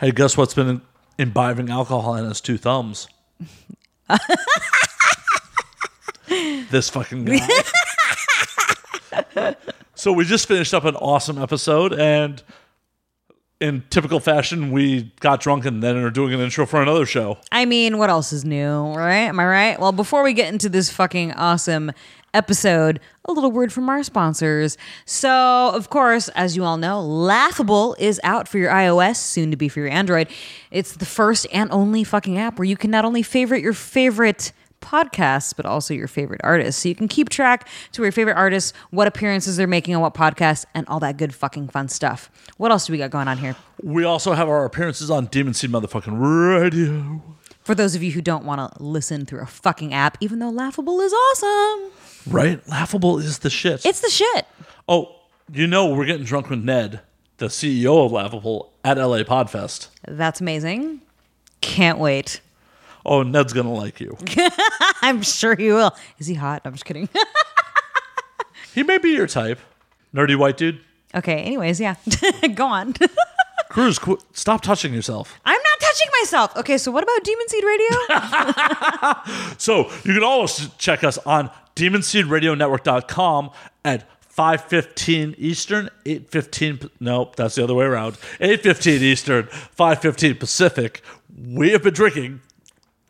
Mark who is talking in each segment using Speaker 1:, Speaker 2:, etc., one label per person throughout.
Speaker 1: Hey, guess what's been imbibing alcohol in his two thumbs? this fucking guy. so we just finished up an awesome episode, and in typical fashion, we got drunk and then are doing an intro for another show.
Speaker 2: I mean, what else is new, right? Am I right? Well, before we get into this fucking awesome episode, a little word from our sponsors. So, of course, as you all know, Laughable is out for your iOS, soon to be for your Android. It's the first and only fucking app where you can not only favorite your favorite podcasts, but also your favorite artists. So you can keep track to your favorite artists, what appearances they're making on what podcasts, and all that good fucking fun stuff. What else do we got going on here?
Speaker 1: We also have our appearances on Demon Seed Motherfucking Radio.
Speaker 2: For those of you who don't want to listen through a fucking app, even though Laughable is awesome,
Speaker 1: Right? Laughable is the shit.
Speaker 2: it's the shit.
Speaker 1: oh, you know, we're getting drunk with Ned, the CEO of Laughable, at LA Podfest.
Speaker 2: That's amazing. Can't wait.
Speaker 1: Oh, Ned's gonna like you.
Speaker 2: I'm sure he will. Is he hot? I'm just kidding.
Speaker 1: He may be your type. Nerdy white dude.
Speaker 2: okay, anyways, yeah. Go on.
Speaker 1: Cruz, qu- stop touching yourself.
Speaker 2: I'm not touching myself. Okay, so what about Demon Seed Radio?
Speaker 1: So you can always check us on demonseedradionetwork.com at 5.15 Eastern, 8.15, P- nope, that's the other way around. 8.15 Eastern, 5.15 Pacific. We have been drinking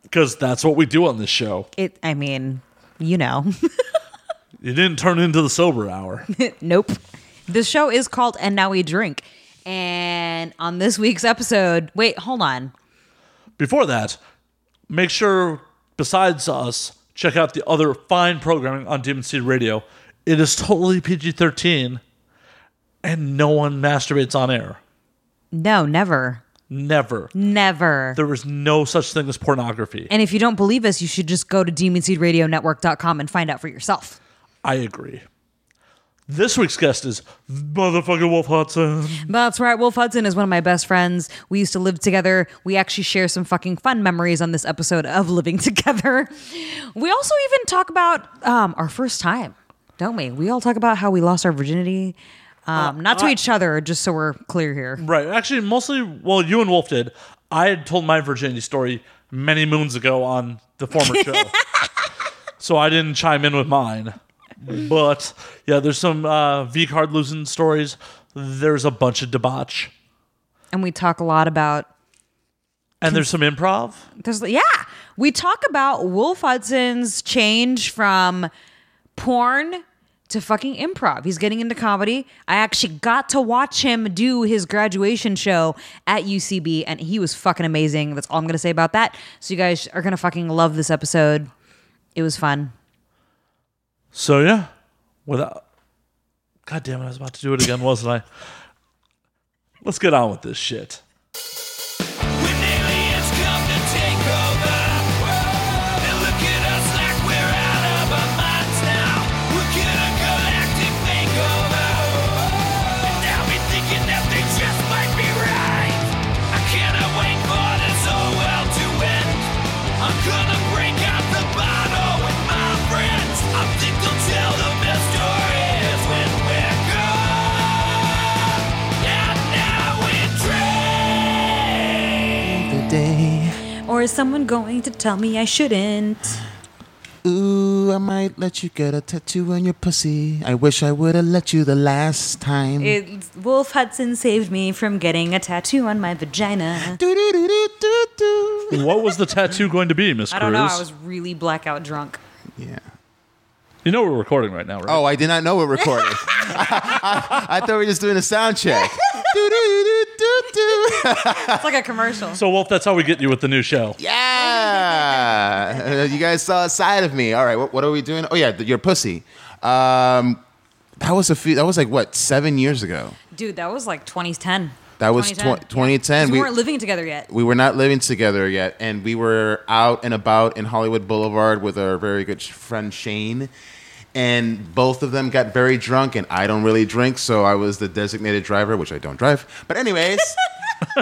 Speaker 1: because that's what we do on this show.
Speaker 2: it I mean, you know.
Speaker 1: It didn't turn into the sober hour.
Speaker 2: nope. The show is called And Now We Drink. And on this week's episode, wait, hold on.
Speaker 1: Before that, make sure, besides us, check out the other fine programming on Demon Seed Radio. It is totally PG 13, and no one masturbates on air.
Speaker 2: No, never.
Speaker 1: Never.
Speaker 2: Never.
Speaker 1: There is no such thing as pornography.
Speaker 2: And if you don't believe us, you should just go to demonseedradionetwork.com and find out for yourself.
Speaker 1: I agree. This week's guest is motherfucking Wolf Hudson.
Speaker 2: That's right. Wolf Hudson is one of my best friends. We used to live together. We actually share some fucking fun memories on this episode of living together. We also even talk about um, our first time, don't we? We all talk about how we lost our virginity, um, not to each other, just so we're clear here.
Speaker 1: Right. Actually, mostly, well, you and Wolf did. I had told my virginity story many moons ago on the former show. so I didn't chime in with mine. But yeah, there's some uh, V card losing stories. There's a bunch of debauch.
Speaker 2: And we talk a lot about
Speaker 1: And there's some improv.
Speaker 2: There's yeah, we talk about Wolf Hudson's change from porn to fucking improv. He's getting into comedy. I actually got to watch him do his graduation show at UCB and he was fucking amazing. That's all I'm going to say about that. So you guys are going to fucking love this episode. It was fun.
Speaker 1: So yeah, without. God damn it, I was about to do it again, wasn't I? Let's get on with this shit.
Speaker 3: When aliens come to take over, they look at us like we're out of our minds now. We're gonna galactic makeover, and now we're thinking that they just might be right. I cannot wait for this whole world to end. I'm gonna break out the bottle with my friends. I think they'll tell the best stories when we're gone. And now we drink.
Speaker 2: Or is someone going to tell me I shouldn't?
Speaker 4: Ooh, I might let you get a tattoo on your pussy. I wish I would have let you the last time.
Speaker 2: It's Wolf Hudson saved me from getting a tattoo on my vagina.
Speaker 4: Do do do do do do.
Speaker 1: What was the tattoo going to be, Miss
Speaker 2: I
Speaker 1: Cruz?
Speaker 2: don't know, I was really blackout drunk.
Speaker 4: Yeah.
Speaker 1: you know we're recording right now, right?
Speaker 4: Oh, I did not know we're recording. I, I- I thought we were just doing a sound check. do do do do do.
Speaker 2: It's like a commercial.
Speaker 1: So Wolf, that's how we get you with the new show.
Speaker 4: Yeah. Uh, you guys saw a side of me. All right. What, what are we doing? Oh yeah, th- your pussy. Um, that was a few. That was like what seven years ago.
Speaker 2: Dude, that was like 2010.
Speaker 4: That was tw- 2010.
Speaker 2: 'Cause We,
Speaker 4: We-
Speaker 2: weren't living together yet.
Speaker 4: we were not living together yet, and we were out and about in Hollywood Boulevard with our very good sh- friend Shane. And both of them got very drunk, and I don't really drink, so I was the designated driver, which I don't drive. But anyways,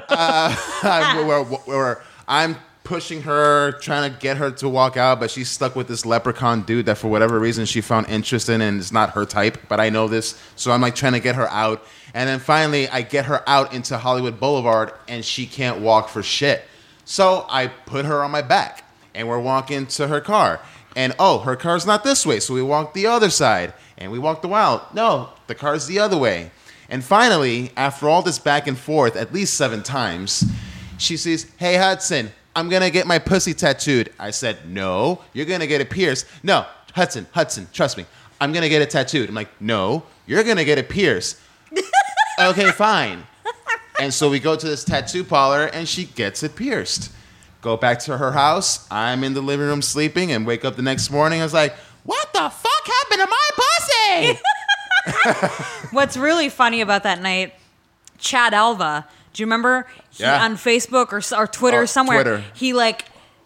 Speaker 4: uh, I'm, we're- we're- I'm pushing her, trying to get her to walk out, but she's stuck with this leprechaun dude that for whatever reason she found interest in and it's not her type, but I know this, so I'm like trying to get her out. And then finally I get her out into Hollywood Boulevard and she can't walk for shit. So I put her on my back and we're walking to her car. And oh, her car's not this way, so we walk the other side. And we walked a while. No, the car's the other way. And finally, after all this back and forth, at least seven times, she says, Hey Hudson, I'm gonna get my pussy tattooed. I said, No, you're gonna get it pierced. No, Hudson, Hudson, trust me, I'm gonna get it tattooed. I'm like, No, you're gonna get it pierced. okay, fine. And so we go to this tattoo parlor and she gets it pierced. Go back to her house. I'm in the living room sleeping and wake up the next morning. I was like, what the fuck happened to my pussy?
Speaker 2: What's really funny about that night, Chad Alva, do you remember? He,
Speaker 4: Yeah.
Speaker 2: On Facebook or, s- or Twitter
Speaker 4: Oh,
Speaker 2: or somewhere,
Speaker 4: Twitter.
Speaker 2: he like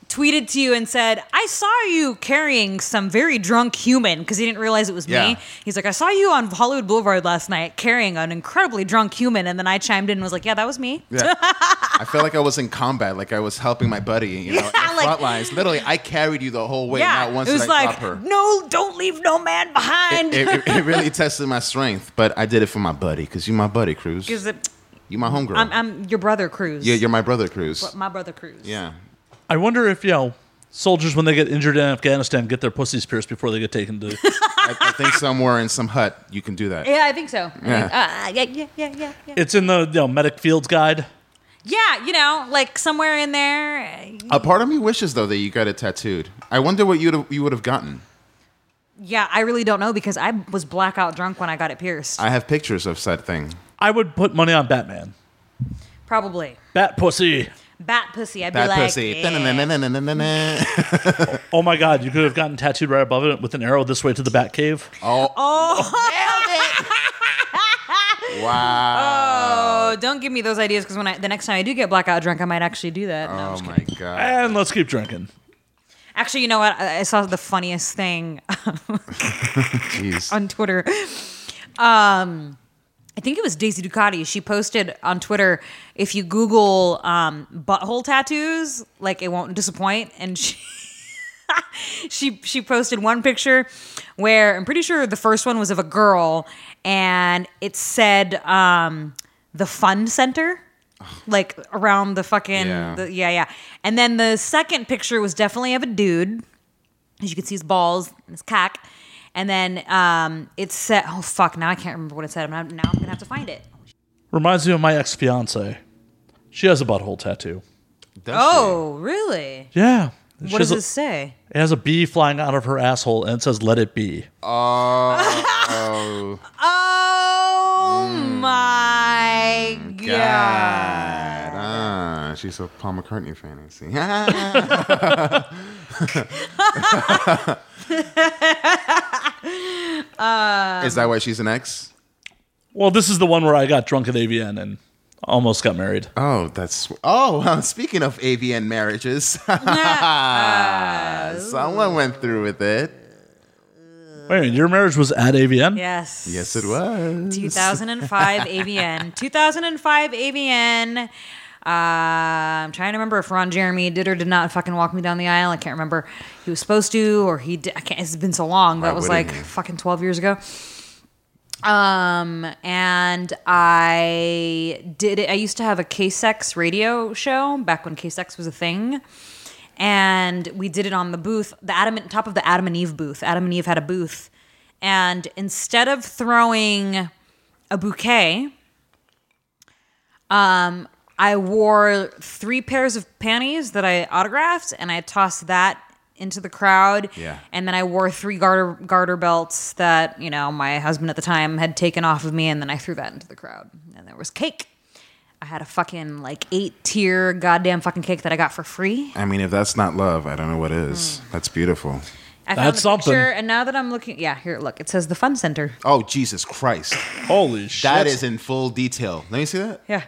Speaker 2: tweeted to you and said, I saw you carrying some very drunk human because he didn't realize it was
Speaker 4: Yeah.
Speaker 2: me. He's like, I saw you on Hollywood Boulevard last night carrying an incredibly drunk human. And then I chimed in and was like, Yeah, that was me.
Speaker 4: Yeah. I felt like I was in combat, like I was helping my buddy, you know, in
Speaker 2: Yeah, like-
Speaker 4: front lines. Literally, I carried you the whole way.
Speaker 2: yeah.
Speaker 4: Not once
Speaker 2: it was
Speaker 4: did I
Speaker 2: like,
Speaker 4: drop her.
Speaker 2: No, don't leave no man behind.
Speaker 4: It, it- it really tested my strength, but I did it for my buddy, because you my buddy, Cruz.
Speaker 2: 'Cause it-
Speaker 4: You my homegirl.
Speaker 2: I'm, I'm your brother, Cruz.
Speaker 4: yeah, you're my brother, Cruz.
Speaker 2: my brother, Cruz.
Speaker 4: yeah.
Speaker 1: I wonder if you know soldiers when they get injured in Afghanistan get their pussies pierced before they get taken to.
Speaker 4: I, I think somewhere in some hut you can do that.
Speaker 2: Yeah, I think so.
Speaker 4: Yeah.
Speaker 2: I think, uh, yeah, yeah, yeah, yeah, yeah.
Speaker 1: it's in the you know, medic fields guide.
Speaker 2: Yeah, you know, like somewhere in there. uh,
Speaker 4: A part of me wishes though that you got it tattooed. I wonder what you'd you would have gotten.
Speaker 2: Yeah, I really don't know because I was blackout drunk when I got it pierced.
Speaker 4: I have pictures of said thing.
Speaker 1: I would put money on Batman.
Speaker 2: Probably.
Speaker 1: Bat pussy.
Speaker 2: Bat pussy. I'd
Speaker 4: Bad
Speaker 2: be like,
Speaker 4: pussy.
Speaker 2: "Yeah."
Speaker 1: Oh my god, you could have gotten tattooed right above it with an arrow this way to the Bat Cave.
Speaker 4: Wow.
Speaker 2: Oh, don't give me those ideas because when I the next time I do get blackout drunk, I might actually do that. No, I'm
Speaker 4: Oh
Speaker 2: just
Speaker 4: my
Speaker 2: kidding.
Speaker 4: god.
Speaker 1: And let's keep drinking.
Speaker 2: Actually, you know what? I, I saw the funniest thing
Speaker 4: Jeez.
Speaker 2: on Twitter. Um, I think it was Daisy Ducati. She posted on Twitter if you Google um, butthole tattoos, like it won't disappoint. And she. She she posted one picture where I'm pretty sure the first one was of a girl and it said um, the fun center like around the fucking
Speaker 4: Yeah.
Speaker 2: the, yeah yeah and then the second picture was definitely of a dude as you can see his balls and his cock. And then um, it said, oh fuck, now I can't remember what it said. I'm gonna- now I'm gonna have to find it.
Speaker 1: Reminds me of my ex fiance. She has a butthole tattoo.
Speaker 4: Does
Speaker 2: Oh, really?
Speaker 1: Yeah. She
Speaker 2: What does
Speaker 1: has a-
Speaker 2: it say?
Speaker 1: It has a bee flying out of her asshole and it says, let it be.
Speaker 2: Oh my god.
Speaker 4: she? God. Ah, she's a Paul McCartney fan, I see. Is that why she's an ex?
Speaker 1: Well, this is the one where I got drunk at AVN and almost got married.
Speaker 4: Oh, that's. Oh, speaking of AVN marriages,
Speaker 2: Uh,
Speaker 4: someone went through with it.
Speaker 1: Wait, a minute, your marriage was at AVN?
Speaker 2: Yes.
Speaker 4: Yes, it was.
Speaker 2: 2005 AVN. 2005 AVN. Uh, I'm trying to remember if Ron Jeremy did or did not fucking walk me down the aisle. I can't remember. He was supposed to, or he. Did, I can't. It's been so long. That was
Speaker 4: wouldn't
Speaker 2: like
Speaker 4: he?
Speaker 2: fucking 12 years ago. Um, and I did. It, I used to have a K-Sex radio show back when K-Sex was a thing and we did it on the booth, the Adam and- top of the Adam and Eve booth. Adam and Eve had a booth, and instead of throwing a bouquet, um, I wore three pairs of panties that I autographed, and I tossed that into the crowd.
Speaker 4: Yeah.
Speaker 2: And then I wore three garter garter belts that you know my husband at the time had taken off of me, and then I threw that into the crowd, and there was cake. I had a fucking like eight tier goddamn fucking cake that I got for free.
Speaker 4: I mean, if that's not love, I don't know what is.
Speaker 2: Mm.
Speaker 4: That's beautiful.
Speaker 2: I found
Speaker 1: That's
Speaker 2: the
Speaker 1: something.
Speaker 2: picture, and now that I'm looking, yeah, here, look, it says the fun center.
Speaker 4: Oh, Jesus Christ.
Speaker 1: Holy shit.
Speaker 4: That is in full detail. Let me see that.
Speaker 2: Yeah,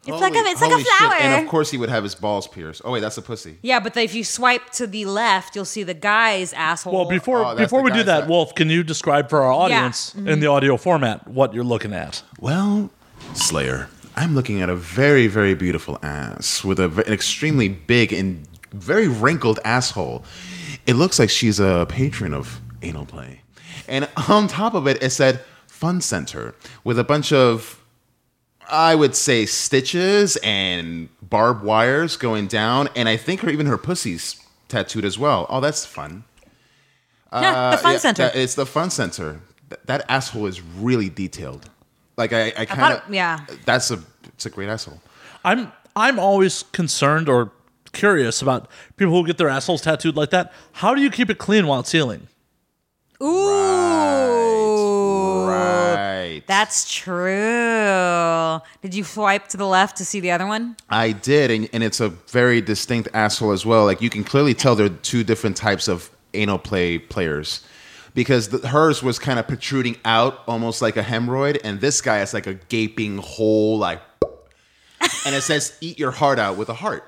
Speaker 2: it's
Speaker 4: Holy-
Speaker 2: like a, it's like a
Speaker 4: holy shit.
Speaker 2: flower.
Speaker 4: And of course, he would have his balls pierced. Oh, wait, that's a pussy.
Speaker 2: yeah, but if you swipe to the left, you'll see the guy's asshole.
Speaker 1: Well, before
Speaker 4: Oh, that's
Speaker 1: before
Speaker 4: the
Speaker 1: we do
Speaker 4: guy's
Speaker 1: that,
Speaker 4: side.
Speaker 1: Wolf, can you describe for our audience
Speaker 2: mhm.
Speaker 1: in the audio format what you're looking at?
Speaker 4: Well, Slayer, I'm looking at a very, very beautiful ass with a, ve- an extremely big and very wrinkled asshole. It looks like she's a patron of anal play. And on top of it, it said Fun Center with a bunch of, I would say, stitches and barbed wires going down. And I think her, even her pussy's tattooed as well. Oh, that's fun.
Speaker 2: yeah, the
Speaker 4: Uh,
Speaker 2: fun
Speaker 4: yeah,
Speaker 2: center.
Speaker 4: that- it's the fun center. Th- that asshole is really detailed. Like I, I kind
Speaker 2: thought-
Speaker 4: of
Speaker 2: yeah.
Speaker 4: That's a it's a great asshole.
Speaker 1: I'm I'm always concerned or curious about people who get their assholes tattooed like that. How do you keep it clean while it's healing?
Speaker 2: Ooh.
Speaker 4: Right.
Speaker 2: That's true. Did you swipe to the left to see the other one?
Speaker 4: I did, and, and it's a very distinct asshole as well. Like you can clearly tell there are two different types of anal play players. Because the, hers was kind of protruding out almost like a hemorrhoid, and this guy is like a gaping hole, like, and it says, Eat your heart out with a heart.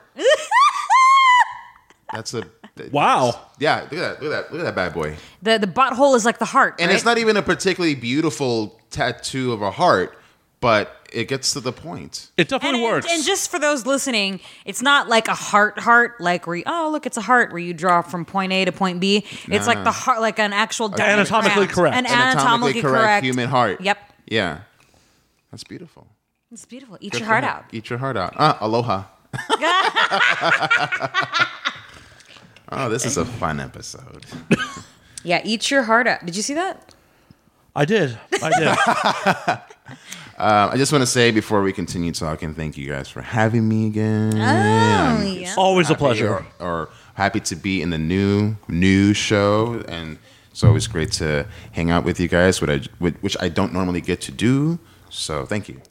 Speaker 4: That's a.
Speaker 1: Wow.
Speaker 4: Yeah, look at that. Look at that. Look at that bad boy.
Speaker 2: The the butthole is like the heart.
Speaker 4: And it's
Speaker 2: right?
Speaker 4: not even a particularly beautiful tattoo of a heart, but it gets to the point.
Speaker 1: It definitely
Speaker 2: and,
Speaker 1: works.
Speaker 2: And just for those listening, it's not like a heart heart, like where you, oh look, it's a heart where you draw from point A to point B. It's like the heart, like an actual diamond
Speaker 1: Anatomically
Speaker 2: craft.
Speaker 1: correct.
Speaker 2: an anatomically, correct,
Speaker 4: human heart.
Speaker 2: Yep,
Speaker 4: Yeah. That's beautiful.
Speaker 2: it's beautiful. Eat your heart out.
Speaker 4: Eat your heart out. Ah, aloha. oh, this is a fun episode.
Speaker 2: Yeah, eat your heart out. Did you see that?
Speaker 1: I did. I did.
Speaker 4: Um, I just want to say before we continue talking, thank you guys for having me again.
Speaker 2: Oh, yeah.
Speaker 1: Always a
Speaker 4: happy
Speaker 1: pleasure.
Speaker 4: Or, or happy to be in the new new show, and it's always great to hang out with you guys, which I which- which I don't normally get to do. So thank you.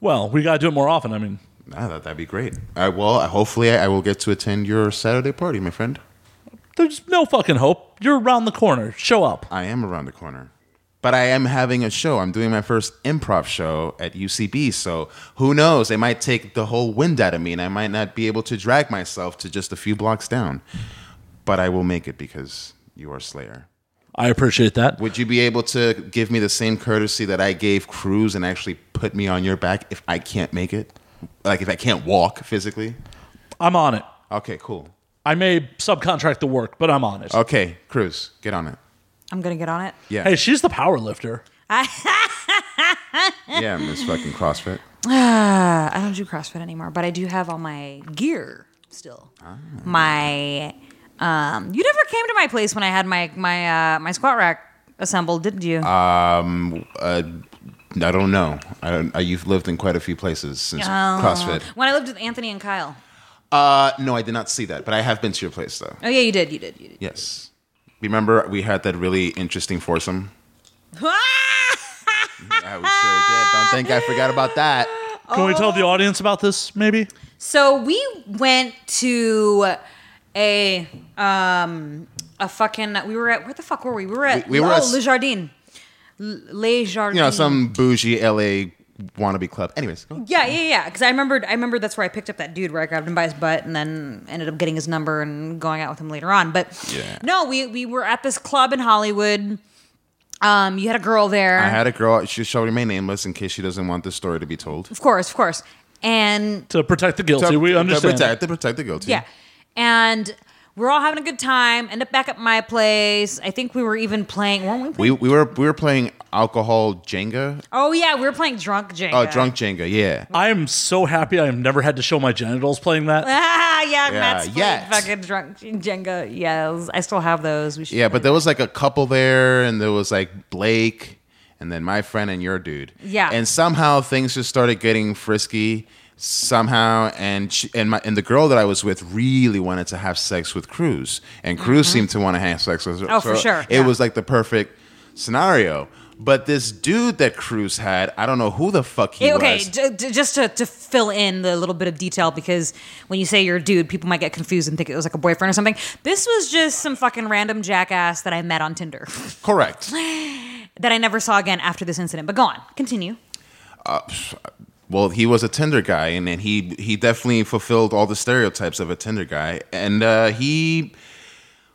Speaker 1: Well, we gotta do it more often. I mean,
Speaker 4: I thought that'd be great. I will. Hopefully, I will get to attend your Saturday party, my friend.
Speaker 1: there's no fucking hope. You're around the corner. Show up.
Speaker 4: I am around the corner. But I am having a show. I'm doing my first improv show at UCB. So who knows? They might take the whole wind out of me and I might not be able to drag myself to just a few blocks down. But I will make it because you are Slayer.
Speaker 1: I appreciate that.
Speaker 4: Would you be able to give me the same courtesy that I gave Cruz and actually put me on your back if I can't make it? Like if I can't walk physically?
Speaker 1: I'm on it.
Speaker 4: Okay, cool.
Speaker 1: I may subcontract the work, but I'm on it.
Speaker 4: Okay, Cruz, get on it.
Speaker 2: I'm gonna get on it.
Speaker 4: Yeah.
Speaker 1: Hey, she's the power lifter.
Speaker 4: yeah, Miss fucking CrossFit.
Speaker 2: Uh, I don't do CrossFit anymore, but I do have all my gear still.
Speaker 4: Ah.
Speaker 2: My, um, you never came to my place when I had my my uh, my squat rack assembled, didn't you?
Speaker 4: Ah. Uh, I don't know. I don't, uh, you've lived in quite a few places since CrossFit.
Speaker 2: when I lived with Anthony and Kyle.
Speaker 4: Uh, no, I did not see that, but I have been to your place though.
Speaker 2: Oh yeah, you did. You did. You did.
Speaker 4: Yes. Remember we had that really interesting foursome? Yeah, we sure did. Don't think I forgot about that.
Speaker 1: Can we tell the
Speaker 2: Oh.
Speaker 1: audience about this, maybe?
Speaker 2: so we went to a um a fucking. We were at where the fuck were we? We were at
Speaker 4: We- we were
Speaker 2: oh,
Speaker 4: at s-
Speaker 2: Le Jardin. L- Le Jardin.
Speaker 4: You know, some bougie LA wannabe club. Anyways, go.
Speaker 2: Yeah, yeah, yeah. Because I remembered, I remember that's where I picked up that dude where I grabbed him by his butt and then ended up getting his number and going out with him later on. But
Speaker 4: Yeah.
Speaker 2: no, we we were at this club in Hollywood. Um, you had a girl there,
Speaker 4: I had a girl. She shall remain nameless in case she doesn't want this story to be told.
Speaker 2: of course, of course, and
Speaker 1: To protect the guilty, we understand.
Speaker 4: To protect, to protect the guilty.
Speaker 2: yeah, and we're all having a good time. End up back at my place. I think we were even playing, weren't we? Playing?
Speaker 4: We, we were we were playing alcohol Jenga.
Speaker 2: oh yeah, we were playing drunk Jenga.
Speaker 4: Oh, drunk Jenga. Yeah.
Speaker 1: I am so happy I have never had to show my genitals playing that.
Speaker 2: Ah, yeah, Matt's played
Speaker 4: yet.
Speaker 2: fucking drunk Jenga. Yes, I still have those. We should.
Speaker 4: Yeah, but there was like a couple there, and there was like Blake, and then my friend and your dude.
Speaker 2: Yeah.
Speaker 4: And somehow things just started getting frisky somehow, and she, and my and the girl that I was with really wanted to have sex with Cruz, and Cruz seemed to want to have sex with her.
Speaker 2: Mm-hmm. Oh, for sure,
Speaker 4: It
Speaker 2: yeah.
Speaker 4: was like the perfect scenario. But this dude that Cruz had, I don't know who the fuck he
Speaker 2: Yeah, okay,
Speaker 4: was.
Speaker 2: j- j- just to, to fill in the little bit of detail because when you say you're a dude, people might get confused and think it was like a boyfriend or something. This was just some fucking random jackass that I met on Tinder
Speaker 4: Correct.
Speaker 2: that I never saw again after this incident. But go on, continue.
Speaker 4: well, he was a Tinder guy, and, and he he definitely fulfilled all the stereotypes of a Tinder guy, and uh, he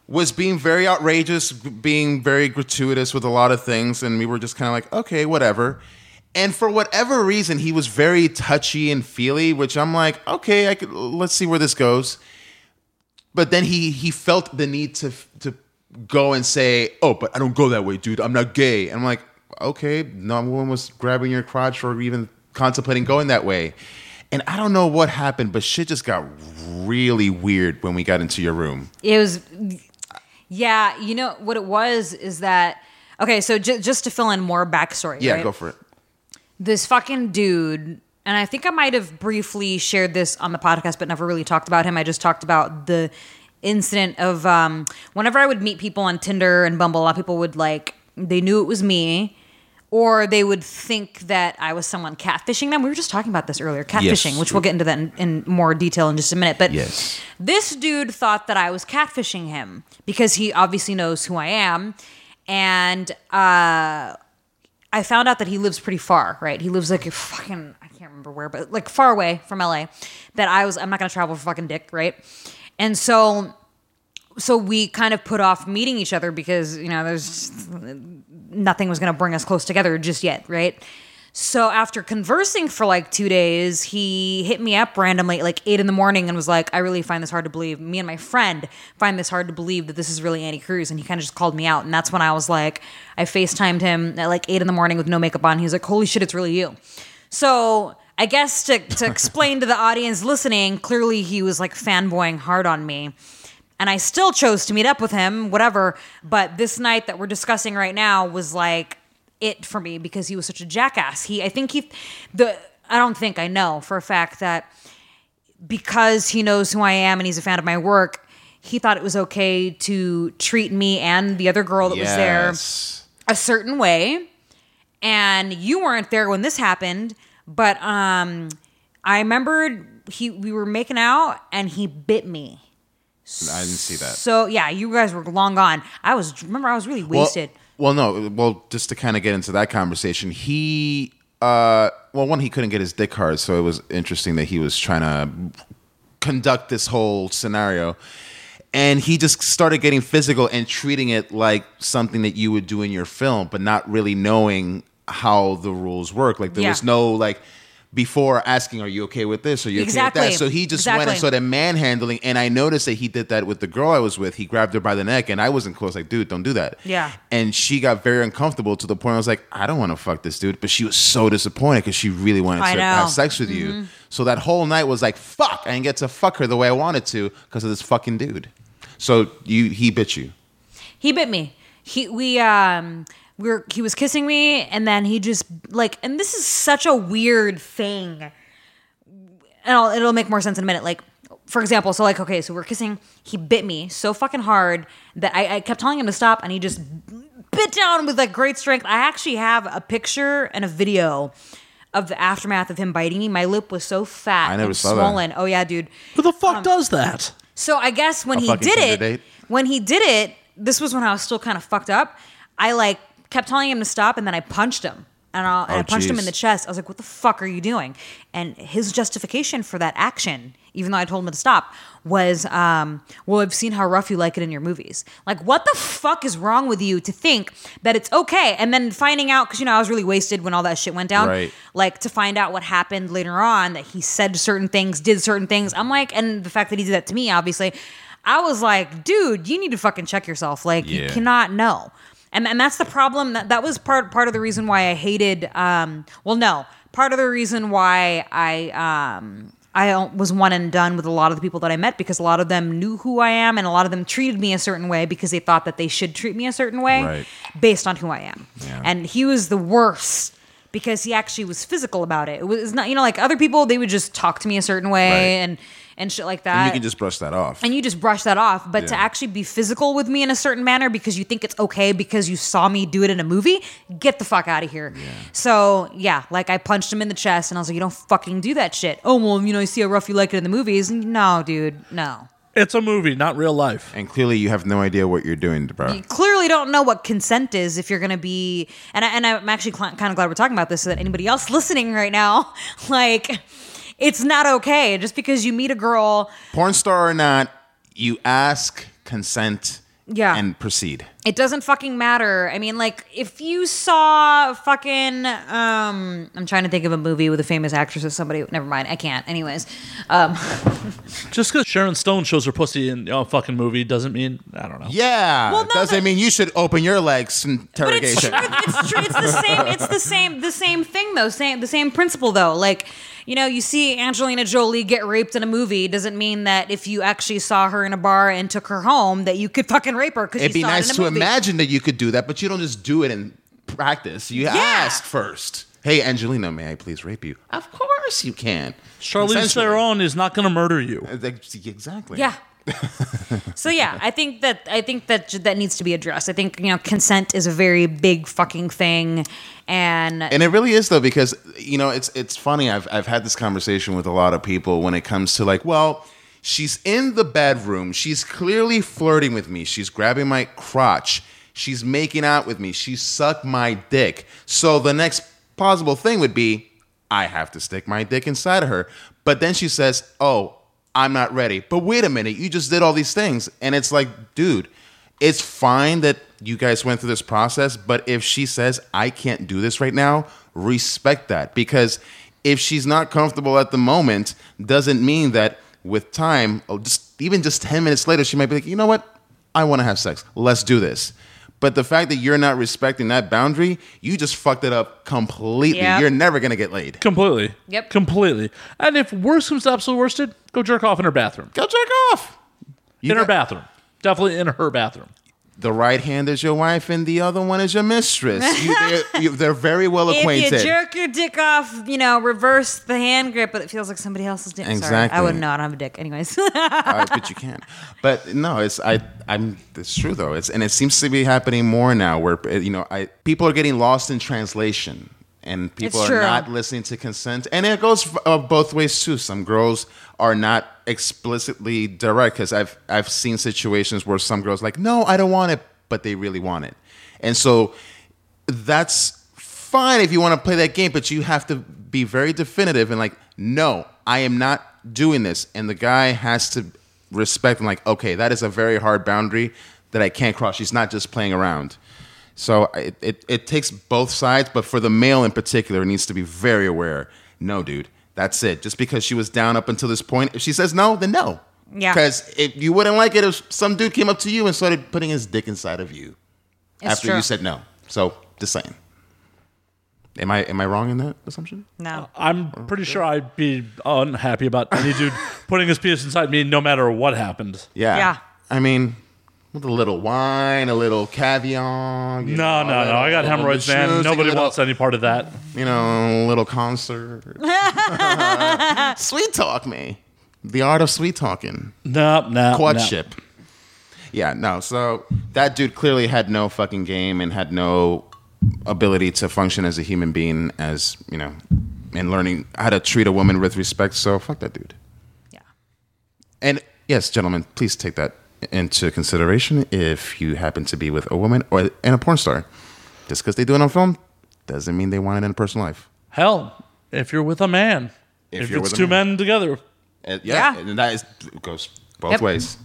Speaker 4: was being very outrageous, being very gratuitous with a lot of things, and we were just kind of like, okay, whatever. And for whatever reason, he was very touchy and feely, which I'm like, okay, I could, let's see where this goes. But then he he felt the need to to go and say, oh, but I don't go that way, dude. I'm not gay. And I'm like, okay, no one was grabbing your crotch or even contemplating going that way. And I don't know what happened, but shit just got really weird when we got into your room.
Speaker 2: It was, yeah. You know what it was is that okay. So j- just to fill in more backstory.
Speaker 4: Yeah,
Speaker 2: right?
Speaker 4: go for it.
Speaker 2: This fucking dude, and I think I might have briefly shared this on the podcast, but never really talked about him. I just talked about the incident of um, whenever I would meet people on Tinder and Bumble, a lot of people would like they knew it was me. Or they would think that I was someone catfishing them. We were just talking about this earlier, catfishing, which we'll get into that in, in more detail in just a minute. But
Speaker 4: Yes.
Speaker 2: this dude thought that I was catfishing him because he obviously knows who I am. And uh, I found out that he lives pretty far, right? He lives like a fucking, I can't remember where, but like far away from LA that I was, I'm not gonna travel for fucking dick, right? And so, so we kind of put off meeting each other because, you know, there's just- nothing was gonna bring us close together just yet, right? So after conversing for like two days, he hit me up randomly at like eight in the morning and was like, I really find this hard to believe. Me and my friend find this hard to believe that this is really Andy Cruz. And he kind of just called me out. And that's when I was like, I FaceTimed him at like eight in the morning with no makeup on. He was like, Holy shit, it's really you. So I guess to, to explain to the audience listening, clearly he was like fanboying hard on me. And I still chose to meet up with him, whatever. But this night that we're discussing right now was like, it for me because he was such a jackass. He, I think he, the, I don't think I know for a fact that because he knows who I am and he's a fan of my work, he thought it was okay to treat me and the other girl that was
Speaker 4: Yes.
Speaker 2: there a certain way. And you weren't there when this happened, but um, I remembered he we were making out and he bit me.
Speaker 4: I didn't see that.
Speaker 2: So yeah, you guys were long gone. I was remember I was really
Speaker 4: Well-
Speaker 2: wasted.
Speaker 4: Well, no. Well, just to kind of get into that conversation, he, uh, well, one, he couldn't get his dick hard, so it was interesting that he was trying to conduct this whole scenario. And he just started getting physical and treating it like something that you would do in your film, but not really knowing how the rules work. Like there
Speaker 2: Yeah.
Speaker 4: was no like before asking, "Are you okay with this? Are you okay with
Speaker 2: Exactly.
Speaker 4: that?" So he just went and
Speaker 2: Exactly.
Speaker 4: started manhandling. And I noticed that he did that with the girl I was with. He grabbed her by the neck, and I wasn't close. Like, dude, don't do that.
Speaker 2: Yeah.
Speaker 4: And she got very uncomfortable to the point I was like, I don't want to fuck this dude. But she was so disappointed because she really wanted
Speaker 2: I
Speaker 4: to
Speaker 2: know. Mm-hmm.
Speaker 4: have sex with you. So that whole night was like, fuck, I didn't get to fuck her the way I wanted to because of this fucking dude. So you he bit you.
Speaker 2: He bit me. He we um we were he was kissing me and then he just like and this is such a weird thing. And I'll, it'll make more sense in a minute. Like for example, so like okay, so we're kissing. He bit me so fucking hard that I, I kept telling him to stop, and he just bit down with like great strength. I actually have a picture and a video of the aftermath of him biting me. My lip was so fat
Speaker 4: I never
Speaker 2: and
Speaker 4: saw that.
Speaker 2: swollen. Oh yeah, dude. Um,
Speaker 1: Who the fuck does that?
Speaker 2: So I guess when
Speaker 4: A
Speaker 2: he
Speaker 4: fucking
Speaker 2: did
Speaker 4: Tinder
Speaker 2: it,
Speaker 4: date?
Speaker 2: when he did it, this was when I was still kind of fucked up. I like kept telling him to stop, and then I punched him, and, I, and
Speaker 4: Oh,
Speaker 2: I punched him in
Speaker 4: jeez.
Speaker 2: the chest. I was like, "What the fuck are you doing?" And his justification for that action, even though I told him to stop, was, um, "Well, I've seen how rough you like it in your movies. Like, what the fuck is wrong with you to think that it's okay?" And then finding out, because you know I was really wasted when all that shit went down
Speaker 4: Right.
Speaker 2: like to find out what happened later on that he said certain things, did certain things. I'm like, and the fact that he did that to me, obviously, I was like, dude, you need to fucking check yourself. Like, you
Speaker 4: Yeah.
Speaker 2: cannot know. And, and that's the problem. That, that was part part of the reason why I hated. Um, well, no, part of the reason why I um, I was one and done with a lot of the people that I met because a lot of them knew who I am and a lot of them treated me a certain way because they thought that they should treat me a certain way
Speaker 4: Right.
Speaker 2: based on who I am.
Speaker 4: Yeah.
Speaker 2: And he was the worst because he actually was physical about it. It was not, you know, like other people, they would just talk to me a certain way
Speaker 4: Right.
Speaker 2: and and shit like
Speaker 4: And
Speaker 2: that.
Speaker 4: you can just brush that off.
Speaker 2: and you just brush that off, but to
Speaker 4: Yeah.
Speaker 2: actually be physical with me in a certain manner because you think it's okay because you saw me do it in a movie, get the fuck out of here. So yeah, like I punched him in the chest and I was like, you don't fucking do that shit. Oh well, you know, you see how rough you like it in the movies. No, dude, no.
Speaker 1: It's a movie, not real life.
Speaker 4: and clearly you have no idea what you're doing, bro.
Speaker 2: you clearly don't know what consent is if you're going to be and, I, and i'm actually cl- kind of glad we're talking about this so that anybody else listening right now like it's not okay just because you meet a girl
Speaker 4: Porn star or not, you ask consent
Speaker 2: Yeah.
Speaker 4: and proceed.
Speaker 2: It doesn't fucking matter. I mean, like, if you saw fucking, um, I'm trying to think of a movie with a famous actress or somebody. Never mind, I can't. Anyways, um,
Speaker 1: Just because Sharon Stone shows her pussy in a fucking movie doesn't mean I don't know.
Speaker 4: Yeah,
Speaker 2: Well, no,
Speaker 4: doesn't
Speaker 2: but-
Speaker 4: mean you should open your legs
Speaker 2: but it's
Speaker 4: interrogation.
Speaker 2: true. It's true. It's the same. It's the same. The same thing though. Same. The same principle though. Like, you know, you see Angelina Jolie get raped in a movie doesn't mean that if you actually saw her in a bar and took her home that you could fucking rape her because
Speaker 4: It'd be
Speaker 2: saw
Speaker 4: nice
Speaker 2: it in a
Speaker 4: to
Speaker 2: movie.
Speaker 4: imagine that you could do that, but you don't just do it in practice. You ask first. Hey, Angelina, may I please rape you? Of course you can.
Speaker 1: Charlize
Speaker 4: Consensually.
Speaker 1: Theron is not going to murder you.
Speaker 4: Ex- Exactly.
Speaker 2: Yeah. so yeah, I think that I think that that needs to be addressed. I think you know consent is a very big fucking thing, and
Speaker 4: And it really is though, because you know, it's it's funny. I've I've had this conversation with a lot of people when it comes to like, well, she's in the bedroom. She's clearly flirting with me. She's grabbing my crotch. She's making out with me. She sucked my dick. So the next plausible thing would be, I have to stick my dick inside of her. But then she says, Oh, I'm not ready. But wait a minute, you just did all these things. And it's like, dude, it's fine that you guys went through this process, but if she says, I can't do this right now, respect that. Because if she's not comfortable at the moment, doesn't mean that with time, or just even just 10 minutes later, she might be like, you know what? I want to have sex. Let's do this. But the fact that you're not respecting that boundary, you just fucked it up completely.
Speaker 2: Yep.
Speaker 4: You're never going to get laid.
Speaker 1: Completely.
Speaker 2: Yep.
Speaker 1: Completely. And if worse comes to absolute worsted, go jerk off in her bathroom.
Speaker 4: Go jerk off. You
Speaker 1: in her
Speaker 4: got-
Speaker 1: bathroom. Definitely in her bathroom.
Speaker 4: The right hand is your wife and the other one is your mistress. You, they're, you, they're very well
Speaker 2: if
Speaker 4: acquainted.
Speaker 2: you jerk your dick off, you know, reverse the hand grip, but it feels like somebody else's dick. Sorry, I
Speaker 4: Exactly.
Speaker 2: would not have a dick, anyways.
Speaker 4: uh, but you can. But no, it's I. I'm. It's true though. It's and it seems to be happening more now, where uh, you know, I people are getting lost in translation, and people
Speaker 2: It's
Speaker 4: are
Speaker 2: true.
Speaker 4: not listening to consent, and it goes uh, both ways too. Some girls are not explicitly direct because I've I've seen situations where some girls like, no, I don't want it, but they really want it, and so that's fine if you want to play that game, but you have to be very definitive and like, no, I am not doing this. And the guy has to respect and like, okay, that is a very hard boundary that I can't cross. She's not just playing around. So it, it, it takes both sides, but for the male in particular, it needs to be very aware. No, dude, that's it. Just because she was down up until this point, if she says no, then no.
Speaker 2: Yeah.
Speaker 4: Because if you wouldn't like it if some dude came up to you and started putting his dick inside of you
Speaker 2: It's
Speaker 4: after
Speaker 2: true.
Speaker 4: you said no. So just saying. Am I am I wrong in that assumption?
Speaker 2: no.
Speaker 1: I'm pretty sure I'd be unhappy about any dude putting his penis inside me no matter what happened.
Speaker 4: Yeah.
Speaker 2: Yeah.
Speaker 4: I mean, with a little wine, a little caviar. you
Speaker 1: No,
Speaker 4: know,
Speaker 1: no,
Speaker 4: a
Speaker 1: no. I got
Speaker 4: little
Speaker 1: hemorrhoids, man.
Speaker 4: schmooze,
Speaker 1: Nobody
Speaker 4: a little-
Speaker 1: wants any part of that.
Speaker 4: You know, a little concert. sweet talk me. The art of sweet talking.
Speaker 1: No, no.
Speaker 4: Quadship. Yeah, no. So that dude clearly had no fucking game and had no ability to function as a human being, as you know, and learning how to treat a woman with respect. So fuck that dude.
Speaker 2: Yeah.
Speaker 4: And yes, gentlemen, please take that into consideration if you happen to be with a woman or and a porn star. Just because they do it on film doesn't mean they want it in a personal life.
Speaker 1: Hell, if you're with a man,
Speaker 4: If
Speaker 1: if,
Speaker 4: you're
Speaker 1: it's
Speaker 4: with a
Speaker 1: two
Speaker 4: man.
Speaker 1: men together,
Speaker 4: And Uh, yeah,
Speaker 2: Yeah.
Speaker 4: and that is goes both
Speaker 2: Yep.
Speaker 4: ways.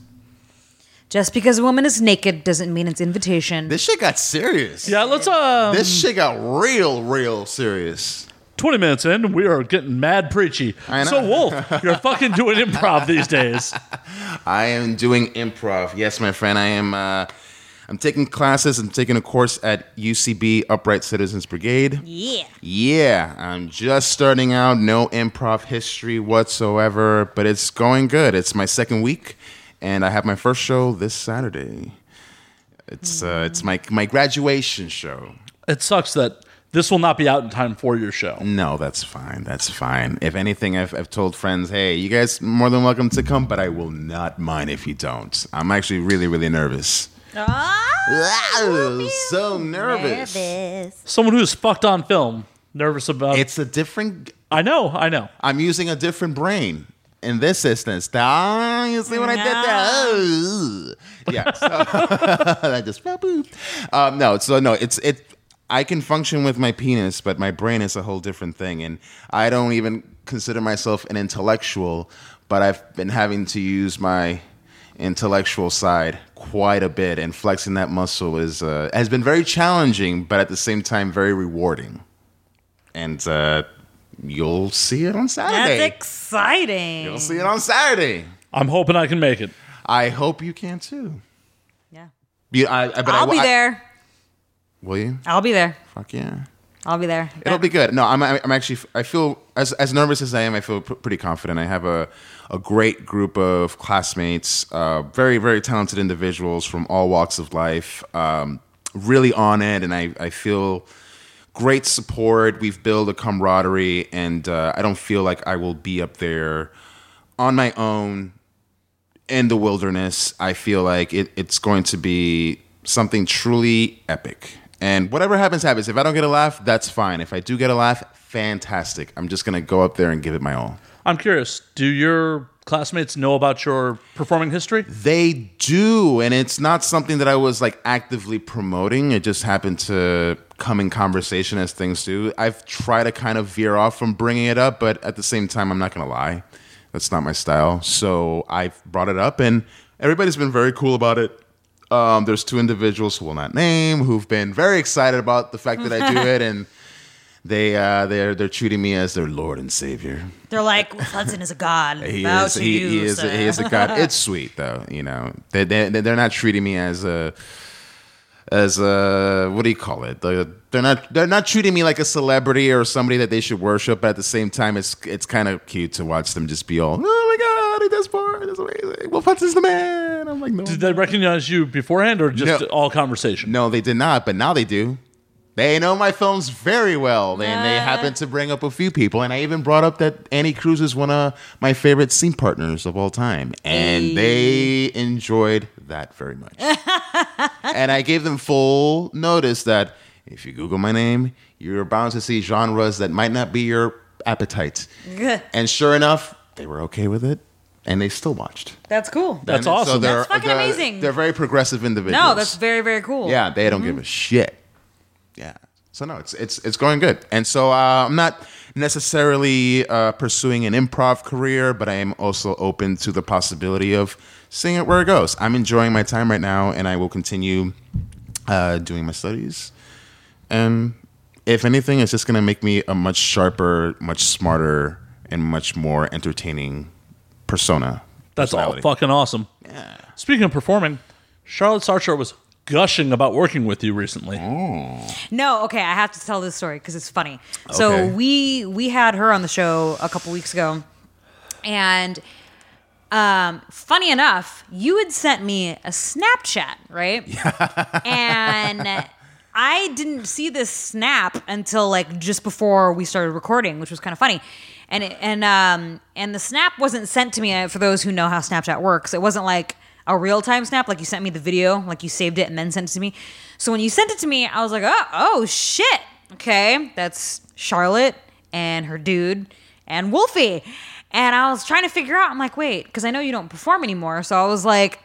Speaker 2: Just because a woman is naked doesn't mean it's invitation.
Speaker 4: This shit got serious.
Speaker 1: yeah. Let's uh,
Speaker 4: This shit got real, real serious.
Speaker 1: 20 minutes in, we are getting mad preachy.
Speaker 4: I know.
Speaker 1: So Wolf, you're fucking doing improv these days.
Speaker 4: I am doing improv. Yes, my friend, I am. Uh, I'm taking classes. I'm taking a course at UCB Upright Citizens Brigade.
Speaker 2: yeah.
Speaker 4: Yeah, I'm just starting out, no improv history whatsoever, but it's going good. It's my second week, and I have my first show this Saturday. It's uh, it's my my graduation show.
Speaker 1: It sucks that this will not be out in time for your show.
Speaker 4: No, that's fine. That's fine. If anything, I've, I've told friends, hey, you guys more than welcome to come, but I will not mind if you don't. I'm actually really, really nervous.
Speaker 2: Oh,
Speaker 4: so nervous.
Speaker 1: Someone who's fucked on film, nervous about
Speaker 4: It's a different
Speaker 1: I know, I know.
Speaker 4: I'm using a different brain in this instance. Ah, you see what I did there? Oh. Yeah. So I just um, no. So no, it's it. I can function with my penis, but my brain is a whole different thing, and I don't even consider myself an intellectual. But I've been having to use my intellectual side quite a bit, and flexing that muscle is uh, has been very challenging, but at the same time very rewarding. And uh, you'll see it on Saturday.
Speaker 2: That's exciting.
Speaker 4: You'll see it on Saturday.
Speaker 1: I'm hoping I can make it.
Speaker 4: I hope you can too.
Speaker 2: Yeah.
Speaker 4: You, I, I, but I-
Speaker 2: I'll be
Speaker 4: I-
Speaker 2: there.
Speaker 4: Will you?
Speaker 2: I'll be there.
Speaker 4: Fuck yeah.
Speaker 2: I'll be there.
Speaker 4: It'll be good. No, I'm, I'm I'm actually, I feel, as, as nervous as I am, I feel pr- pretty confident. I have a, a great group of classmates, uh, very, very talented individuals from all walks of life, um, really on it. And I, I feel great support. We've built a camaraderie, and uh, I don't feel like I will be up there on my own in the wilderness, I feel like it, it's going to be something truly epic. And whatever happens, happens. If I don't get a laugh, that's fine. If I do get a laugh, fantastic. I'm just gonna go up there and give it my all.
Speaker 1: I'm curious. Do your classmates know about your performing history?
Speaker 4: They do, and it's not something that I was like actively promoting. It just happened to come in conversation as things do. I've tried to kind of veer off from bringing it up, but at the same time, I'm not gonna lie, that's not my style. So I've brought it up, and everybody's been very cool about it. Um, there's two individuals who will not name who've been very excited about the fact that I do it, and they uh, they're they're treating me as their lord and savior.
Speaker 2: They're like, Hudson is a god.
Speaker 4: He
Speaker 2: Bow
Speaker 4: is,
Speaker 2: to
Speaker 4: he,
Speaker 2: you,
Speaker 4: he is,
Speaker 2: sir.
Speaker 4: he is a god. It's sweet though, you know. They they they're not treating me as a as a what do you call it? They're, they're not they're not treating me like a celebrity or somebody that they should worship. But at the same time, it's it's kind of cute to watch them just be all, oh my god, he does porn, that's amazing. Well, Putz is the man. I'm like, no,
Speaker 1: Did they recognize you beforehand or just
Speaker 4: No.
Speaker 1: all conversation?
Speaker 4: no, they did not, but now they do. They know my films very well, and they happen to bring up a few people. And I even brought up that Annie Cruz is one of my favorite scene partners of all time, and they enjoyed that very much. and I gave them full notice that if you Google my name, you're bound to see genres that might not be your appetite. and sure enough, they were okay with it, and they still watched.
Speaker 2: That's cool.
Speaker 1: That's
Speaker 4: And
Speaker 1: awesome.
Speaker 4: they're-
Speaker 2: That's fucking
Speaker 4: they're-
Speaker 2: amazing.
Speaker 4: They're very progressive individuals.
Speaker 2: no, that's very, very cool.
Speaker 4: Yeah, they don't give a shit. Yeah. So no, it's it's it's going good, and so uh, I'm not necessarily uh, pursuing an improv career, but I am also open to the possibility of seeing it where it goes. I'm enjoying my time right now, and I will continue uh, doing my studies. And if anything, it's just going to make me a much sharper, much smarter, and much more entertaining persona.
Speaker 1: That's all
Speaker 4: personality.
Speaker 1: fucking awesome. Speaking of performing, Charlotte Sartre was gushing about working with you recently.
Speaker 2: No, okay, I have to tell this story because it's funny. So
Speaker 4: Okay.
Speaker 2: we we had her on the show a couple weeks ago, and um, funny enough, you had sent me a Snapchat, right? and I didn't see this snap until like just before we started recording, which was kind of funny. And it, and um and the snap wasn't sent to me uh, for those who know how Snapchat works. It wasn't like a real time snap like you sent me the video, like you saved it and then sent it to me. So when you sent it to me, I was like, "Oh, oh shit. Okay, that's Charlotte and her dude and Wolfie." And I was trying to figure out. I'm like, "Wait, cuz I know you don't perform anymore." So I was like,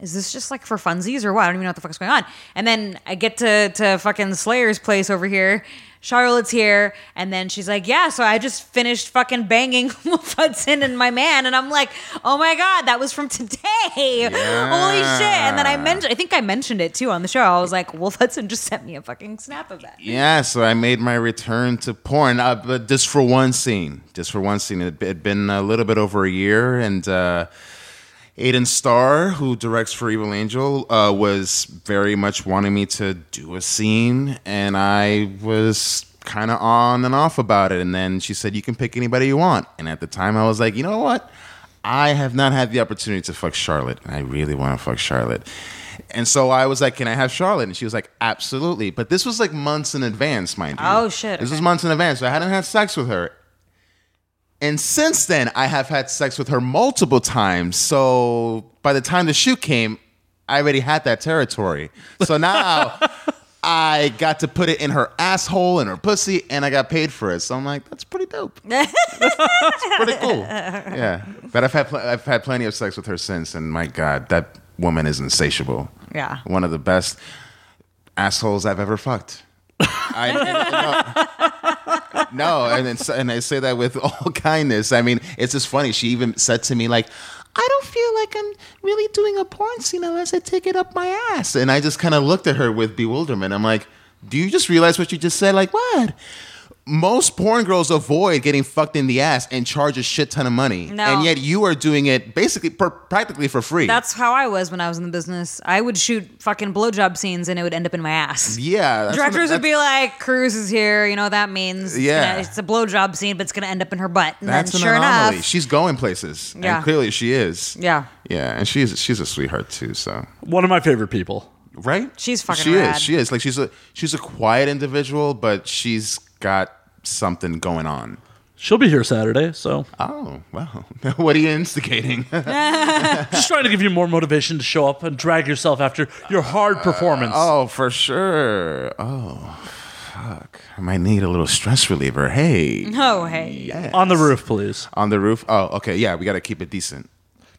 Speaker 2: is this just like for funsies or what? I don't even know what the fuck's going on. And then I get to to fucking Slayer's place over here. Charlotte's here, and then she's like, "Yeah, so I just finished fucking banging Wolf Hudson and my man," and I'm like, "Oh my god, that was from today! Holy shit!" And then I mentioned, I think I mentioned it too on the show. I was like, "Wolf Hudson just sent me a fucking snap of that."
Speaker 4: Yeah, so I made my return to porn, uh, but just for one scene. Just for one scene. It had been a little bit over a year, and uh, Aiden Starr, who directs for Evil Angel, uh, was very much wanting me to do a scene, and I was kind of on and off about it. And then she said, You can pick anybody you want. And at the time, I was like, You know what? I have not had the opportunity to fuck Charlotte, and I really want to fuck Charlotte. And so I was like, "Can I have Charlotte?" And she was like, "Absolutely." But this was like months in advance, mind you.
Speaker 2: Oh, shit,
Speaker 4: This was
Speaker 2: okay.
Speaker 4: months in advance. So I hadn't had sex with her, and since then, I have had sex with her multiple times. So by the time the shoot came, I already had that territory. So now I got to put it in her asshole and her pussy, and I got paid for it. So I'm like, that's pretty dope. that's pretty cool. Yeah. But I've had pl- I've had plenty of sex with her since, and my God, that woman is insatiable.
Speaker 2: Yeah.
Speaker 4: One of the best assholes I've ever fucked. I, no, and it's, and I say that with all kindness. I mean, it's just funny. She even said to me like, "I don't feel like I'm really doing a porn scene unless I take it up my ass. And I just kind of looked at her with bewilderment. I'm like, do you just realize what you just said? Like, what? Most porn girls avoid getting fucked in the ass and charge a shit ton of money.
Speaker 2: No.
Speaker 4: And yet you are doing it basically per- practically for free.
Speaker 2: That's how I was when I was in the business. I would shoot fucking blowjob scenes and it would end up in my ass.
Speaker 4: yeah. that's what-
Speaker 2: Directors would
Speaker 4: that's-
Speaker 2: be like, Cruz is here. You know what that means. It's
Speaker 4: Yeah.
Speaker 2: gonna- It's a blowjob scene, but it's going to end up in her butt. And
Speaker 4: That's
Speaker 2: then
Speaker 4: an
Speaker 2: sure
Speaker 4: anomaly.
Speaker 2: enough.
Speaker 4: She's going places.
Speaker 2: Yeah.
Speaker 4: And clearly she is.
Speaker 2: yeah.
Speaker 4: Yeah, and she's she's a sweetheart too. So
Speaker 1: One of my favorite people.
Speaker 4: right,
Speaker 2: She's fucking
Speaker 4: She
Speaker 2: rad.
Speaker 4: is. She is like she's a she's a quiet individual, but she's got something going on.
Speaker 1: She'll be here Saturday, so
Speaker 4: Oh wow, what are you instigating?
Speaker 1: just trying to give you more motivation to show up and drag yourself after your hard
Speaker 2: Uh,
Speaker 1: performance.
Speaker 4: oh, for sure. Oh, fuck. I might need a little stress reliever. Hey,
Speaker 2: Oh, hey.
Speaker 4: yes.
Speaker 1: On the roof, please.
Speaker 4: on the roof. Oh, okay. Yeah, we got to keep it decent.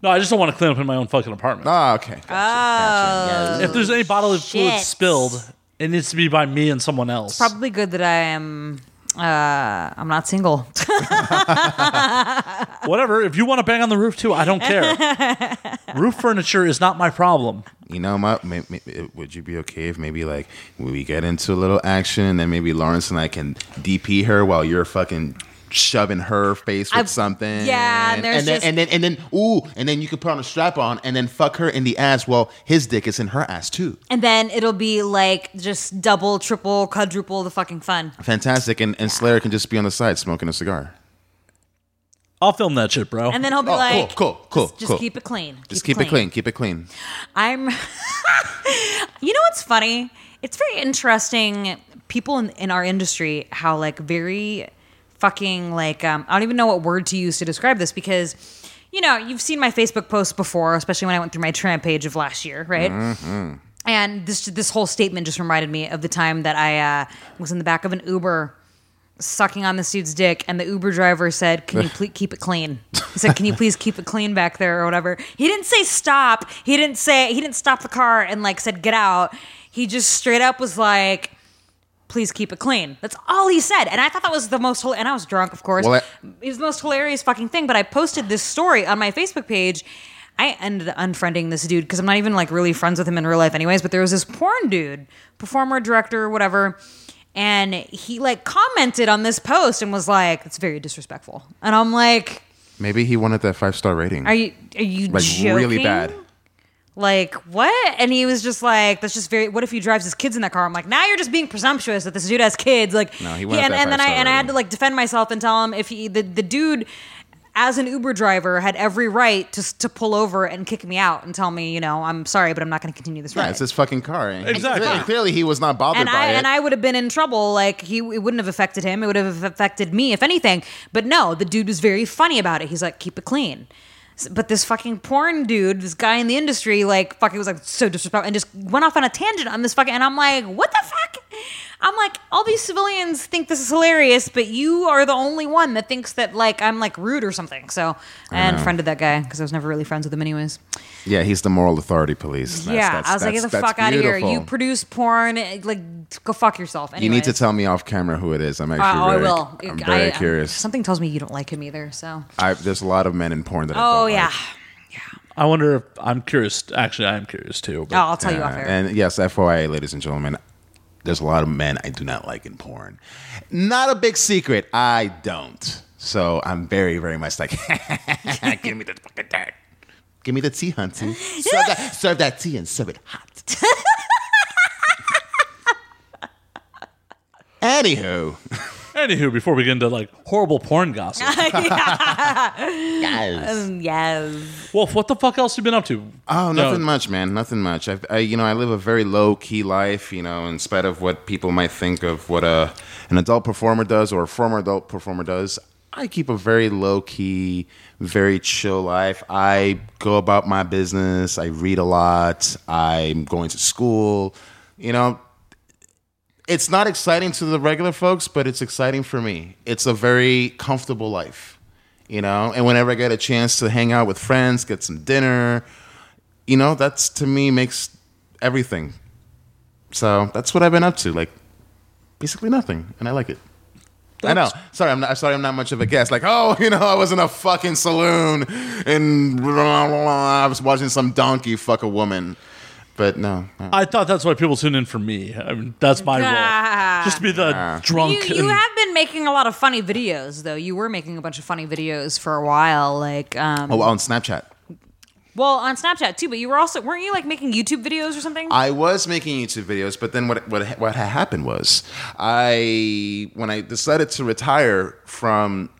Speaker 1: No, I just don't want to clean up in my own fucking apartment.
Speaker 4: Oh, okay.
Speaker 2: Oh.
Speaker 4: Gotcha, gotcha. Yeah.
Speaker 1: if there's any bodily fluid
Speaker 2: Uh, shit.
Speaker 1: spilled, it needs to be by me and someone else.
Speaker 2: Probably good that I am. Uh, I'm not single.
Speaker 1: Whatever. If you want to bang on the roof too, I don't care. roof furniture is not my problem.
Speaker 4: You know, my, may, may, would you be okay if maybe like we get into a little action and then maybe Lawrence and I can DP her while you're fucking shoving her face with
Speaker 2: I've-
Speaker 4: something.
Speaker 2: yeah,
Speaker 4: and,
Speaker 2: there's
Speaker 4: then,
Speaker 2: just-
Speaker 4: and then and then ooh, and then you could put on a strap on and then fuck her in the ass while his dick is in her ass too.
Speaker 2: and then it'll be like just double, triple, quadruple the fucking fun.
Speaker 4: Fantastic, and and Slayer can just be on the side smoking a cigar.
Speaker 1: I'll film that shit, bro.
Speaker 2: And then he'll be
Speaker 4: Oh,
Speaker 2: like,
Speaker 4: cool, cool, cool,
Speaker 2: Just, just
Speaker 4: cool.
Speaker 2: keep it clean.
Speaker 4: Just keep it clean. Keep it clean.
Speaker 2: I'm. you know what's funny? It's very interesting. People in, in our industry, how like very fucking like um, I don't even know what word to use to describe this because. You know, you've seen my Facebook posts before, especially when I went through my tramp page of last year, right? And this this whole statement just reminded me of the time that I uh, was in the back of an Uber sucking on this dude's dick, and the Uber driver said, "Can you please keep it clean?" He said, "Can you please keep it clean back there or whatever?" He didn't say stop. He didn't say he didn't stop the car and like said get out. He just straight up was like. Please keep it clean. That's all he said, and I thought that was the most. hila- And I was drunk, of course.
Speaker 4: Well, I-
Speaker 2: it was the most hilarious fucking thing. But I posted this story on my Facebook page. I ended up unfriending this dude because I'm not even like really friends with him in real life, anyways. But there was this porn dude, performer, director, whatever, and he like commented on this post and was like, "That's very disrespectful." And I'm like,
Speaker 4: Maybe he wanted that five star rating.
Speaker 2: "Are you are you
Speaker 4: like
Speaker 2: joking?
Speaker 4: really bad.
Speaker 2: Like what?" And he was just like, "That's just very. What if he drives his kids in that car?" I'm like, "Now you're just being presumptuous that this dude has kids." Like,
Speaker 4: No, he went up
Speaker 2: and,
Speaker 4: that
Speaker 2: and then I
Speaker 4: five-star
Speaker 2: and I had
Speaker 4: rating.
Speaker 2: to like defend myself and tell him if he the the dude. As an Uber driver, had every right to to pull over and kick me out and tell me, you know, I'm sorry, but I'm not going to continue this
Speaker 4: Yeah,
Speaker 2: ride
Speaker 4: it's his fucking car. and-
Speaker 1: Exactly.
Speaker 4: and clearly, he was not bothered
Speaker 2: and
Speaker 4: by
Speaker 2: I
Speaker 4: it.
Speaker 2: and I would have been in trouble. Like he, it wouldn't have affected him. It would have affected me, if anything. But no, the dude was very funny about it. He's like, keep it clean. S- But this fucking porn dude, this guy in the industry, like fucking was like so disrespectful and just went off on a tangent on this fucking. And I'm like, what the fuck? I'm like, all these civilians think this is hilarious, but you are the only one that thinks that like I'm like rude or something. So and friended that guy because I was never really friends with him anyways.
Speaker 4: yeah, he's the moral authority police. That's-
Speaker 2: yeah,
Speaker 4: that's-
Speaker 2: I was like,
Speaker 4: that's-
Speaker 2: get the
Speaker 4: that's
Speaker 2: fuck out of here. You
Speaker 4: beautiful.
Speaker 2: produce porn, eh, like go fuck yourself. Anyways.
Speaker 4: You need to tell me off camera who it is. I'm actually.
Speaker 2: Uh, oh, I
Speaker 4: very,
Speaker 2: will.
Speaker 4: I'm
Speaker 2: I-
Speaker 4: very
Speaker 2: I-
Speaker 4: curious.
Speaker 2: Something tells me you don't like him either. So.
Speaker 4: I, there's a lot of men in porn that. I
Speaker 2: Oh
Speaker 4: don't
Speaker 2: yeah.
Speaker 4: like.
Speaker 1: I wonder if I'm curious. Actually, I am curious too.
Speaker 2: Oh,
Speaker 1: But
Speaker 2: I'll tell you
Speaker 4: Yeah,
Speaker 2: off air.
Speaker 4: Uh, And yes, FYI, ladies and gentlemen, there's a lot of men I do not like in porn. Not a big secret. I don't. So I'm very, very much like, give me the fucking dick. Give me the tea, hunty. Serve that, serve that tea and serve it hot. Anywho,
Speaker 1: anywho, before we get into like horrible porn gossip,
Speaker 2: Um,
Speaker 4: guys.
Speaker 2: yes.
Speaker 1: Wolf, what the fuck else you been up to?
Speaker 4: Oh,
Speaker 1: No.
Speaker 4: nothing much, man. Nothing much. I've, I, you know, I live a very low key life. You know, in spite of what people might think of what a an adult performer does or a former adult performer does, I keep a very low key, very chill life. I go about my business. I read a lot. I'm going to school. You know, it's not exciting to the regular folks, but it's exciting for me. It's a very comfortable life, you know. And whenever I get a chance to hang out with friends, get some dinner, you know, that's to me makes everything. So that's what I've been up to, like basically nothing, and I like it. I know. Sorry, I'm not. I'm Sorry, I'm not much of a guest. Like, oh, you know, I was in a fucking saloon and blah, blah, blah, I was watching some donkey fuck a woman. But no, no.
Speaker 1: I thought that's why people tune in for me. I mean, that's my
Speaker 2: Ah.
Speaker 1: role. Just be the
Speaker 2: You,
Speaker 1: drunk.
Speaker 2: you
Speaker 1: and-
Speaker 2: have been making a lot of funny videos, though. You were making a bunch of funny videos for a while, like um,
Speaker 4: oh, on Snapchat.
Speaker 2: well on Snapchat too. But you were also weren't you like making YouTube videos or something?
Speaker 4: I was making YouTube videos, but then what what what had happened was I when I decided to retire from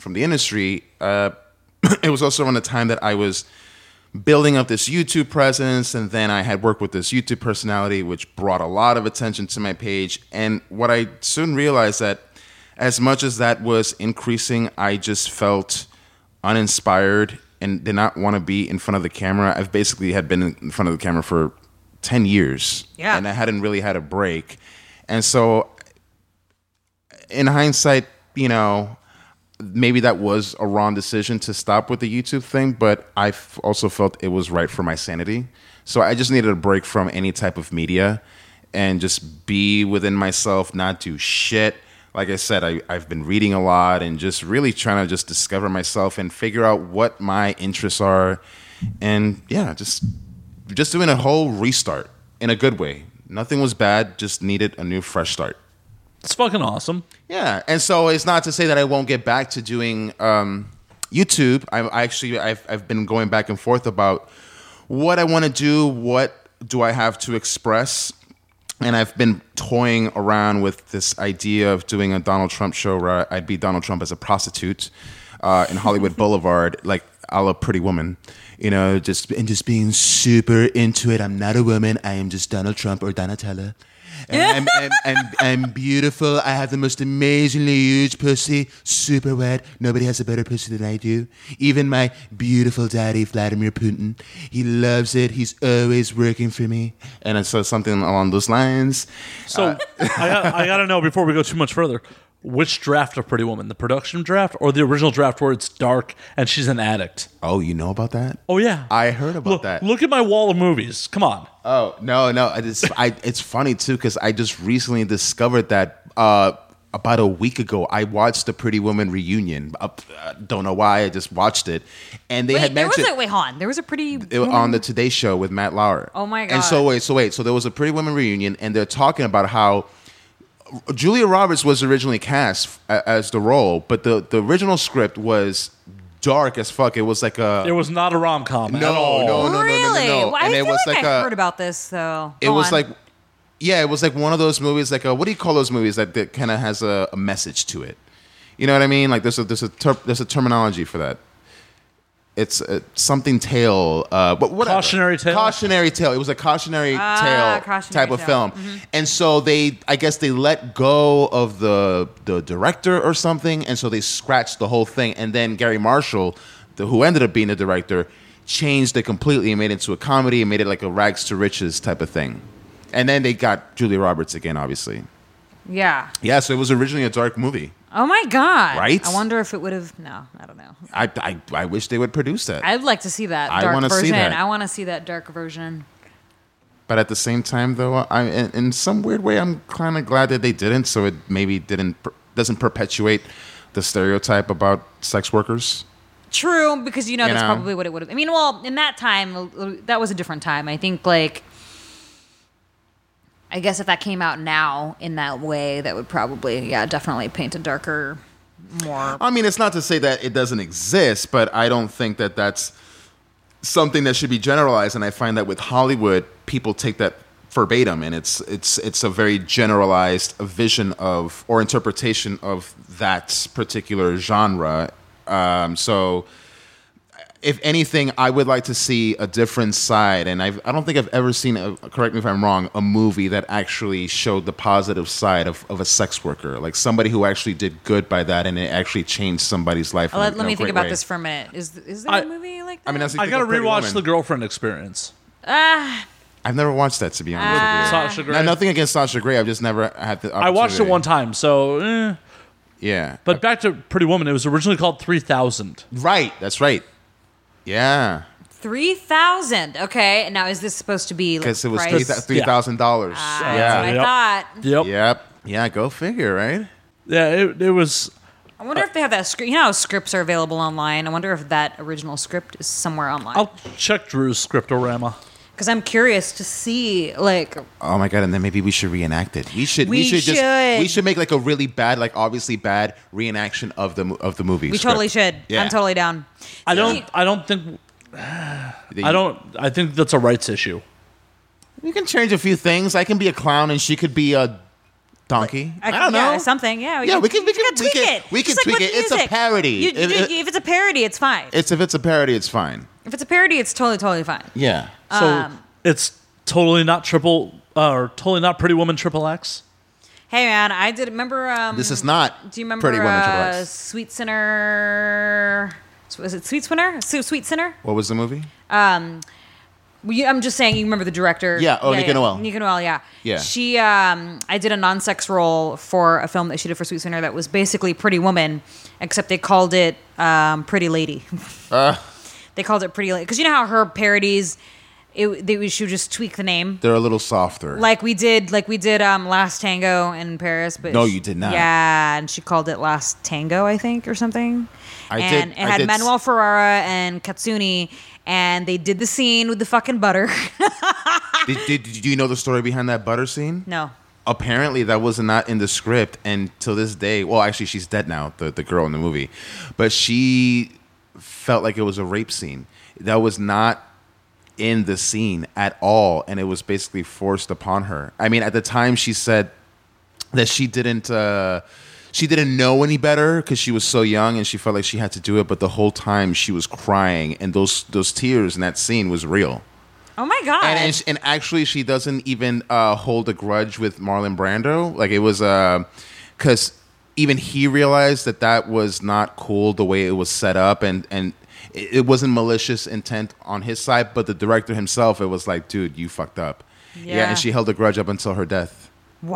Speaker 4: from the industry, uh, it was also around the time that I was building up this YouTube presence, and then I had worked with this YouTube personality, which brought a lot of attention to my page. And what I soon realized that as much as that was increasing, I just felt uninspired and did not want to be in front of the camera. I've basically had been in front of the camera for 10 years.
Speaker 2: Yeah.
Speaker 4: And I hadn't really had a break. And so in hindsight, you know, maybe that was a wrong decision to stop with the YouTube thing, but I f- also felt it was right for my sanity. So I just needed a break from any type of media and just be within myself, not do shit. Like I said, I, I've been reading a lot and just really trying to just discover myself and figure out what my interests are. And yeah, just just doing a whole restart in a good way. Nothing was bad, just needed a new fresh start.
Speaker 1: it's fucking awesome.
Speaker 4: Yeah, and so it's not to say that I won't get back to doing um, YouTube. I'm I actually I've I've been going back and forth about what I want to do, what do I have to express, and I've been toying around with this idea of doing a Donald Trump show where I'd be Donald Trump as a prostitute uh, in Hollywood Boulevard, like a la Pretty Woman. You know, just and just being super into it. I'm not a woman. I am just Donald Trump or Donatella. And I'm, I'm, I'm, I'm beautiful. I have the most amazingly huge pussy, super wet. Nobody has a better pussy than I do. Even my beautiful daddy, Vladimir Putin, he loves it. He's always working for me. And I saw something along those lines.
Speaker 1: So
Speaker 4: Uh,
Speaker 1: I, got, I gotta know before we go too much further, which draft of Pretty Woman, the production draft or the original draft where it's dark and she's an addict?
Speaker 4: Oh, you know about that?
Speaker 1: Oh yeah,
Speaker 4: I heard about
Speaker 1: look,
Speaker 4: that.
Speaker 1: Look at my wall of movies. Come on,
Speaker 4: Oh no, no, I just, I, it's funny too because I just recently discovered that uh, about a week ago. I watched the Pretty Woman reunion. Uh, don't know why I just watched it, and they
Speaker 2: wait,
Speaker 4: had
Speaker 2: there was
Speaker 4: mentioned
Speaker 2: a wait, hold on. There was a pretty
Speaker 4: it- on the Today Show with Matt Lauer.
Speaker 2: Mm. Oh, my
Speaker 4: And so
Speaker 2: God.
Speaker 4: wait, so wait, so there was a Pretty Woman reunion, and they're talking about how Julia Roberts was originally cast a- as the role, but the the original script was dark as fuck. It was like a
Speaker 1: it was not a rom com. at all.
Speaker 4: no, no, no, no,
Speaker 2: really.
Speaker 4: no, no, no.
Speaker 2: Well, I
Speaker 4: And it
Speaker 2: feel
Speaker 4: was
Speaker 2: like,
Speaker 4: like
Speaker 2: I
Speaker 4: a-
Speaker 2: heard about this though.
Speaker 4: it
Speaker 2: Go
Speaker 4: was
Speaker 2: on.
Speaker 4: like yeah it was like one of those movies like uh what do you call those movies that, that kind of has a, a message to it you know what i mean like there's a there's a ter- there's a terminology for that it's uh something tale uh but whatever.
Speaker 1: Cautionary tale?
Speaker 4: cautionary tale it was a cautionary
Speaker 2: Ah,
Speaker 4: tale
Speaker 2: cautionary
Speaker 4: type of
Speaker 2: tale.
Speaker 4: film and so they i guess they let go of the the director or something and so they scratched the whole thing and then gary marshall the, who ended up being the director changed it completely and made it into a comedy and made it like a rags to riches type of thing and then they got julia roberts again obviously
Speaker 2: yeah.
Speaker 4: yeah so it was originally a dark movie
Speaker 2: Oh my god.
Speaker 4: Right?
Speaker 2: I wonder if it would have. No, I don't know.
Speaker 4: i i, I wish they would produce that
Speaker 2: I'd like to see that
Speaker 4: I
Speaker 2: dark
Speaker 4: wanna see
Speaker 2: version.
Speaker 4: that.
Speaker 2: I want to see that dark version.
Speaker 4: but at the same time though i in, in some weird way i'm kind of glad that they didn't so it maybe didn't per- doesn't perpetuate the stereotype about sex workers
Speaker 2: True, because you know
Speaker 4: You
Speaker 2: that's
Speaker 4: know?
Speaker 2: probably what it would have. I mean, well, in that time, that was a different time. I think like. I guess if that came out now in that way, that would probably, yeah, definitely paint a darker, more.
Speaker 4: I mean, it's not to say that it doesn't exist, but I don't think that that's something that should be generalized. And I find that with Hollywood, people take that verbatim, and it's it's it's a very generalized vision of or interpretation of that particular genre. Um, so. If anything, I would like to see a different side, and I've, I don't think I've ever seen. A, correct me if I'm wrong. A movie that actually showed the positive side of, of a sex worker, like somebody who actually did good by that, and it actually changed somebody's life. in a-
Speaker 2: Let,
Speaker 4: in
Speaker 2: let
Speaker 4: a
Speaker 2: me think
Speaker 4: great
Speaker 2: about
Speaker 4: way.
Speaker 2: this for a minute. Is is there
Speaker 1: I-
Speaker 2: a movie like that?
Speaker 4: I mean, that's
Speaker 1: I gotta rewatch the girlfriend experience.
Speaker 4: I've never watched that to be honest.
Speaker 1: Sasha
Speaker 4: with you.
Speaker 1: Grey.
Speaker 4: Now, nothing against Sasha Grey. I've just never had the.
Speaker 1: I watched it one time, so eh.
Speaker 4: Yeah,
Speaker 1: but back to Pretty Woman. It was originally called Three Thousand.
Speaker 4: right. That's right. Yeah,
Speaker 2: Three thousand. Okay. Now is this supposed to be?
Speaker 4: because it was
Speaker 2: price?
Speaker 4: three thousand dollars.
Speaker 2: Ah, That's what
Speaker 4: Yeah.
Speaker 2: I
Speaker 1: Yep.
Speaker 2: thought.
Speaker 1: Yep.
Speaker 4: Yep. Yeah. Go figure. Right.
Speaker 1: yeah, it, it was.
Speaker 2: I
Speaker 4: Uh,
Speaker 2: wonder if they have that script. You know, how scripts are available online. I wonder if that original script is somewhere online
Speaker 1: I'll check Drew's scriptorama.
Speaker 2: because I'm curious to see. Like,
Speaker 4: Oh my god! And then maybe we should reenact it. We should. We,
Speaker 2: We
Speaker 4: should,
Speaker 2: should.
Speaker 4: just. We should make like a really bad, like obviously bad reenaction of the mo- of the movie.
Speaker 2: we totally should. I'm totally down.
Speaker 1: I don't. I don't think. I don't. I think that's a rights issue.
Speaker 4: You can change a few things. I can be a clown, and she could be a donkey. I,
Speaker 2: I,
Speaker 4: don't
Speaker 2: yeah,
Speaker 4: know.
Speaker 2: something. Yeah,
Speaker 4: Yeah, we can- we can-
Speaker 2: gotta
Speaker 4: we
Speaker 2: tweak
Speaker 4: can-
Speaker 2: it.
Speaker 4: we can
Speaker 2: Just like
Speaker 4: tweak
Speaker 2: with
Speaker 4: it. It's a
Speaker 2: music.
Speaker 4: parody.
Speaker 2: You-
Speaker 4: If-
Speaker 2: you-
Speaker 4: if-
Speaker 2: if it's a parody, it's fine.
Speaker 4: It's if it's a parody, it's fine.
Speaker 2: If it's a parody, it's totally, totally fine.
Speaker 4: Yeah.
Speaker 1: So
Speaker 2: Um,
Speaker 1: it's totally not triple uh, or totally not Pretty Woman triple X.
Speaker 2: Hey man, I did remember. Um,
Speaker 4: This is not
Speaker 2: Do you remember
Speaker 4: Pretty Woman Triple
Speaker 2: uh,
Speaker 4: X.
Speaker 2: Sweet Sinner? Was it Sweet Sinner? Su- Sweet Sinner?
Speaker 4: What was the movie?
Speaker 2: Well, you- I'm just saying. You remember the director?
Speaker 4: Yeah, oh, Nika Noel.
Speaker 2: Nika Noel. Yeah.
Speaker 4: Yeah.
Speaker 2: She. Um, I did a non-sex role for a film that she did for Sweet Sinner that was basically Pretty Woman, except they called it um, Pretty Lady.
Speaker 4: Uh.
Speaker 2: They called it Pretty Lady because you know how her parodies, it they, would- she would just tweak the name.
Speaker 4: They're a little softer.
Speaker 2: Like we did, like we did um Last Tango in Paris, but
Speaker 4: No,
Speaker 2: she-
Speaker 4: you did not.
Speaker 2: Yeah, and she called it Last Tango, I think, or something.
Speaker 4: I did-
Speaker 2: and it
Speaker 4: I
Speaker 2: had
Speaker 4: did s-
Speaker 2: Manuel Ferrara and Katsuni, and they did the scene with the fucking butter.
Speaker 4: did, did, do you know the story behind that butter scene?
Speaker 2: no,
Speaker 4: Apparently, that was not in the script, and till this day, well, actually, she's dead now, the, the girl in the movie, but she felt like it was a rape scene. That was not in the scene at all, and it was basically forced upon her. I mean, at the time, she said that she didn't. Uh, she didn't know any better because she was so young and she felt like she had to do it. But the whole time she was crying, and those those tears in that scene was real.
Speaker 2: oh my god,
Speaker 4: And, and, sh- and actually, she doesn't even uh, hold a grudge with Marlon Brando. Like it was, because even he realized that that was not cool the way it was set up, and and it it wasn't malicious intent on his side, but the director himself, it was like, dude, you fucked up. Yeah,
Speaker 2: Yeah. Oh.
Speaker 4: and she held a grudge up until her death.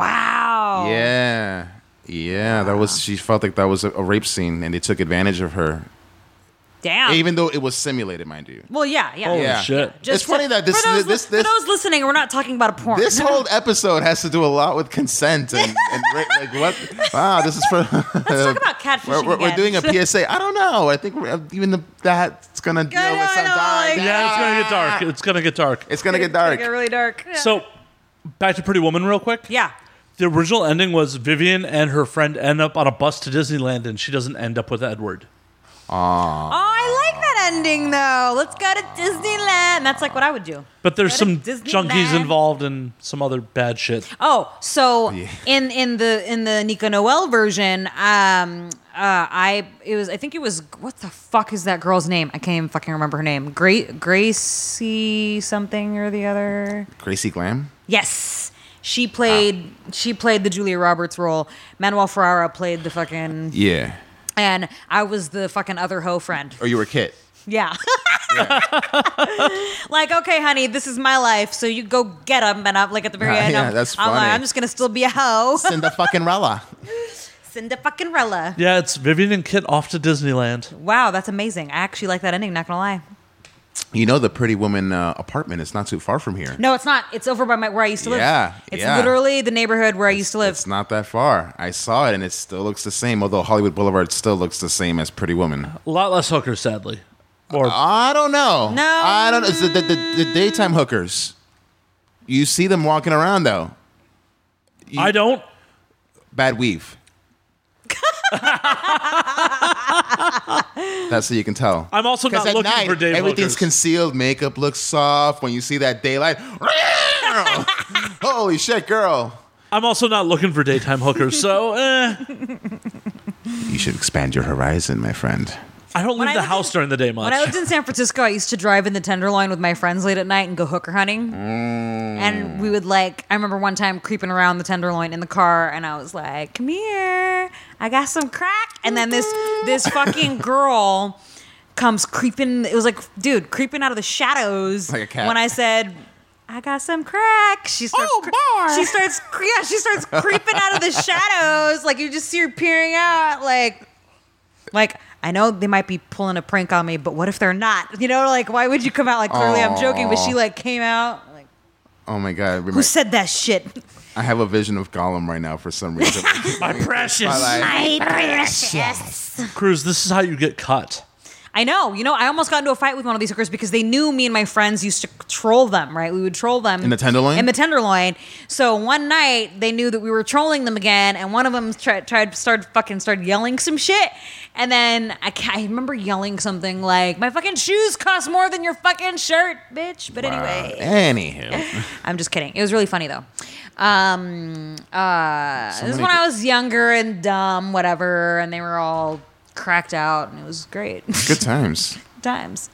Speaker 2: wow,
Speaker 4: Yeah, yeah, that was. She felt like that was a, a rape scene, and they took advantage of her,
Speaker 2: damn.
Speaker 4: even though it was simulated, mind you.
Speaker 2: well, yeah, yeah.
Speaker 1: Holy
Speaker 4: Yeah.
Speaker 1: shit!
Speaker 4: It's funny that this-
Speaker 2: for those,
Speaker 4: this-
Speaker 2: li-
Speaker 4: this-
Speaker 2: for those listening, we're not talking about a porn.
Speaker 4: This whole episode has to do a lot with consent and, and ra- like what? Wow, this is for. Let's
Speaker 2: talk about catfishing
Speaker 4: uh, We're, we're, we're
Speaker 2: again.
Speaker 4: doing a PSA. I don't know. I think we're, even the, that's gonna deal
Speaker 2: I
Speaker 4: with some
Speaker 2: know,
Speaker 4: dark.
Speaker 2: like-
Speaker 1: Yeah, it's gonna get dark. It's gonna get dark.
Speaker 4: It's gonna get
Speaker 2: It's gonna get
Speaker 4: dark.
Speaker 2: really dark.
Speaker 1: So back to Pretty Woman real quick.
Speaker 2: yeah,
Speaker 1: The original ending was Vivian and her friend end up on a bus to Disneyland, and she doesn't end up with Edward.
Speaker 2: oh, I like that ending though. Let's go to Disneyland. That's like what I would do.
Speaker 1: But there's
Speaker 2: Go to
Speaker 1: some
Speaker 2: Disneyland.
Speaker 1: junkies involved and some other bad shit.
Speaker 2: Oh, so in in the in the Nico Noel version, um, uh, I it was I think it was what the fuck is that girl's name? I can't even fucking remember her name. Gra- Gracie something or the other.
Speaker 4: Gracie Glam.
Speaker 2: Yes, she played she played the Julia Roberts role. Manuel Ferrara played the fucking
Speaker 4: Yeah.
Speaker 2: and I was the fucking other hoe friend.
Speaker 4: Or you were Kit.
Speaker 2: Yeah. like, okay, honey, this is my life, so you go get them. And I'm like, at the very
Speaker 4: Yeah,
Speaker 2: end,
Speaker 4: yeah,
Speaker 2: I'm,
Speaker 4: that's
Speaker 2: I'm, like,
Speaker 4: funny.
Speaker 2: I'm just going to still be a hoe.
Speaker 4: Send the fucking Rella.
Speaker 2: Cinda fucking Rella.
Speaker 1: Yeah, it's Vivian and Kit off to Disneyland.
Speaker 2: Wow, that's amazing. I actually like that ending, not gonna lie.
Speaker 4: You know the pretty woman uh, apartment is not too far from here.
Speaker 2: No, it's not. It's over by my where I used to live.
Speaker 4: Yeah,
Speaker 2: It's
Speaker 4: yeah.
Speaker 2: literally the neighborhood where I used to live.
Speaker 4: It's not that far. I saw it and it still looks the same. Although Hollywood Boulevard still looks the same as Pretty Woman.
Speaker 1: A lot less hookers, sadly. Or
Speaker 4: I don't know.
Speaker 2: No.
Speaker 4: I don't. It's the, the, the, the daytime hookers. You see them walking around though.
Speaker 1: I don't.
Speaker 4: Bad weave. That's how you can tell.
Speaker 1: I'm also not
Speaker 4: Because at
Speaker 1: looking
Speaker 4: night,
Speaker 1: for Dave
Speaker 4: everything's
Speaker 1: Hookers.
Speaker 4: concealed. Makeup looks soft. When you see that daylight, holy shit, girl!
Speaker 1: I'm also not looking for daytime hookers. So eh,
Speaker 4: You should expand your horizon, my friend.
Speaker 1: I don't leave
Speaker 2: I
Speaker 1: the
Speaker 2: lived
Speaker 1: house
Speaker 2: in-
Speaker 1: during the day much.
Speaker 2: When I lived in San Francisco, I used to drive in the Tenderloin with my friends late at night and go hooker
Speaker 4: Mm.
Speaker 2: hunting. And we would like, I remember one time creeping around the Tenderloin in the car, and I was like, "Come here, I got some crack." And then this this fucking girl comes creeping. It was like, dude, creeping out of the shadows.
Speaker 4: Like a cat.
Speaker 2: When I said. I got some crack. She starts.
Speaker 4: Oh, boy.
Speaker 2: She starts. Yeah, she starts creeping out of the shadows. Like you just see her peering out. Like like, I know they might be pulling a prank on me, but what if they're not? You know, like, why would you come out like clearly I'm joking? But she like came out like,
Speaker 4: Oh my god,
Speaker 2: Who
Speaker 4: remi-
Speaker 2: said that shit?
Speaker 4: I have a vision of Gollum right now for some reason.
Speaker 1: My precious.
Speaker 2: My precious.
Speaker 1: Cruz, this is how you get cut.
Speaker 2: I know. You know, I almost got into a fight with one of these hookers because they knew me and my friends used to troll them, right? We would troll them.
Speaker 4: In the tenderloin?
Speaker 2: In the tenderloin. So one night they knew that we were trolling them again, and one of them tried, tried started fucking started yelling some shit. And then I, ca I remember yelling something like, "My fucking shoes cost more than your fucking shirt, bitch." But anyway,
Speaker 4: Uh, Anywho,
Speaker 2: I'm just kidding. It was really funny though. Um, uh, this is
Speaker 4: many
Speaker 2: when
Speaker 4: good-
Speaker 2: I was younger and dumb, whatever, and they were all cracked out, and it was great
Speaker 4: good times.
Speaker 2: times.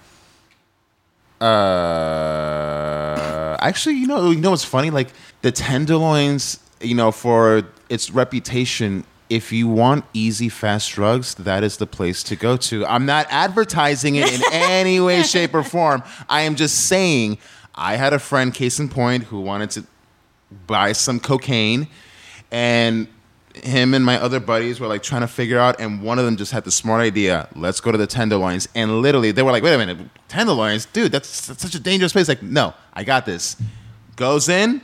Speaker 4: Uh, actually, you know, you know what's funny? Like the tenderloins, you know, for its reputation. If you want easy, fast drugs, that is the place to go to. I'm not advertising it in any way, shape, or form. I am just saying, I had a friend, case in point, who wanted to buy some cocaine, and him and my other buddies were like trying to figure out, and one of them just had the smart idea: let's go to the tenderloins. And literally, they were like, "Wait a minute, tenderloins, dude, that's, that's such a dangerous place." Like, no, I got this. Goes in,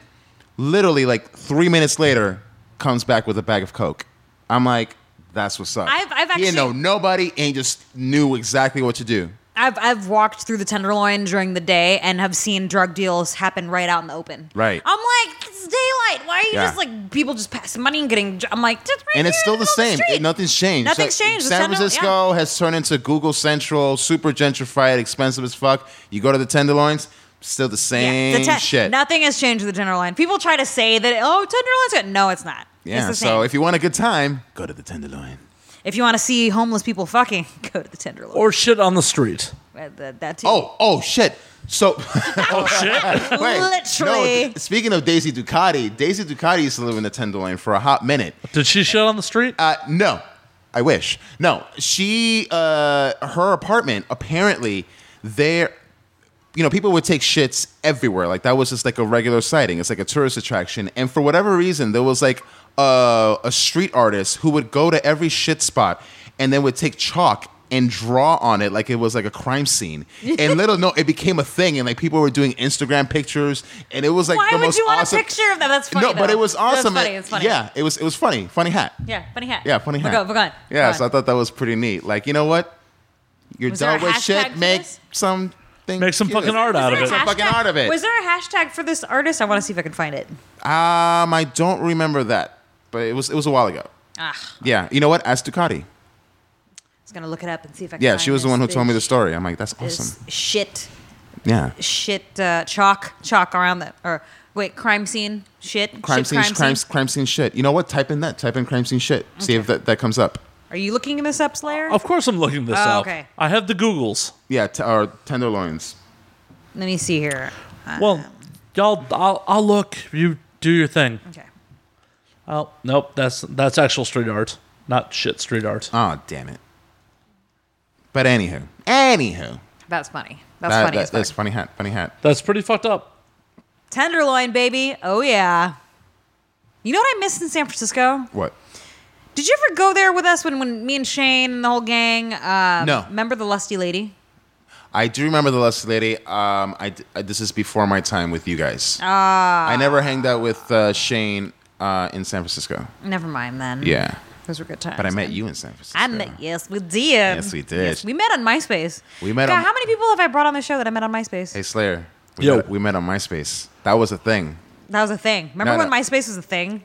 Speaker 4: literally like three minutes later, comes back with a bag of coke. I'm like, "That's what's up."
Speaker 2: I've- I've
Speaker 4: he didn't know
Speaker 2: actually-
Speaker 4: nobody and just knew exactly what to do.
Speaker 2: I've I've walked through the Tenderloin during the day and have seen drug deals happen right out in the open.
Speaker 4: Right.
Speaker 2: I'm like, it's daylight. Why are you
Speaker 4: Yeah.
Speaker 2: just like people just passing money and getting? dr- I'm like, just right
Speaker 4: and it's
Speaker 2: here
Speaker 4: still
Speaker 2: in
Speaker 4: the
Speaker 2: middle of
Speaker 4: same.
Speaker 2: street.
Speaker 4: It- nothing's changed.
Speaker 2: Nothing's
Speaker 4: So-
Speaker 2: changed. The
Speaker 4: San
Speaker 2: Tender-
Speaker 4: Francisco has turned into Google Central, super gentrified, expensive as fuck. You go to the Tenderloins, still the
Speaker 2: Yeah,
Speaker 4: same
Speaker 2: the te-
Speaker 4: shit.
Speaker 2: Nothing has changed with the Tenderloin. People try to say that oh, Tenderloin's good. No, it's not. It's
Speaker 4: yeah.
Speaker 2: the
Speaker 4: So
Speaker 2: same.
Speaker 4: if you want a good time, go to the Tenderloin.
Speaker 2: If you want to see homeless people fucking, go to the Tenderloin.
Speaker 1: Or shit on the street.
Speaker 2: Uh, that, that too.
Speaker 4: Oh, oh shit. So
Speaker 1: Oh, shit.
Speaker 4: wait, no,
Speaker 2: literally.
Speaker 4: th- speaking of Daisy Ducati, Daisy Ducati used to live in the Tenderloin for a hot minute.
Speaker 1: Did she shit on the street?
Speaker 4: Uh, no, I wish. No, she, uh, her apartment apparently there. You know, people would take shits everywhere. Like that was just like a regular sighting. It's like a tourist attraction, and for whatever reason, there was like a, a street artist who would go to every shit spot and then would take chalk and draw on it like it was like a crime scene. And little no, it became a thing, and like people were doing Instagram pictures, and it was like
Speaker 2: Why
Speaker 4: the
Speaker 2: would
Speaker 4: most
Speaker 2: you want
Speaker 4: awesome.
Speaker 2: a picture of that? That's funny.
Speaker 4: no, but
Speaker 2: though.
Speaker 4: it was
Speaker 2: That's
Speaker 4: awesome.
Speaker 2: funny.
Speaker 4: It-
Speaker 2: It's funny.
Speaker 4: Yeah, it was it was funny. Funny hat.
Speaker 2: Yeah, funny hat.
Speaker 4: Yeah, funny hat.
Speaker 2: We're good. We're good.
Speaker 4: Yeah,
Speaker 2: We're
Speaker 4: so I
Speaker 2: good.
Speaker 4: thought that was pretty neat. Like, you know what? You're
Speaker 2: Was there
Speaker 4: done
Speaker 2: a
Speaker 4: with
Speaker 2: hashtag
Speaker 4: shit.
Speaker 2: for
Speaker 4: Make
Speaker 2: this?
Speaker 4: something.
Speaker 1: Make some
Speaker 4: cute.
Speaker 1: fucking art out of
Speaker 2: Was
Speaker 1: it.
Speaker 2: there a
Speaker 4: Some fucking
Speaker 2: hashtag-
Speaker 4: art of it.
Speaker 2: Was there a hashtag for this artist? I want to see if I can find it.
Speaker 4: Um, I don't remember that, but it was it was a while ago.
Speaker 2: Ah,
Speaker 4: Yeah, you know what? Ask Ducati.
Speaker 2: I was gonna look it up and see if I. can
Speaker 4: Yeah,
Speaker 2: find
Speaker 4: she was the
Speaker 2: this
Speaker 4: one who told me the
Speaker 2: bitch-
Speaker 4: story. I'm like, that's
Speaker 2: this
Speaker 4: awesome.
Speaker 2: Shit,
Speaker 4: Yeah,
Speaker 2: shit, uh, chalk, chalk around the or wait, crime scene, shit,
Speaker 4: crime
Speaker 2: shit,
Speaker 4: scene, crime, crime scene shit. You know what? Type in that. Type in crime scene shit. See if that, that comes up.
Speaker 2: Are you looking this up, Slayer?
Speaker 1: Of course I'm looking this
Speaker 2: Oh,
Speaker 1: up.
Speaker 2: okay.
Speaker 1: I have the Googles.
Speaker 4: Yeah, t- or tenderloins.
Speaker 2: Let me see here.
Speaker 1: Well, y'all, I'll, I'll look. You do your thing.
Speaker 2: Okay.
Speaker 1: Oh, nope. That's that's actual street art, not shit street art.
Speaker 4: Oh, damn it. But anywho, anywho,
Speaker 2: That's funny. That's
Speaker 4: that,
Speaker 2: funny.
Speaker 4: that-
Speaker 2: as fuck.
Speaker 4: that's funny hat, funny hat.
Speaker 1: That's pretty fucked up.
Speaker 2: Tenderloin, baby. Oh yeah. You know what I missed in San Francisco?
Speaker 4: What?
Speaker 2: Did you ever go there with us when, when me and Shane and the whole gang? Um,
Speaker 4: No.
Speaker 2: Remember the lusty lady?
Speaker 4: I do remember the Lust Lady. Um, I, I- this is before my time with you guys. Ah. I never hanged out with uh, Shane uh, in San Francisco.
Speaker 2: Never mind then.
Speaker 4: Yeah,
Speaker 2: Those were good times.
Speaker 4: but I met you in San Francisco.
Speaker 2: I met. Yes, we did.
Speaker 4: Yes, we did.
Speaker 2: Yes, we met on MySpace.
Speaker 4: We met
Speaker 2: God,
Speaker 4: on-
Speaker 2: how many people have I brought on the show that I met on MySpace?
Speaker 4: Hey Slayer. We
Speaker 1: Yo.
Speaker 4: met, we met on MySpace. That was a thing.
Speaker 2: That was a thing. Remember
Speaker 4: No,
Speaker 2: when
Speaker 4: no.
Speaker 2: MySpace was a thing?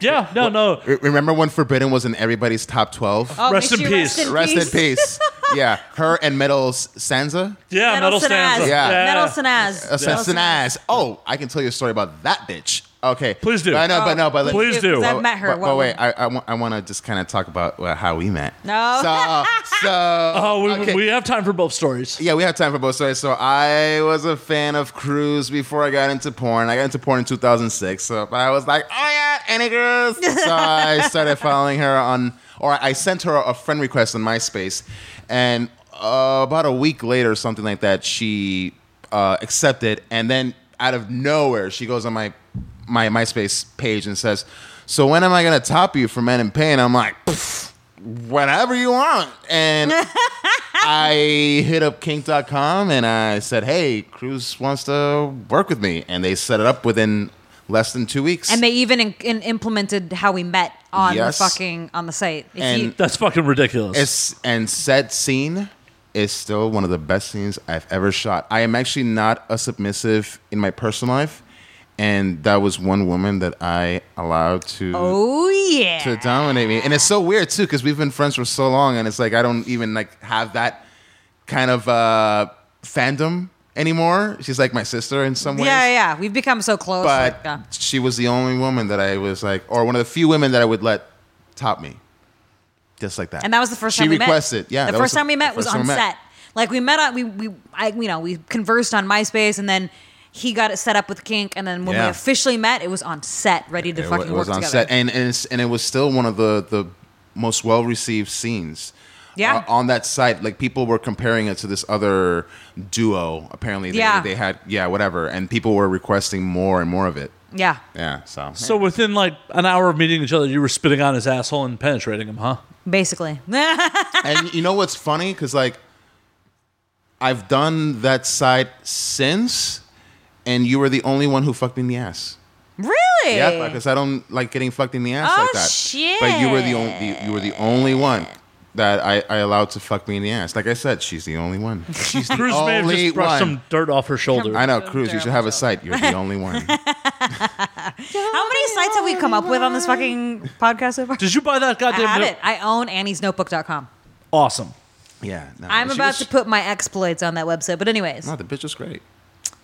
Speaker 1: Yeah. No. No.
Speaker 4: Re- Remember when Forbidden was in everybody's top twelve?
Speaker 2: Oh,
Speaker 1: Rest
Speaker 2: may
Speaker 1: in
Speaker 2: she
Speaker 1: peace.
Speaker 4: Rest in peace. yeah, her and Metal's Sansa.
Speaker 1: Yeah. Metal, stanza.
Speaker 2: Sinaz.
Speaker 4: Yeah.
Speaker 2: Metal Sinaz.
Speaker 4: Uh, Sansa. Oh, I can tell you a story about that bitch. Okay,
Speaker 1: Please do.
Speaker 4: I know, but no, but let-
Speaker 1: Please do.
Speaker 2: 'cause
Speaker 1: But-
Speaker 2: I've met her.
Speaker 4: But, but
Speaker 2: Well,
Speaker 4: wait, I, I, want, I want to just kind of talk about uh, how we met.
Speaker 2: No.
Speaker 4: So, so
Speaker 1: Oh, we,
Speaker 4: okay.
Speaker 1: we have time for both stories.
Speaker 4: yeah, we have time for both stories. So I was a fan of Cruise before I got into porn. I got into porn in 2006. So, but I was like, oh yeah, any girls. so I started following her on, or I sent her a friend request on MySpace, and uh, about a week later, or something like that, she uh, accepted, and then out of nowhere, she goes on my my MySpace page and says, "So when am I gonna top you for Men in Pain?" I'm like. "Pff, Whenever you want, and I hit up kink.com and I said, hey, Cruz wants to work with me. And they set it up within less than two weeks.
Speaker 2: And they even in, in implemented how we met on
Speaker 4: Yes.
Speaker 2: the fucking on the site. If
Speaker 4: And-
Speaker 2: you-
Speaker 1: That's fucking ridiculous.
Speaker 4: It's and said scene is still one of the best scenes I've ever shot. I am actually not a submissive in my personal life, and that was one woman that I allowed to
Speaker 2: oh yeah.
Speaker 4: to dominate me. And it's so weird too because we've been friends for so long, and it's like I don't even like have that kind of uh, fandom anymore. She's like my sister in some ways.
Speaker 2: yeah, yeah. We've become so close.
Speaker 4: But
Speaker 2: like, uh,
Speaker 4: she was the only woman that I was like, or one of the few women that I would let top me, just like that.
Speaker 2: and that was the first
Speaker 4: she
Speaker 2: time we met.
Speaker 4: requested. Yeah,
Speaker 2: the
Speaker 4: that
Speaker 2: first
Speaker 4: was
Speaker 2: time we
Speaker 4: the
Speaker 2: met was
Speaker 4: first time
Speaker 2: on
Speaker 4: we met.
Speaker 2: set. Like we met on we we I you know we conversed on MySpace and then he got it set up with Kink and then when we
Speaker 4: Yeah.
Speaker 2: officially met it was on set ready to
Speaker 4: It wa-
Speaker 2: fucking
Speaker 4: it was
Speaker 2: work
Speaker 4: on
Speaker 2: together.
Speaker 4: set, and and, it's, and it was still one of the the most well received scenes.
Speaker 2: Yeah.
Speaker 4: O- on that site, like people were comparing it to this other duo. Apparently, they,
Speaker 2: Yeah.
Speaker 4: they had yeah whatever, and people were requesting more and more of it.
Speaker 2: yeah.
Speaker 4: Yeah, so
Speaker 1: so within like an hour of meeting each other, you were spitting on his asshole and penetrating him, huh?
Speaker 2: Basically.
Speaker 4: and you know what's funny? Because like I've done that site since, and you were the only one who fucked me in the ass.
Speaker 2: really?
Speaker 4: Yeah, because I don't like getting fucked in the ass
Speaker 2: Oh,
Speaker 4: like that. But you were the only you were the only one that I, I allowed to fuck me in the ass. Like I said, she's the only one. She's the
Speaker 1: Cruz may have
Speaker 4: only
Speaker 1: just brushed
Speaker 4: one.
Speaker 1: some dirt off her shoulder.
Speaker 4: I know,
Speaker 2: So
Speaker 4: Cruz. You should
Speaker 2: terrible
Speaker 4: have a
Speaker 2: joke.
Speaker 4: site. You're the only one.
Speaker 2: How many sites have we come up with on this fucking podcast so far?
Speaker 1: Did you buy that
Speaker 2: I
Speaker 1: goddamn?
Speaker 2: have
Speaker 1: new-
Speaker 2: it. I own anniesnotebook.com.
Speaker 1: Awesome.
Speaker 4: yeah. No,
Speaker 2: I'm
Speaker 4: she
Speaker 2: about
Speaker 4: was-
Speaker 2: to put my exploits on that website. But anyways,
Speaker 4: No, the bitch is great.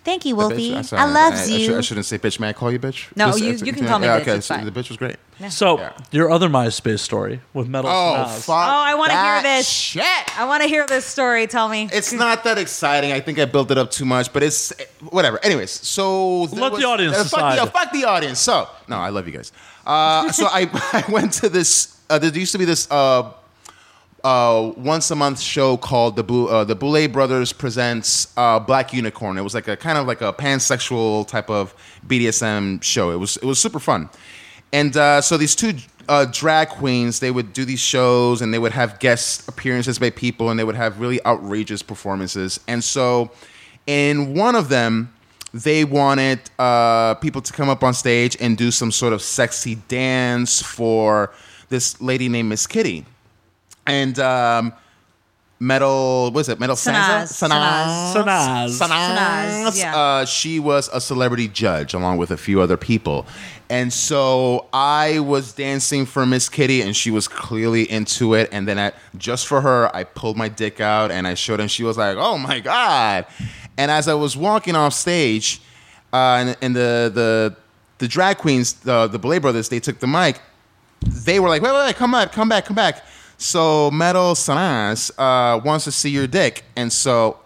Speaker 2: thank you,
Speaker 4: The
Speaker 2: Wolfie.
Speaker 4: bitch-
Speaker 2: I,
Speaker 4: I'm sorry,
Speaker 2: love
Speaker 4: I, I,
Speaker 2: you.
Speaker 4: should- I shouldn't say bitch. May I call you bitch?
Speaker 2: No,
Speaker 4: Just-
Speaker 2: you-
Speaker 4: it's-
Speaker 2: you can call me
Speaker 4: yeah,
Speaker 2: bitch,
Speaker 4: Okay,
Speaker 2: it's
Speaker 4: so
Speaker 2: fine.
Speaker 4: the bitch was great.
Speaker 1: So
Speaker 4: Yeah.
Speaker 1: your other MySpace story with metal.
Speaker 4: Oh
Speaker 1: Snows.
Speaker 4: fuck!
Speaker 2: Oh, I wanna hear
Speaker 4: that
Speaker 2: this.
Speaker 4: Shit!
Speaker 2: I want to hear this story. Tell me.
Speaker 4: It's not that exciting. I think I built it up too much, but it's whatever. Anyways, so there
Speaker 1: Let the audience
Speaker 4: uh, fuck, the,
Speaker 1: decide.
Speaker 4: fuck the audience. So no, I love you guys. Uh, so I, I went to this. Uh, there used to be this uh, uh, once a month show called the Bu- uh, the Boulay Brothers presents uh, Black Unicorn. It was like a kind of like a pansexual type of BDSM show. It was it was super fun, and uh, so these two uh, drag queens they would do these shows and they would have guest appearances by people and they would have really outrageous performances. And so, in one of them, they wanted uh, people to come up on stage and do some sort of sexy dance for this lady named Miss Kitty and um, metal what is it metal Sansa?
Speaker 2: Sanaz. Sanaz.
Speaker 1: Sanaz.
Speaker 2: Sanaz, yeah.
Speaker 4: uh, she was a celebrity judge along with a few other people and so i was dancing for miss kitty and she was clearly into it and then I, just for her i pulled my dick out and i showed her and she was like oh my god and as i was walking off stage uh, and, and the, the the drag queens the, the Belay brothers they took the mic they were like, wait, wait, wait, come back, come back, come back. So Metal Sanaz uh, wants to see your dick. And so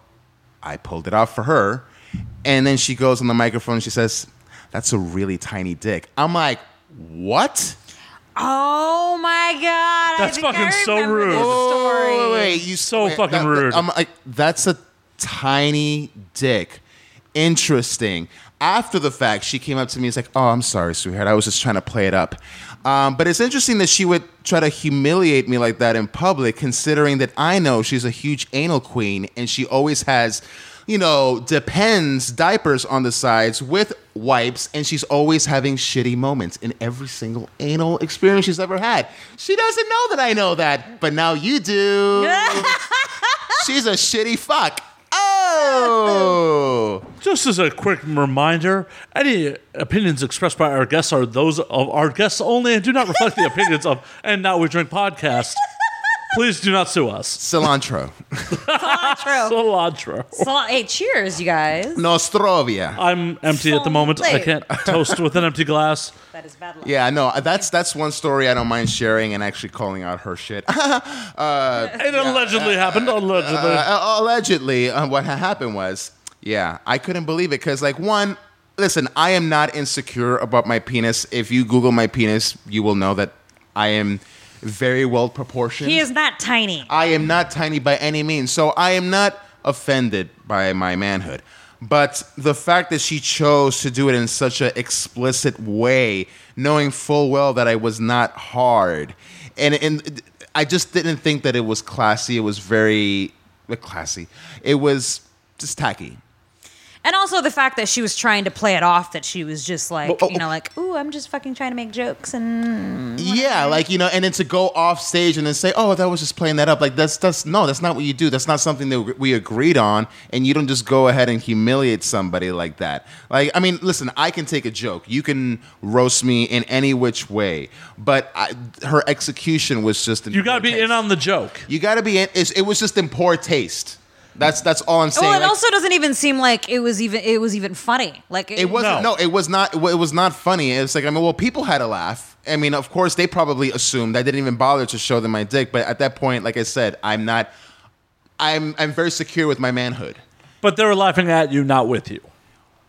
Speaker 4: I pulled it out for her. And then she goes on the microphone and she says, that's a really tiny dick. I'm like, what?
Speaker 2: oh my god!
Speaker 1: That's
Speaker 2: I think I
Speaker 1: fucking so
Speaker 2: remember
Speaker 1: rude.
Speaker 2: this story.
Speaker 4: Wait, wait, wait, you
Speaker 1: So
Speaker 4: wait,
Speaker 1: fucking
Speaker 4: that-
Speaker 1: rude.
Speaker 4: I'm like, that's a tiny dick. Interesting. After the fact, she came up to me and was like, "Oh, I'm sorry, sweetheart. I was just trying to play it up." Um, but it's interesting that she would try to humiliate me like that in public, considering that I know she's a huge anal queen and she always has, you know, depends diapers on the sides with wipes, and she's always having shitty moments in every single anal experience she's ever had. She doesn't know that I know that, but now you do. She's a shitty fuck. Oh.
Speaker 1: Just as a quick reminder, any opinions expressed by our guests are those of our guests only and do not reflect the opinions of And Now We Drink podcast. Please do not sue us.
Speaker 4: Cilantro.
Speaker 2: True.
Speaker 1: Cilantro.
Speaker 2: So, hey, cheers, you guys.
Speaker 4: Nostrovia.
Speaker 1: I'm empty at the moment. I
Speaker 2: Cilantro.
Speaker 1: can't toast with an empty glass.
Speaker 2: That is bad luck.
Speaker 4: Yeah, no, that's that's one story I don't mind sharing and actually calling out her shit.
Speaker 1: It allegedly happened. Allegedly.
Speaker 4: Uh, allegedly, uh, what ha- happened was, yeah, I couldn't believe it because, like, one, listen, I am not insecure about my penis. If you Google my penis, you will know that I am very well proportioned.
Speaker 2: He is not tiny.
Speaker 4: I am not tiny by any means, so I am not offended by my manhood. But the fact that she chose to do it in such an explicit way, knowing full well that I was not hard, and and I just didn't think that it was classy. It was very uh, classy. It was just tacky.
Speaker 2: And also the fact that she was trying to play it off that she was just like,
Speaker 4: Oh, oh,
Speaker 2: you know,
Speaker 4: oh.
Speaker 2: like, ooh, I'm just fucking trying to make jokes and
Speaker 4: Yeah, like you know, and then to go off stage and then say, "Oh, that was just playing that up." Like that's that's no, that's not what you do. That's not something that we agreed on, and you don't just go ahead and humiliate somebody like that. Like, I mean, listen, I can take a joke. You can roast me in any which way, but I, her execution was just in
Speaker 1: You got to
Speaker 4: poor
Speaker 1: be in
Speaker 4: taste.
Speaker 1: on the joke.
Speaker 4: You got to be in. It's, it was just in poor taste. That's that's all I'm saying.
Speaker 2: Well, it
Speaker 4: Like,
Speaker 2: also doesn't even seem like it was even it was even funny. Like
Speaker 4: It wasn't.
Speaker 1: No.
Speaker 4: No. it was not. It was not funny. It was like I mean, well, people had a laugh. I mean, of course, they probably assumed I didn't even bother to show them my dick. But at that point, like I said, I'm not. I'm I'm very secure with my manhood,
Speaker 1: But they were laughing at you, not with you.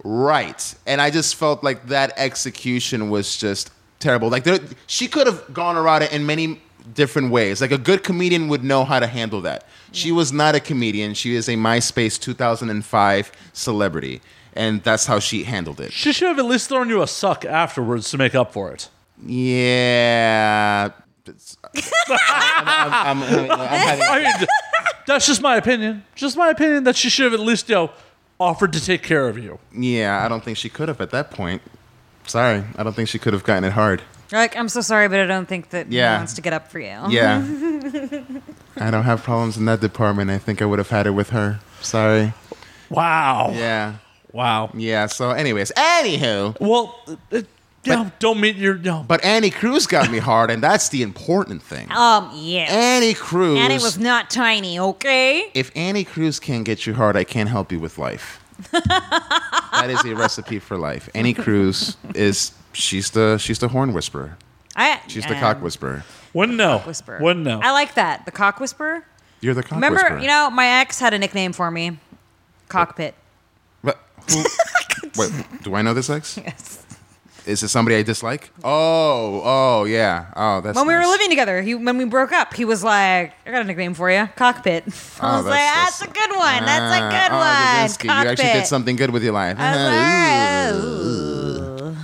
Speaker 4: right? And I just felt like that execution was just terrible. Like there, she could have gone around it in many different ways. Like a good comedian would know how to handle that. She was not a comedian. She is a MySpace 2005 celebrity, and that's how she handled it.
Speaker 1: She should have at least thrown you a suck afterwards to make up for it.
Speaker 4: Yeah. It's- I'm, I'm, I'm, I'm having-
Speaker 1: I mean, that's just my opinion. Just my opinion that she should have at least, yo, offered to take care of you.
Speaker 4: yeah, I don't think she could have at that point. Sorry, I don't think she could have gotten it hard.
Speaker 2: You're like, I'm so sorry, but I don't think that yeah.
Speaker 4: Yeah.
Speaker 2: he wants to get up for you.
Speaker 4: Yeah. I don't have problems in that department. I think I would have had it with her. Sorry.
Speaker 1: Wow.
Speaker 4: Yeah.
Speaker 1: Wow.
Speaker 4: Yeah. So, anyways, anywho,
Speaker 1: Well, it, yeah, don't meet your. No.
Speaker 4: but Annie Cruz got me hard, and that's the important thing.
Speaker 2: Um, yeah.
Speaker 4: Annie Cruz.
Speaker 2: And it was not tiny, okay?
Speaker 4: if Annie Cruz can't get you hard, I can't help you with life. that is a recipe for life. Annie Cruz is she's the she's the horn whisperer.
Speaker 2: I,
Speaker 4: She's the
Speaker 2: um,
Speaker 4: cock whisperer.
Speaker 1: Wouldn't know.
Speaker 2: Whisperer.
Speaker 1: Wouldn't know.
Speaker 2: I like that. The cock whisperer.
Speaker 4: You're the cock
Speaker 2: Remember,
Speaker 4: whisperer.
Speaker 2: you know, my ex had a nickname for me. Cockpit.
Speaker 4: But who- wait, do I know this ex?
Speaker 2: Yes.
Speaker 4: Is it somebody I dislike? Oh, oh yeah. Oh, that's
Speaker 2: When we were
Speaker 4: nice.
Speaker 2: living together, he when we broke up, he was like, "I got a nickname for you, cockpit." I
Speaker 4: Oh,
Speaker 2: was like, "That's, a good one. That's a
Speaker 4: Ah,
Speaker 2: good
Speaker 4: oh,
Speaker 2: one,
Speaker 4: Jasinski,
Speaker 2: cockpit."
Speaker 4: You actually did something good with your life. Uh-huh.
Speaker 2: I was like,
Speaker 4: Ooh.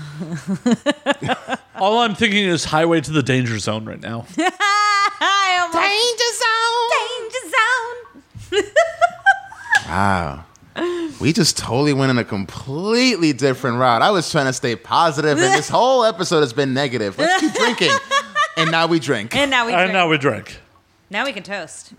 Speaker 1: All I'm thinking is highway to the danger zone right now.
Speaker 2: I almost- Danger zone.
Speaker 4: Wow. We just totally went in a completely different route. I was trying to stay positive, and this whole episode has been negative. Let's keep drinking. And now we drink.
Speaker 2: And now we
Speaker 1: and
Speaker 2: drink. now,
Speaker 1: now
Speaker 2: we-
Speaker 1: we drink.
Speaker 2: can toast.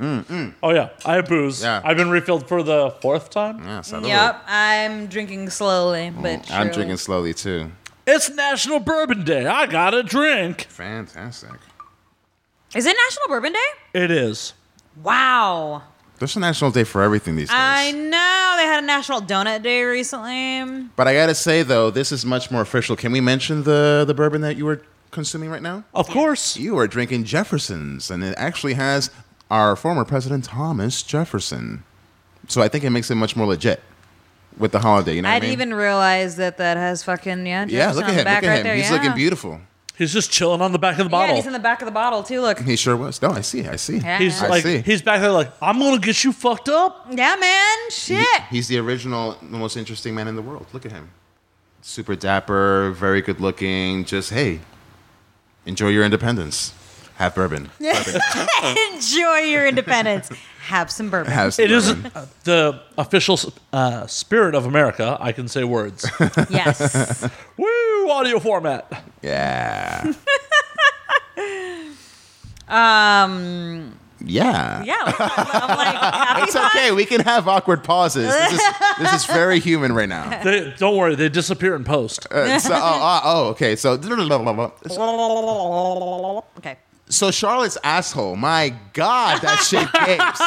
Speaker 1: Oh, yeah. I have booze.
Speaker 4: Yeah.
Speaker 1: I've been refilled for the fourth time.
Speaker 4: Yeah, so
Speaker 2: Yep, I'm drinking slowly, but
Speaker 4: Mm, I'm
Speaker 2: surely.
Speaker 4: drinking slowly too.
Speaker 1: It's National Bourbon Day. I got a drink.
Speaker 4: Fantastic.
Speaker 2: Is it National Bourbon Day?
Speaker 1: It is.
Speaker 2: Wow.
Speaker 4: There's a national day for everything these days.
Speaker 2: I know they had a National Donut Day recently.
Speaker 4: but I gotta say though, this is much more official. Can we mention the the bourbon that you were consuming right now?
Speaker 1: Of course.
Speaker 4: You are drinking Jefferson's, and it actually has our former president Thomas Jefferson. So I think it makes it much more legit with the holiday. You know
Speaker 2: I
Speaker 4: what
Speaker 2: didn't
Speaker 4: mean?
Speaker 2: even realize that that has fucking yeah.
Speaker 4: Yeah,
Speaker 2: Jefferson
Speaker 4: look
Speaker 2: on
Speaker 4: at
Speaker 2: the
Speaker 4: him.
Speaker 2: Back
Speaker 4: Look at
Speaker 2: right
Speaker 4: him.
Speaker 2: There,
Speaker 4: He's
Speaker 2: yeah.
Speaker 4: looking beautiful.
Speaker 1: He's just chilling on the back of the
Speaker 2: Yeah,
Speaker 1: bottle.
Speaker 2: and he's in the back of the bottle too. Look.
Speaker 4: He sure was. No, I see. I see.
Speaker 2: Yeah.
Speaker 1: He's
Speaker 4: I
Speaker 1: like
Speaker 4: see.
Speaker 1: he's back there like I'm gonna get you fucked up.
Speaker 2: Yeah, man. Shit.
Speaker 4: He- he's the original, the most interesting man in the world. Look at him. Super dapper, very good looking. Just, hey, enjoy your independence. Have bourbon.
Speaker 2: Enjoy your independence. Have some bourbon.
Speaker 4: Have some
Speaker 1: It is
Speaker 4: bourbon.
Speaker 1: uh, the official uh, spirit of America. I can say words.
Speaker 2: Yes.
Speaker 1: Woo! Audio format.
Speaker 4: Yeah.
Speaker 2: Um.
Speaker 4: Yeah.
Speaker 2: Yeah. Like, I'm like, happy
Speaker 4: It's okay. We can have awkward pauses. This is, this is very human right now.
Speaker 1: They, don't worry, they disappear in post.
Speaker 4: Uh, so, oh, oh, oh, okay. So,
Speaker 2: Okay.
Speaker 4: So Charlotte's asshole. My God, that shit gapes.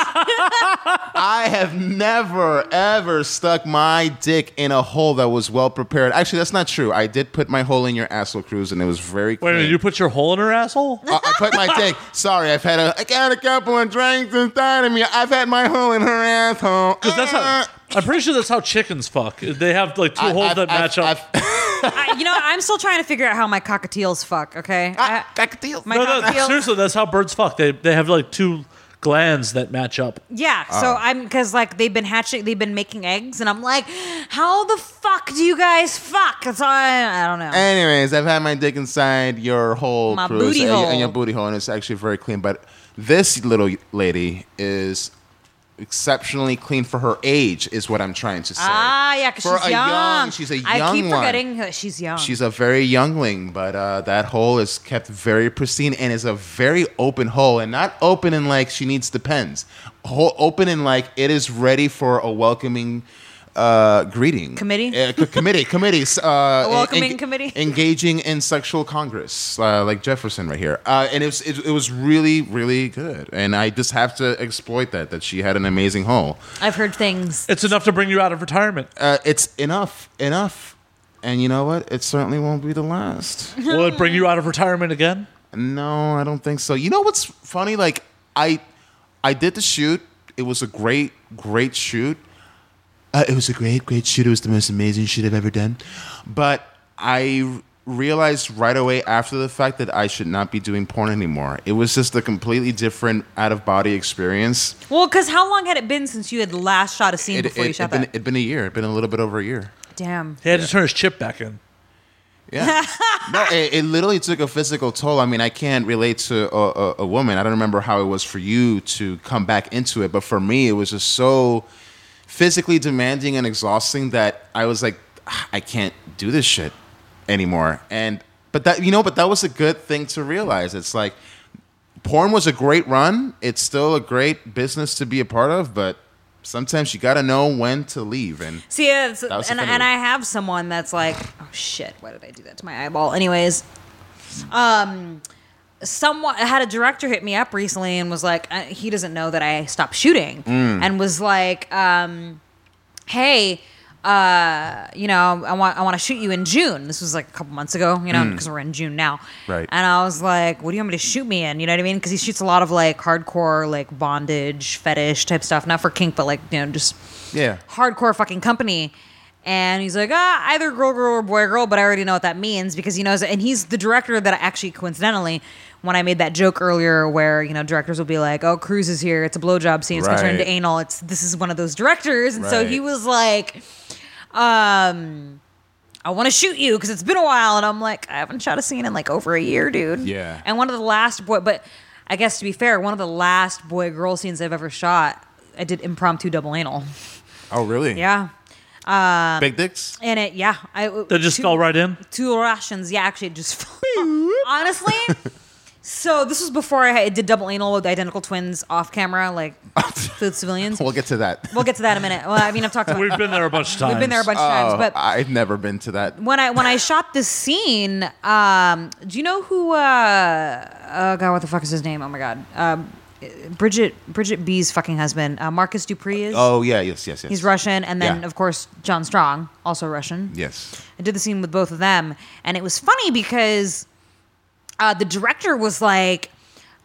Speaker 4: I have never ever stuck my dick in a hole that was well prepared. Actually, that's not true. I did put my hole in your asshole, Cruz, and it was very.
Speaker 1: Wait a
Speaker 4: clean.
Speaker 1: minute, you put your hole in her asshole?
Speaker 4: Uh, I put my dick. Sorry, I've had a. I got a couple of drinks inside of me. I've had my hole in her asshole. Uh,
Speaker 1: 'Cause that's how. I'm pretty sure that's how chickens fuck. They have like 2
Speaker 4: I-
Speaker 1: holes
Speaker 4: I've-
Speaker 1: that
Speaker 4: I've-
Speaker 1: match up.
Speaker 4: I've-
Speaker 2: I, you know, I'm still trying to figure out how my cockatiels fuck. Okay.
Speaker 4: Ah,
Speaker 2: I,
Speaker 4: Cockatiel.
Speaker 2: my
Speaker 1: no, no,
Speaker 2: cockatiels.
Speaker 1: seriously, that's how birds fuck. They they have like two glands that match up.
Speaker 2: Yeah. So
Speaker 4: Oh.
Speaker 2: I'm because like they've been hatching, they've been making eggs, and I'm like, how the fuck do you guys fuck? That's all I, I don't know.
Speaker 4: Anyways, I've had my dick inside your hole,
Speaker 2: My
Speaker 4: Cruz,
Speaker 2: booty
Speaker 4: and, your-
Speaker 2: hole.
Speaker 4: and your booty hole, and it's actually very clean. But this little lady is exceptionally clean for her age, is what I'm trying to say.
Speaker 2: Ah, yeah, because
Speaker 4: For
Speaker 2: she's
Speaker 4: a
Speaker 2: young.
Speaker 4: young- she's a
Speaker 2: I keep
Speaker 4: young one.
Speaker 2: forgetting that she's young.
Speaker 4: She's a very youngling, but uh, that hole is kept very pristine and is a very open hole, and not open in like she needs the pens. Hole open in like it is ready for a welcoming uh, greeting.
Speaker 2: Committee?
Speaker 4: Uh, c- committee, committee. s- Uh,
Speaker 2: A welcoming
Speaker 4: eng-
Speaker 2: committee?
Speaker 4: Engaging in sexual congress, uh, like Jefferson right here. Uh, and it was, it, it was really, really good. And I just have to exploit that, that she had an amazing hole.
Speaker 2: I've heard things.
Speaker 1: It's enough to bring you out of retirement.
Speaker 2: Uh-huh.
Speaker 4: Uh, it's enough, enough. And you know what? It certainly won't be the last.
Speaker 1: Will it bring you out of retirement again?
Speaker 4: No, I don't think so. You know what's funny? Like I, I did the shoot. It was a great, great shoot. Uh, it was a great, great shoot. It was the most amazing shoot I've ever done. But I r- realized right away after the fact that I should not be doing porn anymore. It was just a completely different out of body experience.
Speaker 2: Well, because how long had it been since you had last shot a scene
Speaker 4: It,
Speaker 2: before you
Speaker 4: it,
Speaker 2: shot
Speaker 4: had been,
Speaker 2: that?
Speaker 4: it'd been a year. It'd been a little bit over a year.
Speaker 2: Damn.
Speaker 1: He had to turn his chip back in.
Speaker 4: Yeah. no, it, it literally took a physical toll. I mean, I can't relate to a, a, a woman. I don't remember how it was for you to come back into it, but for me, it was just so physically demanding and exhausting that I was like, "Ah, I can't do this shit anymore. And but that you know, but that was a good thing to realize. It's like porn was a great run. It's still a great business to be a part of, but sometimes you got to know when to leave. And
Speaker 2: See, it's,
Speaker 4: was
Speaker 2: and,
Speaker 4: the
Speaker 2: and
Speaker 4: finale.
Speaker 2: I have someone that's like, oh shit, why did I do that to my eyeball? Anyways, um, someone I had a director hit me up recently and was like, uh, he doesn't know that I stopped shooting,
Speaker 4: Mm.
Speaker 2: and was like, um, hey. Uh, you know, I want I want to shoot you in June. This was like a couple months ago, you know, because we're in June now.
Speaker 4: Mm. Right.
Speaker 2: And I was like, "What do you want me to shoot me in?" You know what I mean? Because he shoots a lot of like hardcore, like bondage, fetish type stuff. Not for kink, but like you know, just
Speaker 4: yeah.
Speaker 2: hardcore fucking company. And he's like, ah, either girl, girl, or boy, girl. But I already know what that means because he knows. And he's the director that actually, coincidentally, when I made that joke earlier, where you know directors will be like, oh, Cruz is here. It's a blowjob scene. It's gonna turn into
Speaker 4: Right.
Speaker 2: anal. It's this is one of those directors. And so
Speaker 4: Right.
Speaker 2: he was like, um. I want to shoot you because it's been a while. And I'm like, I haven't shot a scene in like over a year, dude.
Speaker 4: Yeah.
Speaker 2: And one of the last boy, but I guess to be fair, one of the last boy girl scenes I've ever shot, I did impromptu double anal.
Speaker 4: Oh, really?
Speaker 2: Yeah.
Speaker 4: Big dicks?
Speaker 2: And it, yeah, I
Speaker 1: They just
Speaker 2: two,
Speaker 1: fell right in.
Speaker 2: Two Russians, yeah, actually, it just fell. honestly. So this was before I had- did double anal with identical twins off camera, like with civilians.
Speaker 4: We'll get to that.
Speaker 2: We'll get to that in a minute. Well, I mean, I've talked about
Speaker 1: We've been there a bunch of times.
Speaker 2: we've been there a bunch of
Speaker 4: Oh,
Speaker 2: times, but
Speaker 4: I've never been to that.
Speaker 2: when I when I shot this scene, um, do you know who? Uh, oh god, what the fuck is his name? Oh my god, um, Bridget Bridget B's fucking husband, uh, Marcus Dupree is.
Speaker 4: Oh yeah, yes, yes, yes.
Speaker 2: He's Russian, and then
Speaker 4: Yeah.
Speaker 2: of course John Strong, also Russian.
Speaker 4: Yes.
Speaker 2: I did the scene with both of them, and it was funny because uh, the director was like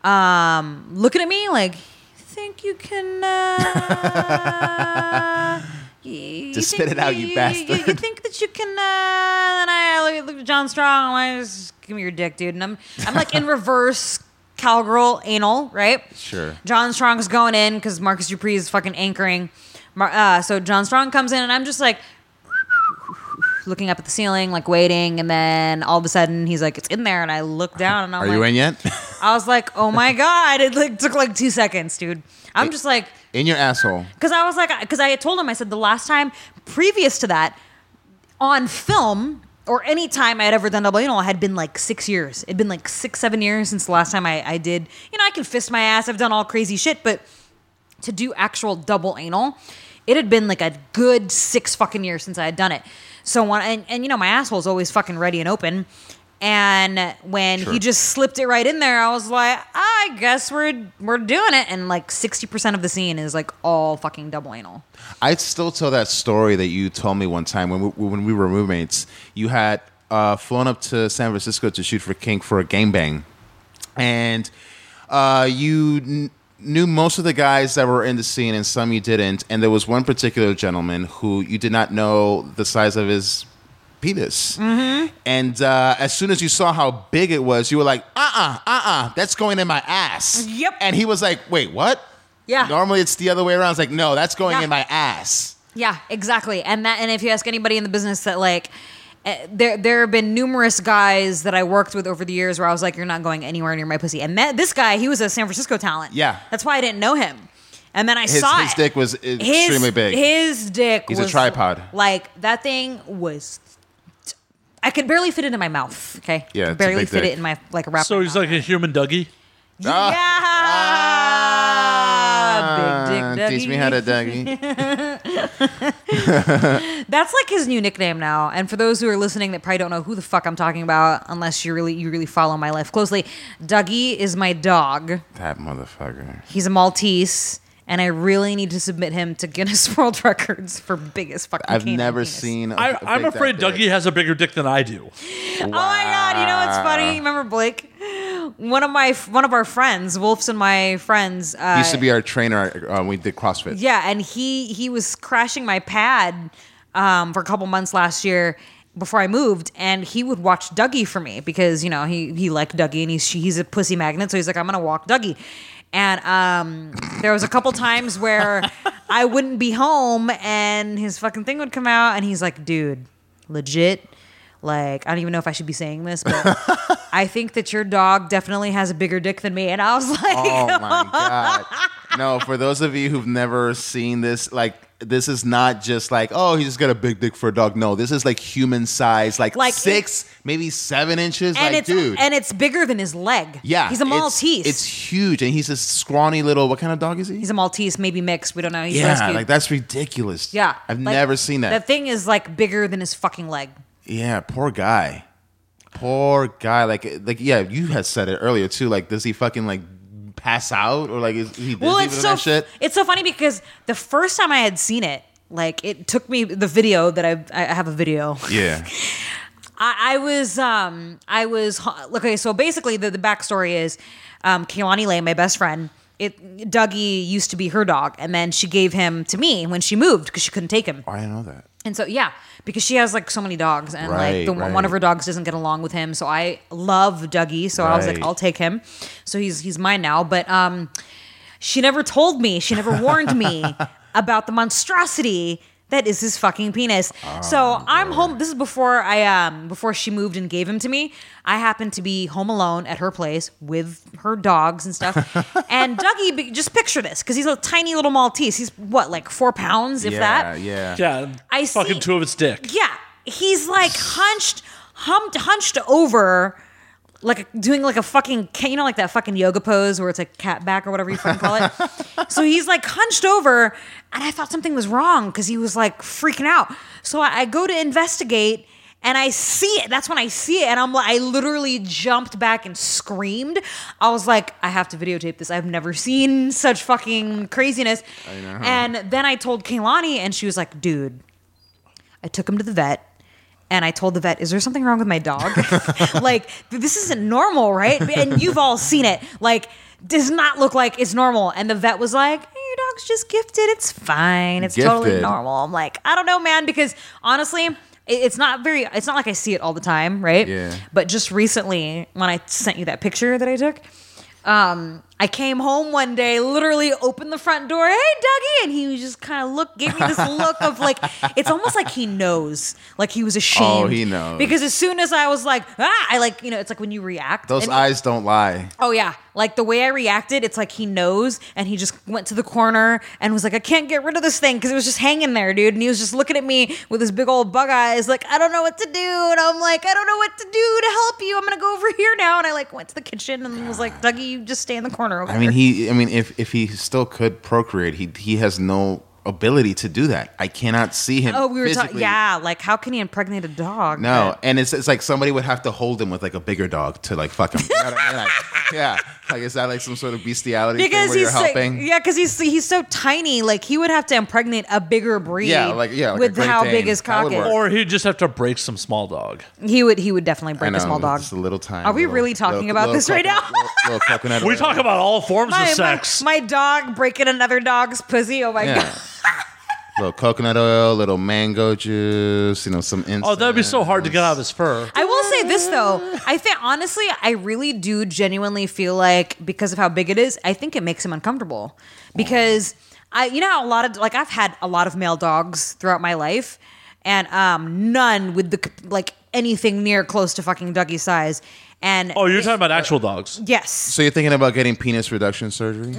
Speaker 2: um, looking at me like, "Think you can?" Uh, you
Speaker 4: Just
Speaker 2: think
Speaker 4: spit it out, you bastard.
Speaker 2: You, you think that you can? Uh, and I look- look at John Strong. I'm like, "Just "Give me your dick, dude." And I'm, I'm like in reverse cowgirl anal, right?
Speaker 4: Sure.
Speaker 2: John Strong's going in because Marcus Dupree is fucking anchoring. Mar- uh, so John Strong comes in, and I'm just like looking up at the ceiling, like waiting, and then all of a sudden he's like, "It's in there," and I look down, and I'm
Speaker 4: Are
Speaker 2: like,
Speaker 4: you in yet?
Speaker 2: I was like, "Oh my god!" It like took like two seconds, dude. I'm just like,
Speaker 4: in your asshole.
Speaker 2: because I was like, because I had told him, I said the last time previous to that on film or any time I had ever done double anal had been like six years. It'd been like six, seven years since the last time I, I did. You know, I can fist my ass. I've done all crazy shit, but to do actual double anal, it had been like a good six fucking years since I had done it. So when and, and you know my asshole's always fucking ready and open. And when he
Speaker 4: Sure.
Speaker 2: just slipped it right in there, I was like, I guess we're we're doing it. And like sixty percent of the scene is like all fucking double anal.
Speaker 4: I still tell that story that you told me one time when we, when we were roommates. You had uh, flown up to San Francisco to shoot for King for a gangbang, and uh, you kn- knew most of the guys that were in the scene, and some you didn't. And there was one particular gentleman who you did not know the size of his penis. And uh, as soon as you saw how big it was, you were like, "Uh uh-uh, uh that's going in my ass."
Speaker 2: Yep.
Speaker 4: And he was like, "Wait, what?"
Speaker 2: Yeah.
Speaker 4: Normally it's the other way around. It's like, "No, that's going
Speaker 2: Yeah.
Speaker 4: in my ass."
Speaker 2: Yeah, exactly. And that, and if you ask anybody in the business that like, eh, there there have been numerous guys that I worked with over the years where I was like, you're not going anywhere near my pussy. And that this guy, he was a San Francisco talent.
Speaker 4: Yeah.
Speaker 2: that's why I didn't know him. And then I
Speaker 4: His,
Speaker 2: saw
Speaker 4: his
Speaker 2: it.
Speaker 4: dick was
Speaker 2: His-
Speaker 4: extremely big.
Speaker 2: His dick.
Speaker 4: He's a
Speaker 2: was,
Speaker 4: tripod.
Speaker 2: Like that thing was. I could barely fit it in my mouth. Okay.
Speaker 4: Yeah,
Speaker 2: Could
Speaker 4: it's a
Speaker 2: barely
Speaker 4: big
Speaker 2: fit
Speaker 4: dick.
Speaker 2: it in my like a wrap.
Speaker 1: So
Speaker 2: my
Speaker 1: he's
Speaker 2: mouth.
Speaker 1: like a human Dougie.
Speaker 2: yeah.
Speaker 4: Ah,
Speaker 2: Big dick. E
Speaker 4: Teach me how to
Speaker 2: Dougie.
Speaker 4: Dougie.
Speaker 2: That's like his new nickname now. And for those who are listening that probably don't know who the fuck I'm talking about, unless you really you really follow my life closely, Dougie is my dog.
Speaker 4: that motherfucker.
Speaker 2: He's a Maltese, and I really need to submit him to Guinness World Records for biggest fucking.
Speaker 4: I've
Speaker 2: canine
Speaker 4: never
Speaker 2: penis.
Speaker 4: seen. I
Speaker 1: I, I'm afraid Dougie has a bigger dick than I do.
Speaker 2: Oh my god! You know what's funny? Remember Blake? One of my one of our friends, Wolf's and my friends. Uh,
Speaker 4: used to be our trainer uh, when we did CrossFit.
Speaker 2: Yeah, and he he was crashing my pad um, for a couple months last year before I moved, and he would watch Dougie for me because you know he he liked Dougie and he's he's a pussy magnet, so he's like I'm gonna walk Dougie. And um, there was a couple times where I wouldn't be home, and his fucking thing would come out, and he's like, "Dude, legit." Like I don't even know if I should be saying this, but I think that your dog definitely has a bigger dick than me, and I was like,
Speaker 4: Oh my god. No, for those of you who've never seen this, like this is not just like oh he just got a big dick for a dog. No, this is like human size, like,
Speaker 2: Like,
Speaker 4: six, maybe seven inches.
Speaker 2: and
Speaker 4: like
Speaker 2: it's
Speaker 4: dude,
Speaker 2: and it's bigger than his leg.
Speaker 4: yeah,
Speaker 2: he's a
Speaker 4: it's-
Speaker 2: Maltese.
Speaker 4: It's, huge, and he's a scrawny little. What kind of dog is he?
Speaker 2: he's a Maltese, maybe mixed. We don't know. He's
Speaker 4: yeah,
Speaker 2: rescued.
Speaker 4: like that's ridiculous.
Speaker 2: Yeah,
Speaker 4: I've
Speaker 2: like,
Speaker 4: never seen that.
Speaker 2: That thing is like bigger than his fucking leg.
Speaker 4: Yeah, poor guy. Poor guy. Like, eh, like yeah, you had said it earlier too. Like, does he fucking like pass out or like is he dizzy
Speaker 2: well,
Speaker 4: with
Speaker 2: it's so
Speaker 4: that shit?
Speaker 2: it's so funny because the first time I had seen it, like it took me the video that I I have a video.
Speaker 4: Yeah,
Speaker 2: I, I was um I was ho- okay. So basically, the, the backstory is, um, Kehlani Lay, my best friend. It Dougie used to be her dog, and then she gave him to me when she moved because she couldn't take him.
Speaker 4: Oh, I didn't know that.
Speaker 2: And so yeah, because she has like so many dogs, and like
Speaker 4: Right,
Speaker 2: the, one
Speaker 4: right.
Speaker 2: of her dogs doesn't get along with him. So I love Dougie, so I was like,
Speaker 4: Right.
Speaker 2: I'll take him. So he's he's mine now. But um, she never told me, she never warned me about the monstrosity that is his fucking penis.
Speaker 4: Oh,
Speaker 2: so I'm home. This is before I um before she moved and gave him to me. I happened to be home alone at her place with her dogs and stuff. and Dougie, be- just picture this, because he's a tiny little Maltese. He's what like four pounds, if
Speaker 4: yeah,
Speaker 2: that.
Speaker 4: yeah,
Speaker 1: Yeah,
Speaker 2: I
Speaker 1: fucking
Speaker 2: see.
Speaker 1: two of its dick.
Speaker 2: Yeah, he's like hunched, humped, hunched over, like doing like a fucking ca- you know like that fucking yoga pose where it's like cat back or whatever you fucking call it. so he's like hunched over, and I thought something was wrong because he was like freaking out. So I, I go to investigate. And I see it. That's when I see it, and I'm like, I literally jumped back and screamed. I was like, I have to videotape this. I've never seen such fucking craziness. I know. And then I told Kaylani, and she was like, "Dude, I took him to the vet and I told the vet, is there something wrong with my dog? like, th- this isn't normal, right? And you've all seen it. Like, does not look like it's normal. And the vet was like, "Eh, your dog's just gifted. It's fine. It's totally
Speaker 4: Gifted.
Speaker 2: normal. I'm like, I don't know, man, because honestly, it- it's not very, it's not like I see it all the time, right?
Speaker 4: Yeah.
Speaker 2: But just recently, when I sent you that picture that I took, um, I came home one day, literally opened the front door, hey Dougie, and he was just kind of look, gave me this look of like, it's almost like he knows, like he was ashamed.
Speaker 4: Oh, he knows.
Speaker 2: Because as soon as I was like, ah, I like, you know, it's like when you react.
Speaker 4: Those
Speaker 2: and-
Speaker 4: eyes don't lie.
Speaker 2: Oh yeah, like the way I reacted, it's like he knows, and he just went to the corner and was like, "I can't get rid of this thing" because it was just hanging there, dude. And he was just looking at me with his big old bug eyes, like, "I don't know what to do," and I'm like, "I don't know what to do to help you. I'm gonna go over here now." And I like went to the kitchen and was like, "Dougie, you just stay in the corner." Over
Speaker 4: I mean,
Speaker 2: there."
Speaker 4: he. I mean, if if he still could procreate, he he has no ability to do that. I cannot see him.
Speaker 2: Oh, we were talking.
Speaker 4: physically.
Speaker 2: Yeah, like how can he impregnate a dog?
Speaker 4: No, and it's it's like somebody would have to hold him with like a bigger dog to like fuck him. You know what I mean? Like, yeah, like is that like some sort of bestiality thing
Speaker 2: because
Speaker 4: where
Speaker 2: he's
Speaker 4: you're
Speaker 2: so,
Speaker 4: helping?
Speaker 2: yeah, because he's he's so tiny. Like he would have to impregnate a bigger breed.
Speaker 4: Yeah, like- yeah, like a
Speaker 2: with
Speaker 4: Great
Speaker 2: how
Speaker 4: Dane.
Speaker 2: big his
Speaker 4: That
Speaker 2: cock
Speaker 4: would
Speaker 2: is.
Speaker 4: work.
Speaker 1: Or he'd just have to break some small dog.
Speaker 2: He would he would definitely break
Speaker 4: I
Speaker 2: a small
Speaker 4: know,
Speaker 2: dog.
Speaker 4: Just a little time.
Speaker 2: Are we really talking about this right now?
Speaker 4: little, little coconut
Speaker 1: We
Speaker 4: oil.
Speaker 1: talk about all forms of
Speaker 2: My, my,
Speaker 1: sex.
Speaker 2: my dog breaking another dog's pussy. Oh my
Speaker 4: Yeah.
Speaker 2: god.
Speaker 4: little coconut oil, little mango juice, you know, some incense.
Speaker 1: oh, that'd be so hard to get out of his fur.
Speaker 2: I will say this though. I think honestly, I really do genuinely feel like because of how big it is, I think it makes him uncomfortable. Because I you know how a lot of like I've had a lot of male dogs throughout my life and um none with the like anything near close to fucking Dougie size. And
Speaker 1: Oh, you're talking about actual dogs.
Speaker 2: yes.
Speaker 4: So you're thinking about getting penis reduction surgery?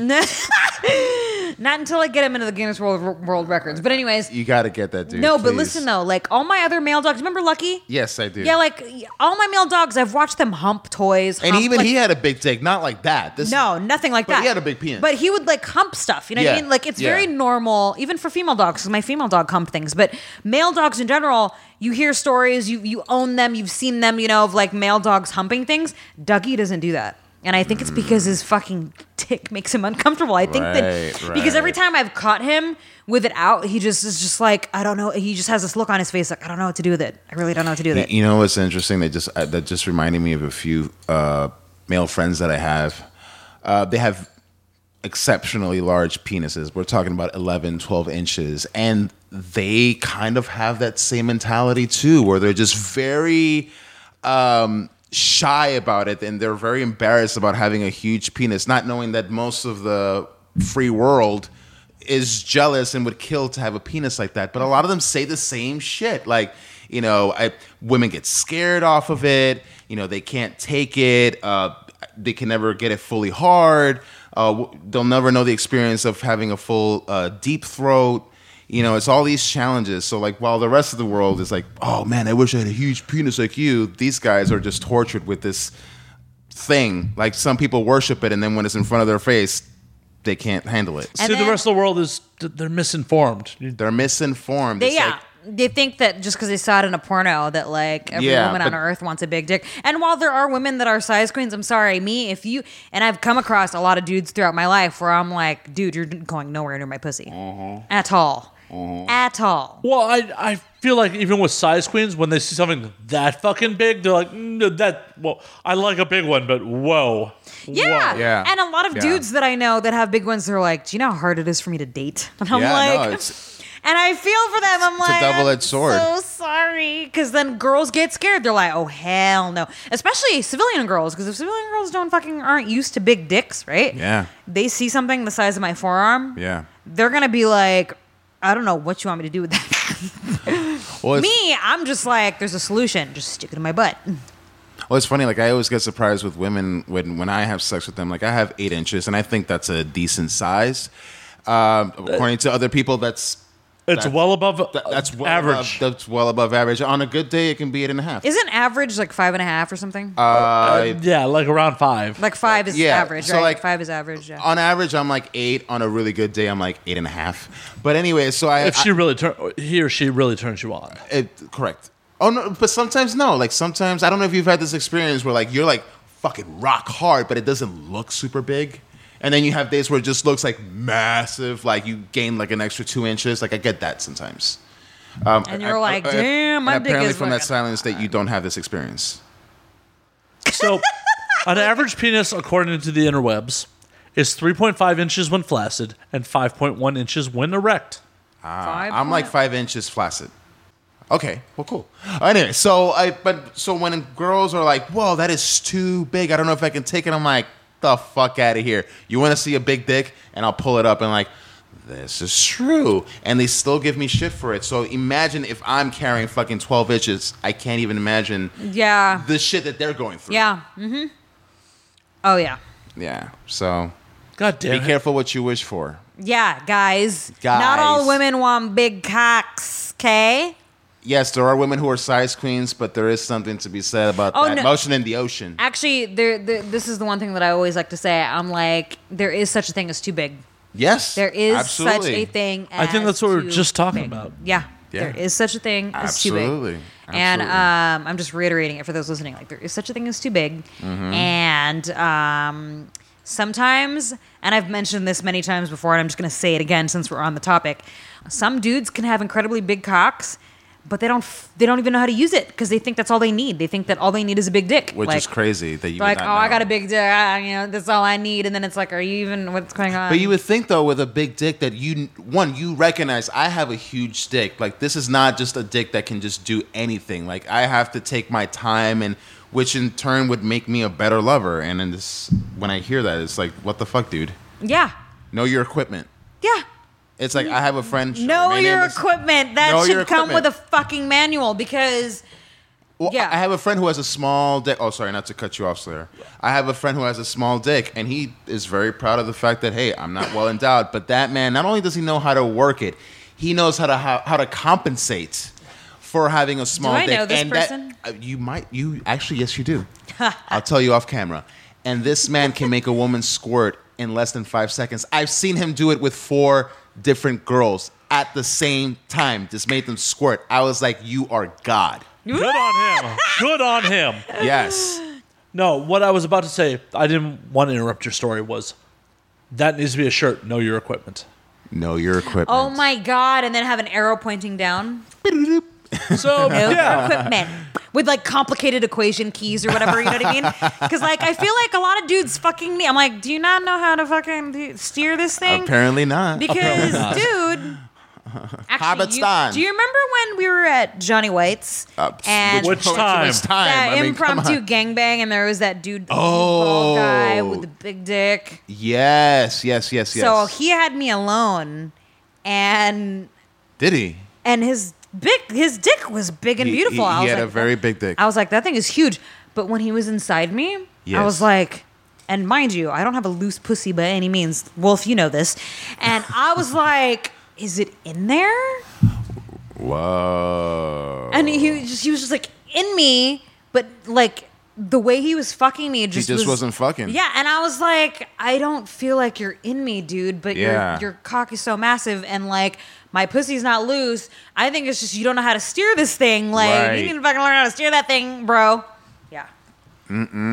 Speaker 2: Not until I get him into the Guinness World World Records. But anyways,
Speaker 4: You got to get that dude.
Speaker 2: no. But
Speaker 4: please.
Speaker 2: listen though, like all my other male dogs. Remember Lucky?
Speaker 4: Yes, I do.
Speaker 2: Yeah, like all my male dogs. I've watched them hump toys.
Speaker 4: and
Speaker 2: hump,
Speaker 4: even
Speaker 2: like,
Speaker 4: he had a big dick, not like that. This
Speaker 2: No, nothing like
Speaker 4: But
Speaker 2: that.
Speaker 4: he had a big penis.
Speaker 2: But he would like hump stuff. You know what I
Speaker 4: Yeah,
Speaker 2: mean? Like it's
Speaker 4: yeah.
Speaker 2: very normal, even for female dogs, because my female dog hump things. But male dogs in general, you hear stories, you you own them, you've seen them, you know, of like male dogs humping things. Dougie doesn't do that. And I think it's because his fucking tick makes him uncomfortable. I think that
Speaker 4: Right,
Speaker 2: because every
Speaker 4: right.
Speaker 2: time I've caught him with it out, he just is just like, I don't know. He just has this look on his face like, I don't know what to do with it. I really don't know what to do with
Speaker 4: You-
Speaker 2: it.
Speaker 4: You know what's interesting? That just uh, that just reminded me of a few uh, male friends that I have. Uh, they have exceptionally large penises. We're talking about 11, 12 inches, and they kind of have that same mentality too, where they're just very um, shy about it, and they're very embarrassed about having a huge penis, not knowing that most of the free world is jealous and would kill to have a penis like that. But a lot of them say the same shit. Like, you know, I, women get scared off of it. You know, they can't take it. Uh, they can never get it fully hard. Uh, w- they'll never know the experience of having a full uh, deep throat. You know, it's all these challenges. So, like, while the rest of the world is like, oh man, I wish I had a huge penis like you, these guys are just tortured with this thing. Like, some people worship it, and then when it's in front of their face, they can't handle it.
Speaker 2: And
Speaker 1: See,
Speaker 2: then-
Speaker 1: the rest of the world is they're misinformed.
Speaker 4: They're misinformed.
Speaker 2: They,
Speaker 4: It's
Speaker 2: yeah.
Speaker 4: like-
Speaker 2: they think that just because they saw it in a porno that like every
Speaker 4: Yeah,
Speaker 2: woman on
Speaker 4: but-
Speaker 2: earth wants a big dick. And while there are women that are size queens, I'm sorry, me if you and I've come across a lot of dudes throughout my life where I'm like, dude, you're going nowhere near my pussy
Speaker 4: Uh-huh.
Speaker 2: at all, at all.
Speaker 1: Well, I I feel like even with size queens, when they see something that fucking big, they're like, mm, that. Well, I like a big one, but whoa.
Speaker 2: Yeah.
Speaker 1: Whoa.
Speaker 4: Yeah.
Speaker 2: and a lot of
Speaker 4: Yeah.
Speaker 2: dudes that I know that have big ones, they're like, do you know how hard it is for me to date? And I'm
Speaker 4: Yeah, no,
Speaker 2: like,
Speaker 4: it's-
Speaker 2: and I feel for them. I'm
Speaker 4: a
Speaker 2: like,
Speaker 4: double-edged sword."
Speaker 2: I'm so sorry, because then girls get scared. They're like, oh hell no, especially civilian girls, because if civilian girls don't fucking aren't used to big dicks, right?
Speaker 4: Yeah.
Speaker 2: they see something the size of my forearm.
Speaker 4: Yeah.
Speaker 2: they're gonna be like, I don't know what you want me to do with that.
Speaker 4: Well, it's,
Speaker 2: me, I'm just like, there's a solution. Just stick it in my butt.
Speaker 4: well, it's funny. Like I always get surprised with women when when I have sex with them. Like I have eight inches, and I think that's a decent size. Um, according to other people, that's
Speaker 1: It's
Speaker 4: That-
Speaker 1: well above
Speaker 4: that, that's well
Speaker 1: average.
Speaker 4: Above, that's well above average. On a good day, it can be eight and a half.
Speaker 2: Isn't average like five and a half or something?
Speaker 1: yeah, like around five.
Speaker 2: Like five is
Speaker 4: Uh, Yeah,
Speaker 2: average,
Speaker 4: so,
Speaker 2: right?
Speaker 4: like, um,
Speaker 2: five is average. Yeah.
Speaker 4: on average, I'm like eight. On a really good day, I'm like eight and a half. But anyway, so I,
Speaker 1: if she really turn, he or she really turns you on.
Speaker 4: I- it, correct. Oh no, but sometimes no. Like sometimes I don't know if you've had this experience where like you're like fucking rock hard, but it doesn't look super big. And then you have days where it just looks like massive, like you gain like an extra two inches. Like I get that sometimes. Um,
Speaker 2: And you're like, "Damn,
Speaker 4: and
Speaker 2: my dick
Speaker 4: apparently
Speaker 2: is
Speaker 4: from that
Speaker 2: fucking
Speaker 4: silence that you don't have this experience.
Speaker 1: So, an average penis, according to the interwebs, is 3.5 inches when flaccid and 5.1 inches when erect.
Speaker 2: Five
Speaker 4: I'm like
Speaker 2: point-
Speaker 4: five inches flaccid. Okay, well, cool. Anyway, so I but so when girls are like, "Whoa, that is too big. I don't know if I can take it," I'm like, "The fuck out of here! You want to see a big dick?" And I'll pull it up and like, "This is true." And they still give me shit for it. So imagine if I'm carrying fucking twelve inches. I can't even imagine
Speaker 2: Yeah.
Speaker 4: the shit that they're going through.
Speaker 2: Yeah. Mm-hmm. Oh yeah.
Speaker 4: yeah. So
Speaker 1: God
Speaker 4: be
Speaker 1: damn it.
Speaker 4: careful what you wish for.
Speaker 2: Yeah, guys. Not
Speaker 4: Guys.
Speaker 2: all women want big cocks, okay?
Speaker 4: Yes, there are women who are size queens, but there is something to be said about
Speaker 2: Oh,
Speaker 4: that
Speaker 2: no.
Speaker 4: motion in the ocean.
Speaker 2: Actually, there, there. This is the one thing that I always like to say. I'm like, there is such a thing as too big.
Speaker 4: Yes,
Speaker 2: There is such
Speaker 4: absolutely.
Speaker 2: a thing. As
Speaker 1: I think that's what we were
Speaker 2: too
Speaker 1: just talking
Speaker 2: big.
Speaker 1: about.
Speaker 2: Yeah,
Speaker 4: Yeah.
Speaker 2: there is such a thing as too
Speaker 4: Absolutely.
Speaker 2: big. And
Speaker 4: Absolutely.
Speaker 2: um, I'm just reiterating it for those listening. Like there is such a thing as too big,
Speaker 4: Mm-hmm.
Speaker 2: and um, sometimes, and I've mentioned this many times before, and I'm just going to say it again since we're on the topic. Some dudes can have incredibly big cocks. But they don't. F- they don't even know how to use it because they think that's all they need. They think that all they need is a big dick.
Speaker 4: Which
Speaker 2: like,
Speaker 4: is crazy that you would
Speaker 2: Like, oh,
Speaker 4: not
Speaker 2: I
Speaker 4: know.
Speaker 2: got a big dick. I, you know, that's all I need. And then it's like, are you even? What's going on?
Speaker 4: But you would think though, with a big dick, that you one you recognize I have a huge dick. Like this is not just a dick that can just do anything. Like I have to take my time, and which in turn would make me a better lover. And in this, when I hear that, it's like, what the fuck, dude?
Speaker 2: yeah,
Speaker 4: Know your equipment.
Speaker 2: yeah.
Speaker 4: It's like I have a friend.
Speaker 2: Know
Speaker 4: her name
Speaker 2: your
Speaker 4: is-
Speaker 2: equipment. That
Speaker 4: Know
Speaker 2: should
Speaker 4: your
Speaker 2: come with a
Speaker 4: equipment.
Speaker 2: fucking manual because
Speaker 4: Well,
Speaker 2: Yeah.
Speaker 4: I have a friend who has a small dick. Oh, sorry, not to cut you off, Slayer. I have a friend who has a small dick, and he is very proud of the fact that hey, I'm not well endowed. But that man, not only does he know how to work it, he knows how to how, how to compensate for having a small
Speaker 2: I
Speaker 4: dick.
Speaker 2: know this
Speaker 4: and
Speaker 2: person?
Speaker 4: That, uh, you might, you actually, yes, you do. I'll tell you off camera. And this man can make a woman squirt in less than five seconds. I've seen him do it with four different girls at the same time. Just made them squirt. I was like, you are God.
Speaker 1: Good on him. Good on him.
Speaker 4: Yes.
Speaker 1: No, what I was about to say, I didn't want to interrupt your story, was that needs to be a shirt, know your equipment.
Speaker 4: Know your equipment.
Speaker 2: Oh my god! And then have an arrow pointing down.
Speaker 1: So,
Speaker 2: No
Speaker 1: yeah.
Speaker 2: equipment with like complicated equation keys or whatever. You know what I mean? Because like I feel like a lot of dudes fucking me. I'm like, do you not know how to fucking do- steer this thing?
Speaker 4: Apparently not.
Speaker 2: Because,
Speaker 1: not.
Speaker 2: dude. Actually, you,
Speaker 4: Hobbiton.
Speaker 2: do you remember when we were at Johnny White's
Speaker 4: Uh,
Speaker 2: and
Speaker 1: Which time?
Speaker 4: Which time?
Speaker 2: that
Speaker 4: I mean, come
Speaker 2: impromptu
Speaker 4: on.
Speaker 2: gangbang, and there was that dude, bald guy
Speaker 4: Oh.
Speaker 2: with the big dick.
Speaker 4: Yes, yes, yes, yes.
Speaker 2: So he had me alone, and
Speaker 4: did he?
Speaker 2: and his big his dick was big and
Speaker 4: He-
Speaker 2: beautiful.
Speaker 4: He,
Speaker 2: I
Speaker 4: he
Speaker 2: was
Speaker 4: had
Speaker 2: like, "Oh."
Speaker 4: a very big dick.
Speaker 2: I was like, that thing is huge. But when he was inside me, I
Speaker 4: Yes.
Speaker 2: was like, and mind you, I don't have a loose pussy by any means. Wolf, you know this. And I was like, is it in there?
Speaker 4: Whoa.
Speaker 2: And he was just he was just like in me, but like the way he was fucking me just
Speaker 4: just
Speaker 2: was,
Speaker 4: wasn't fucking.
Speaker 2: Yeah, and I was like, I don't feel like you're in me, dude. But
Speaker 4: Yeah.
Speaker 2: your your cock is so massive, and like my pussy's not loose. I think it's just you don't know how to steer this thing. Like
Speaker 4: Right.
Speaker 2: you need to fucking learn how to steer that thing, bro. Yeah. Mm mm.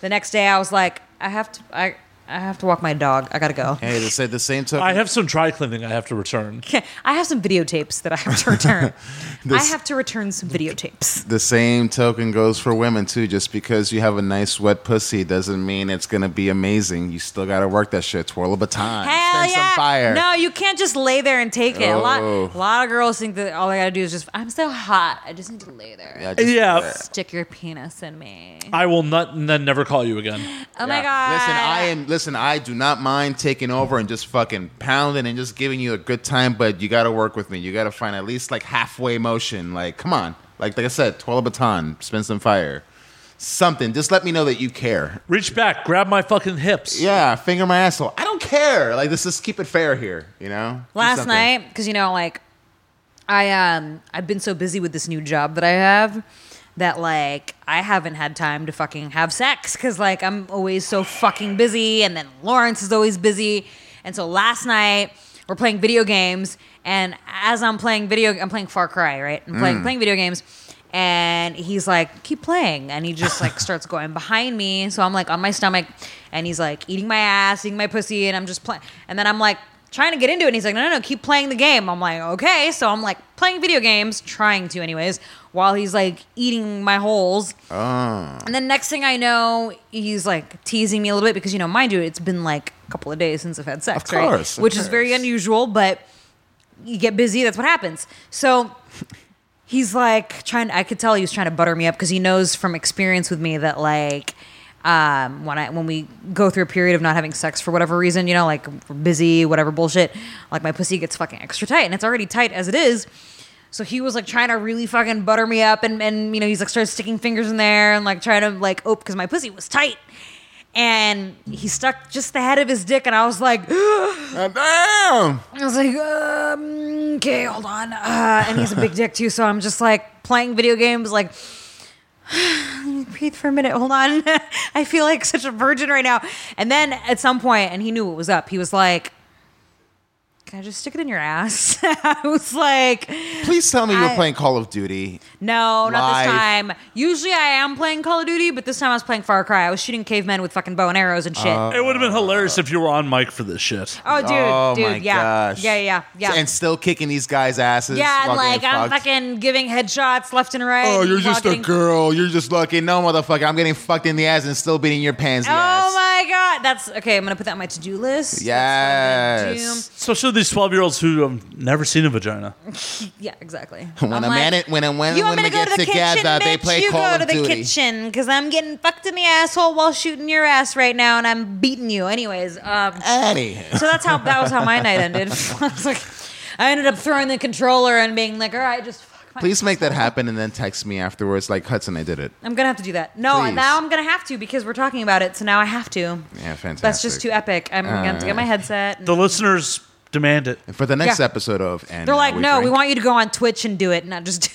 Speaker 2: The next day, I was like, I have to, I, I have to walk my dog. I gotta go.
Speaker 4: Hey, they said the same token.
Speaker 1: I have some dry cleaning I have to return.
Speaker 2: I have some videotapes that I have to return.
Speaker 4: This-
Speaker 2: I have to return some videotapes.
Speaker 4: the same token goes for women too. Just because you have a nice wet pussy doesn't mean it's gonna be amazing. You still gotta work that shit. Twirl a baton.
Speaker 2: Hell
Speaker 4: Spend
Speaker 2: yeah!
Speaker 4: some fire.
Speaker 2: No, you can't just lay there and take it. A lot,
Speaker 4: Oh.
Speaker 2: a lot of girls think that all they gotta do is just. I'm so hot. I just need to lay there.
Speaker 4: Yeah, just-
Speaker 1: Yeah.
Speaker 2: Stick your penis in me.
Speaker 1: I will not and then never call you again.
Speaker 2: Oh my
Speaker 4: Yeah.
Speaker 2: god!
Speaker 4: Listen, I am. Listen, I do not mind taking over and just fucking pounding and just giving you a good time, but you got to work with me. You got to find at least like halfway motion. Like, come on. Like, like I said, twirl a baton, spin some fire, something. Just let me know that you care.
Speaker 1: Reach back, grab my fucking hips.
Speaker 4: Yeah, finger my asshole. I don't care. Like, this is keep it fair here. You know. Do
Speaker 2: last
Speaker 4: something.
Speaker 2: night because you know like i um i've been so busy with this new job that i have that like i haven't had time to fucking have sex because like i'm always so fucking busy and then lawrence is always busy and so last night we're playing video games and as i'm playing video i'm playing far cry right i'm
Speaker 4: Mm.
Speaker 2: playing playing video games and he's like keep playing and he just like starts going behind me so i'm like on my stomach and he's like eating my ass eating my pussy and i'm just playing and then i'm like trying to get into it. And he's like, no, no, no, keep playing the game. I'm like, okay. So I'm like playing video games, trying to, anyways, while he's like eating my holes.
Speaker 4: Ah.
Speaker 2: And then next thing I know, he's like teasing me a little bit because, you know, mind you, it's been like a couple of days since I've had sex,
Speaker 4: Of
Speaker 2: right?
Speaker 4: course, of
Speaker 2: Which is very
Speaker 4: course.
Speaker 2: unusual, but you get busy, that's what happens. So he's like trying I could tell he was trying to butter me up because he knows from experience with me that like um, when I when we go through a period of not having sex for whatever reason, you know, like we're busy, whatever bullshit, like my pussy gets fucking extra tight and it's already tight as it is. So he was like trying to really fucking butter me up and and you know, he's like started sticking fingers in there and like trying to like oh because my pussy was tight. And he stuck just the head of his dick and I was like
Speaker 4: Uh, damn.
Speaker 2: I was like, um, okay, hold on. Uh, and he's a big dick too, so I'm just like playing video games, like, breathe for a minute, hold on. I feel like such a virgin right now. And then at some point, and he knew what was up, he was like, can I just stick it in your ass? I was like,
Speaker 4: Please tell me you
Speaker 2: I-
Speaker 4: were playing Call of Duty.
Speaker 2: no, not this
Speaker 4: Live.
Speaker 2: time. Usually I am playing Call of Duty, but this time I was playing Far Cry. I was shooting cavemen with fucking bow and arrows and shit.
Speaker 4: Uh,
Speaker 1: It would have been hilarious if you were on mic for this shit.
Speaker 2: oh, dude,
Speaker 4: oh
Speaker 2: dude,
Speaker 4: my
Speaker 2: yeah.
Speaker 4: gosh.
Speaker 2: yeah, yeah, yeah.
Speaker 4: And still kicking these guys' asses.
Speaker 2: Yeah, and
Speaker 4: while getting
Speaker 2: like I'm
Speaker 4: fucked.
Speaker 2: fucking giving headshots left and right.
Speaker 4: Oh, you're
Speaker 2: while
Speaker 4: just a
Speaker 2: getting-
Speaker 4: girl. You're just lucky. No, motherfucker. I'm getting fucked in the ass and still beating your pansy
Speaker 2: Oh
Speaker 4: ass.
Speaker 2: my god, that's okay. I'm gonna put that on my to-do list. That's what I'm gonna
Speaker 4: Yes.
Speaker 1: Especially these 12 year olds who have never seen a vagina.
Speaker 2: do. Yeah, exactly.
Speaker 4: When
Speaker 2: I'm
Speaker 4: a man and when a woman
Speaker 2: you want
Speaker 4: when
Speaker 2: me
Speaker 4: they
Speaker 2: to go
Speaker 4: get
Speaker 2: to the
Speaker 4: together,
Speaker 2: kitchen,
Speaker 4: they
Speaker 2: bitch?
Speaker 4: play
Speaker 2: you
Speaker 4: Call
Speaker 2: go
Speaker 4: of
Speaker 2: to the
Speaker 4: Duty.
Speaker 2: kitchen because I'm getting fucked in the asshole while shooting your ass right now, and I'm beating you. Anyways, um,
Speaker 4: Eddie.
Speaker 2: so that's how that was how my night ended. I was like, I ended up throwing the controller and being like, all right, just fuck fine.
Speaker 4: Please make that happen and then text me afterwards, like Hudson, I did it.
Speaker 2: I'm gonna have to do that. No,
Speaker 4: Please.
Speaker 2: now I'm gonna have to because we're talking about it. So now I have to.
Speaker 4: Yeah, fantastic.
Speaker 2: That's just too epic. I'm gonna have to get my headset. and-
Speaker 1: The listeners demand it.
Speaker 4: For the next
Speaker 2: Yeah.
Speaker 4: episode of and
Speaker 2: They're like, no,
Speaker 4: Now
Speaker 2: we
Speaker 4: Drink,"
Speaker 2: want you to go on Twitch and do it, not just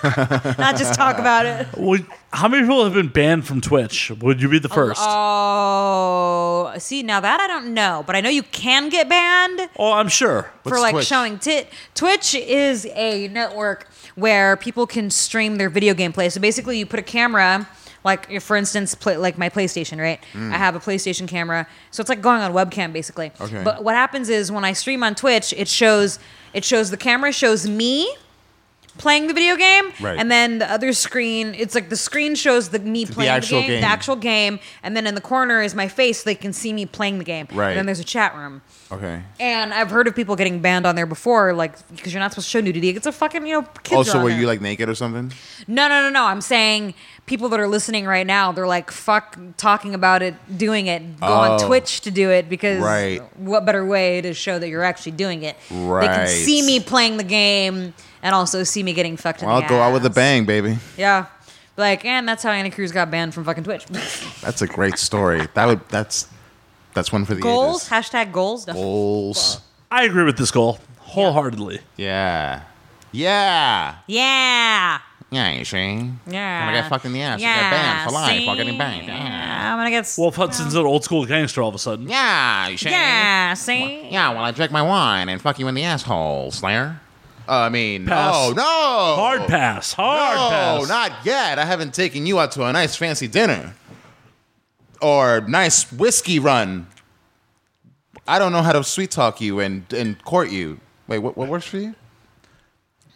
Speaker 2: not just talk about it.
Speaker 1: Would, how many people have been banned from Twitch? Would you be the first?
Speaker 2: uh, Oh, see, now that I don't know, but I know you can get banned
Speaker 1: oh, I'm sure.
Speaker 2: for
Speaker 4: What's
Speaker 2: like
Speaker 4: Twitch?
Speaker 2: showing tit. Twitch is a network where people can stream their video game play. So basically, you put a camera, like for instance, play, like my PlayStation, right?
Speaker 4: Hmm.
Speaker 2: I have a PlayStation camera, so it's like going on webcam basically.
Speaker 4: Okay.
Speaker 2: But what happens is when I stream on Twitch, it shows it shows the camera shows me playing the video game
Speaker 4: Right.
Speaker 2: and then the other screen it's like the screen shows the me playing the,
Speaker 4: actual
Speaker 2: game,
Speaker 4: game.
Speaker 2: the actual game and then in the corner is my face so they can see me playing the game
Speaker 4: Right.
Speaker 2: and then there's a chat room
Speaker 4: Okay.
Speaker 2: and I've heard of people getting banned on there before, like because you're not supposed to show nudity. It's a fucking you know kids. are
Speaker 4: Also,
Speaker 2: on
Speaker 4: were
Speaker 2: there.
Speaker 4: you like naked or something?
Speaker 2: No, no, no, no. I'm saying people that are listening right now, they're like, fuck talking about it, doing it. Go on
Speaker 4: Oh.
Speaker 2: Twitch to do it because
Speaker 4: Right.
Speaker 2: what better way to show that you're actually doing it? They can
Speaker 4: Right.
Speaker 2: see me playing the game and also see me getting fucked. in
Speaker 4: Well,
Speaker 2: the
Speaker 4: I'll go out with a
Speaker 2: ass.
Speaker 4: bang, baby.
Speaker 2: Yeah. Like, and that's how Anna Cruz got banned from fucking Twitch.
Speaker 4: That's a great story. That would. That's that's one for the
Speaker 2: goals,
Speaker 4: ages.
Speaker 2: hashtag goals. No.
Speaker 4: Goals.
Speaker 1: I agree with this goal wholeheartedly.
Speaker 4: Yeah. Yeah.
Speaker 2: Yeah.
Speaker 4: Yeah, you see?
Speaker 2: Yeah.
Speaker 4: When I got fucked in the ass, I got banned for life while getting banged. Yeah.
Speaker 2: I'm gonna get.
Speaker 1: Wolf Hudson's an old school gangster all of a sudden.
Speaker 4: Yeah, you see?
Speaker 2: yeah, see.
Speaker 4: Yeah, well, I drank my wine and fuck you in the asshole, Slayer. Uh, I mean,
Speaker 1: Pass.
Speaker 4: oh, no.
Speaker 1: Hard pass. Hard
Speaker 4: no,
Speaker 1: pass.
Speaker 4: not yet. I haven't taken you out to a nice fancy dinner or nice whiskey run. I don't know how to sweet talk you and, and court you. Wait, what, what works for you?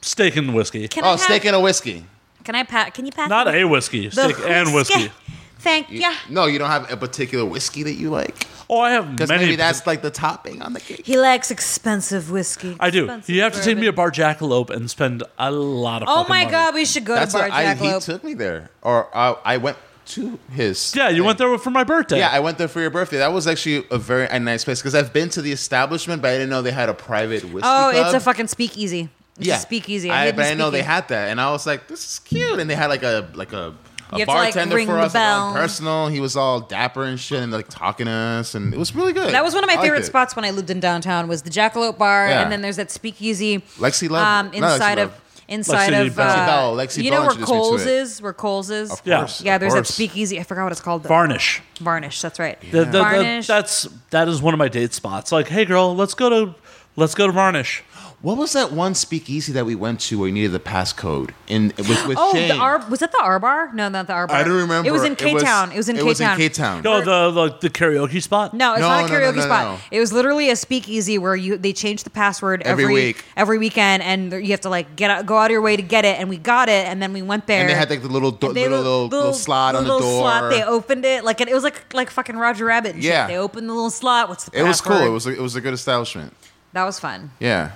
Speaker 1: steak and whiskey.
Speaker 2: Can I
Speaker 4: Oh,
Speaker 2: have,
Speaker 4: steak and a whiskey.
Speaker 2: Can I pack? Can you pack?
Speaker 1: Not
Speaker 2: me
Speaker 1: a whiskey.
Speaker 2: the
Speaker 1: Steak and whiskey.
Speaker 2: Thank
Speaker 4: You-
Speaker 2: yeah.
Speaker 4: No, you don't have a particular whiskey that you like?
Speaker 1: Oh, I have
Speaker 4: Because
Speaker 1: many.
Speaker 4: maybe that's like the topping on the cake.
Speaker 2: He likes expensive whiskey.
Speaker 1: I do.
Speaker 2: Expensive
Speaker 1: You have to take me to
Speaker 2: bourbon.
Speaker 1: Bar Jackalope and spend a lot of.
Speaker 2: Oh
Speaker 1: fucking
Speaker 2: my
Speaker 1: money.
Speaker 2: god, we should go
Speaker 4: That's
Speaker 2: to Bar
Speaker 4: what I, he
Speaker 2: Jackalope.
Speaker 4: took me there, or I, I went to his.
Speaker 1: Yeah, you
Speaker 4: thing.
Speaker 1: went there for my birthday.
Speaker 4: Yeah, I went there for your birthday. That was actually a very a nice place because I've been to the establishment, but I didn't know they had a private whiskey.
Speaker 2: oh, it's
Speaker 4: club.
Speaker 2: a fucking speakeasy. It's a speakeasy.
Speaker 4: I,
Speaker 2: I,
Speaker 4: but I didn't know they
Speaker 2: speakeasy.
Speaker 4: had that, and I was like, "This is cute." And they had like a like a,
Speaker 2: You
Speaker 4: a
Speaker 2: have to, like,
Speaker 4: bartender
Speaker 2: ring
Speaker 4: for
Speaker 2: the
Speaker 4: us, like, all
Speaker 2: bell.
Speaker 4: personal. He was all dapper and shit, and like talking to us, and it was really good.
Speaker 2: That was one of
Speaker 4: I
Speaker 2: my
Speaker 4: liked
Speaker 2: favorite
Speaker 4: it.
Speaker 2: spots when I lived in downtown. Was the Jackalope Bar,
Speaker 4: Yeah.
Speaker 2: and then there's that speakeasy.
Speaker 4: Lexi Love-
Speaker 2: Um,
Speaker 4: not Lexi
Speaker 2: inside of
Speaker 4: Love.
Speaker 2: inside
Speaker 1: Lexi
Speaker 2: of
Speaker 1: Bell.
Speaker 2: uh,
Speaker 1: Lexi
Speaker 4: Bell. Lexi
Speaker 2: you
Speaker 4: Bell
Speaker 2: know where
Speaker 4: introduced me to
Speaker 2: Cole's
Speaker 4: it.
Speaker 2: is? Where Cole's is?
Speaker 4: Of
Speaker 1: Yeah.
Speaker 4: course,
Speaker 2: Yeah,
Speaker 4: of
Speaker 2: there's that
Speaker 4: course.
Speaker 2: speakeasy. I forgot what it's called. though.
Speaker 1: Varnish.
Speaker 2: Varnish. That's right.
Speaker 1: The- the- the-
Speaker 2: Varnish.
Speaker 1: that's that is one of my date spots. Like, hey girl, let's go to let's go to Varnish.
Speaker 4: What was that one speakeasy that we went to where you needed the passcode? In with with
Speaker 2: oh,
Speaker 4: Shane.
Speaker 2: the R was that the R bar? No, not the R bar.
Speaker 4: I don't remember.
Speaker 2: It was in K Town. It was in K Town.
Speaker 4: It was in K Town.
Speaker 1: No, the the, the karaoke spot.
Speaker 2: No, it's
Speaker 4: No,
Speaker 2: not a
Speaker 4: no,
Speaker 2: karaoke
Speaker 4: no, no,
Speaker 2: spot.
Speaker 4: no.
Speaker 2: It was literally a speakeasy where you they change the password every,
Speaker 4: Every week.
Speaker 2: every weekend, and you have to like get out, go out of your way to get it. And we got it, and then we went there.
Speaker 4: And they had like the little do-
Speaker 2: They-
Speaker 4: little, little little slot on the
Speaker 2: little
Speaker 4: door.
Speaker 2: slot. They opened it like it was like like fucking Roger Rabbit. And
Speaker 4: Yeah.
Speaker 2: shit. they opened the little slot. What's the?
Speaker 4: it was cool.
Speaker 2: password?
Speaker 4: It was a, it was a good establishment.
Speaker 2: that was fun.
Speaker 4: Yeah,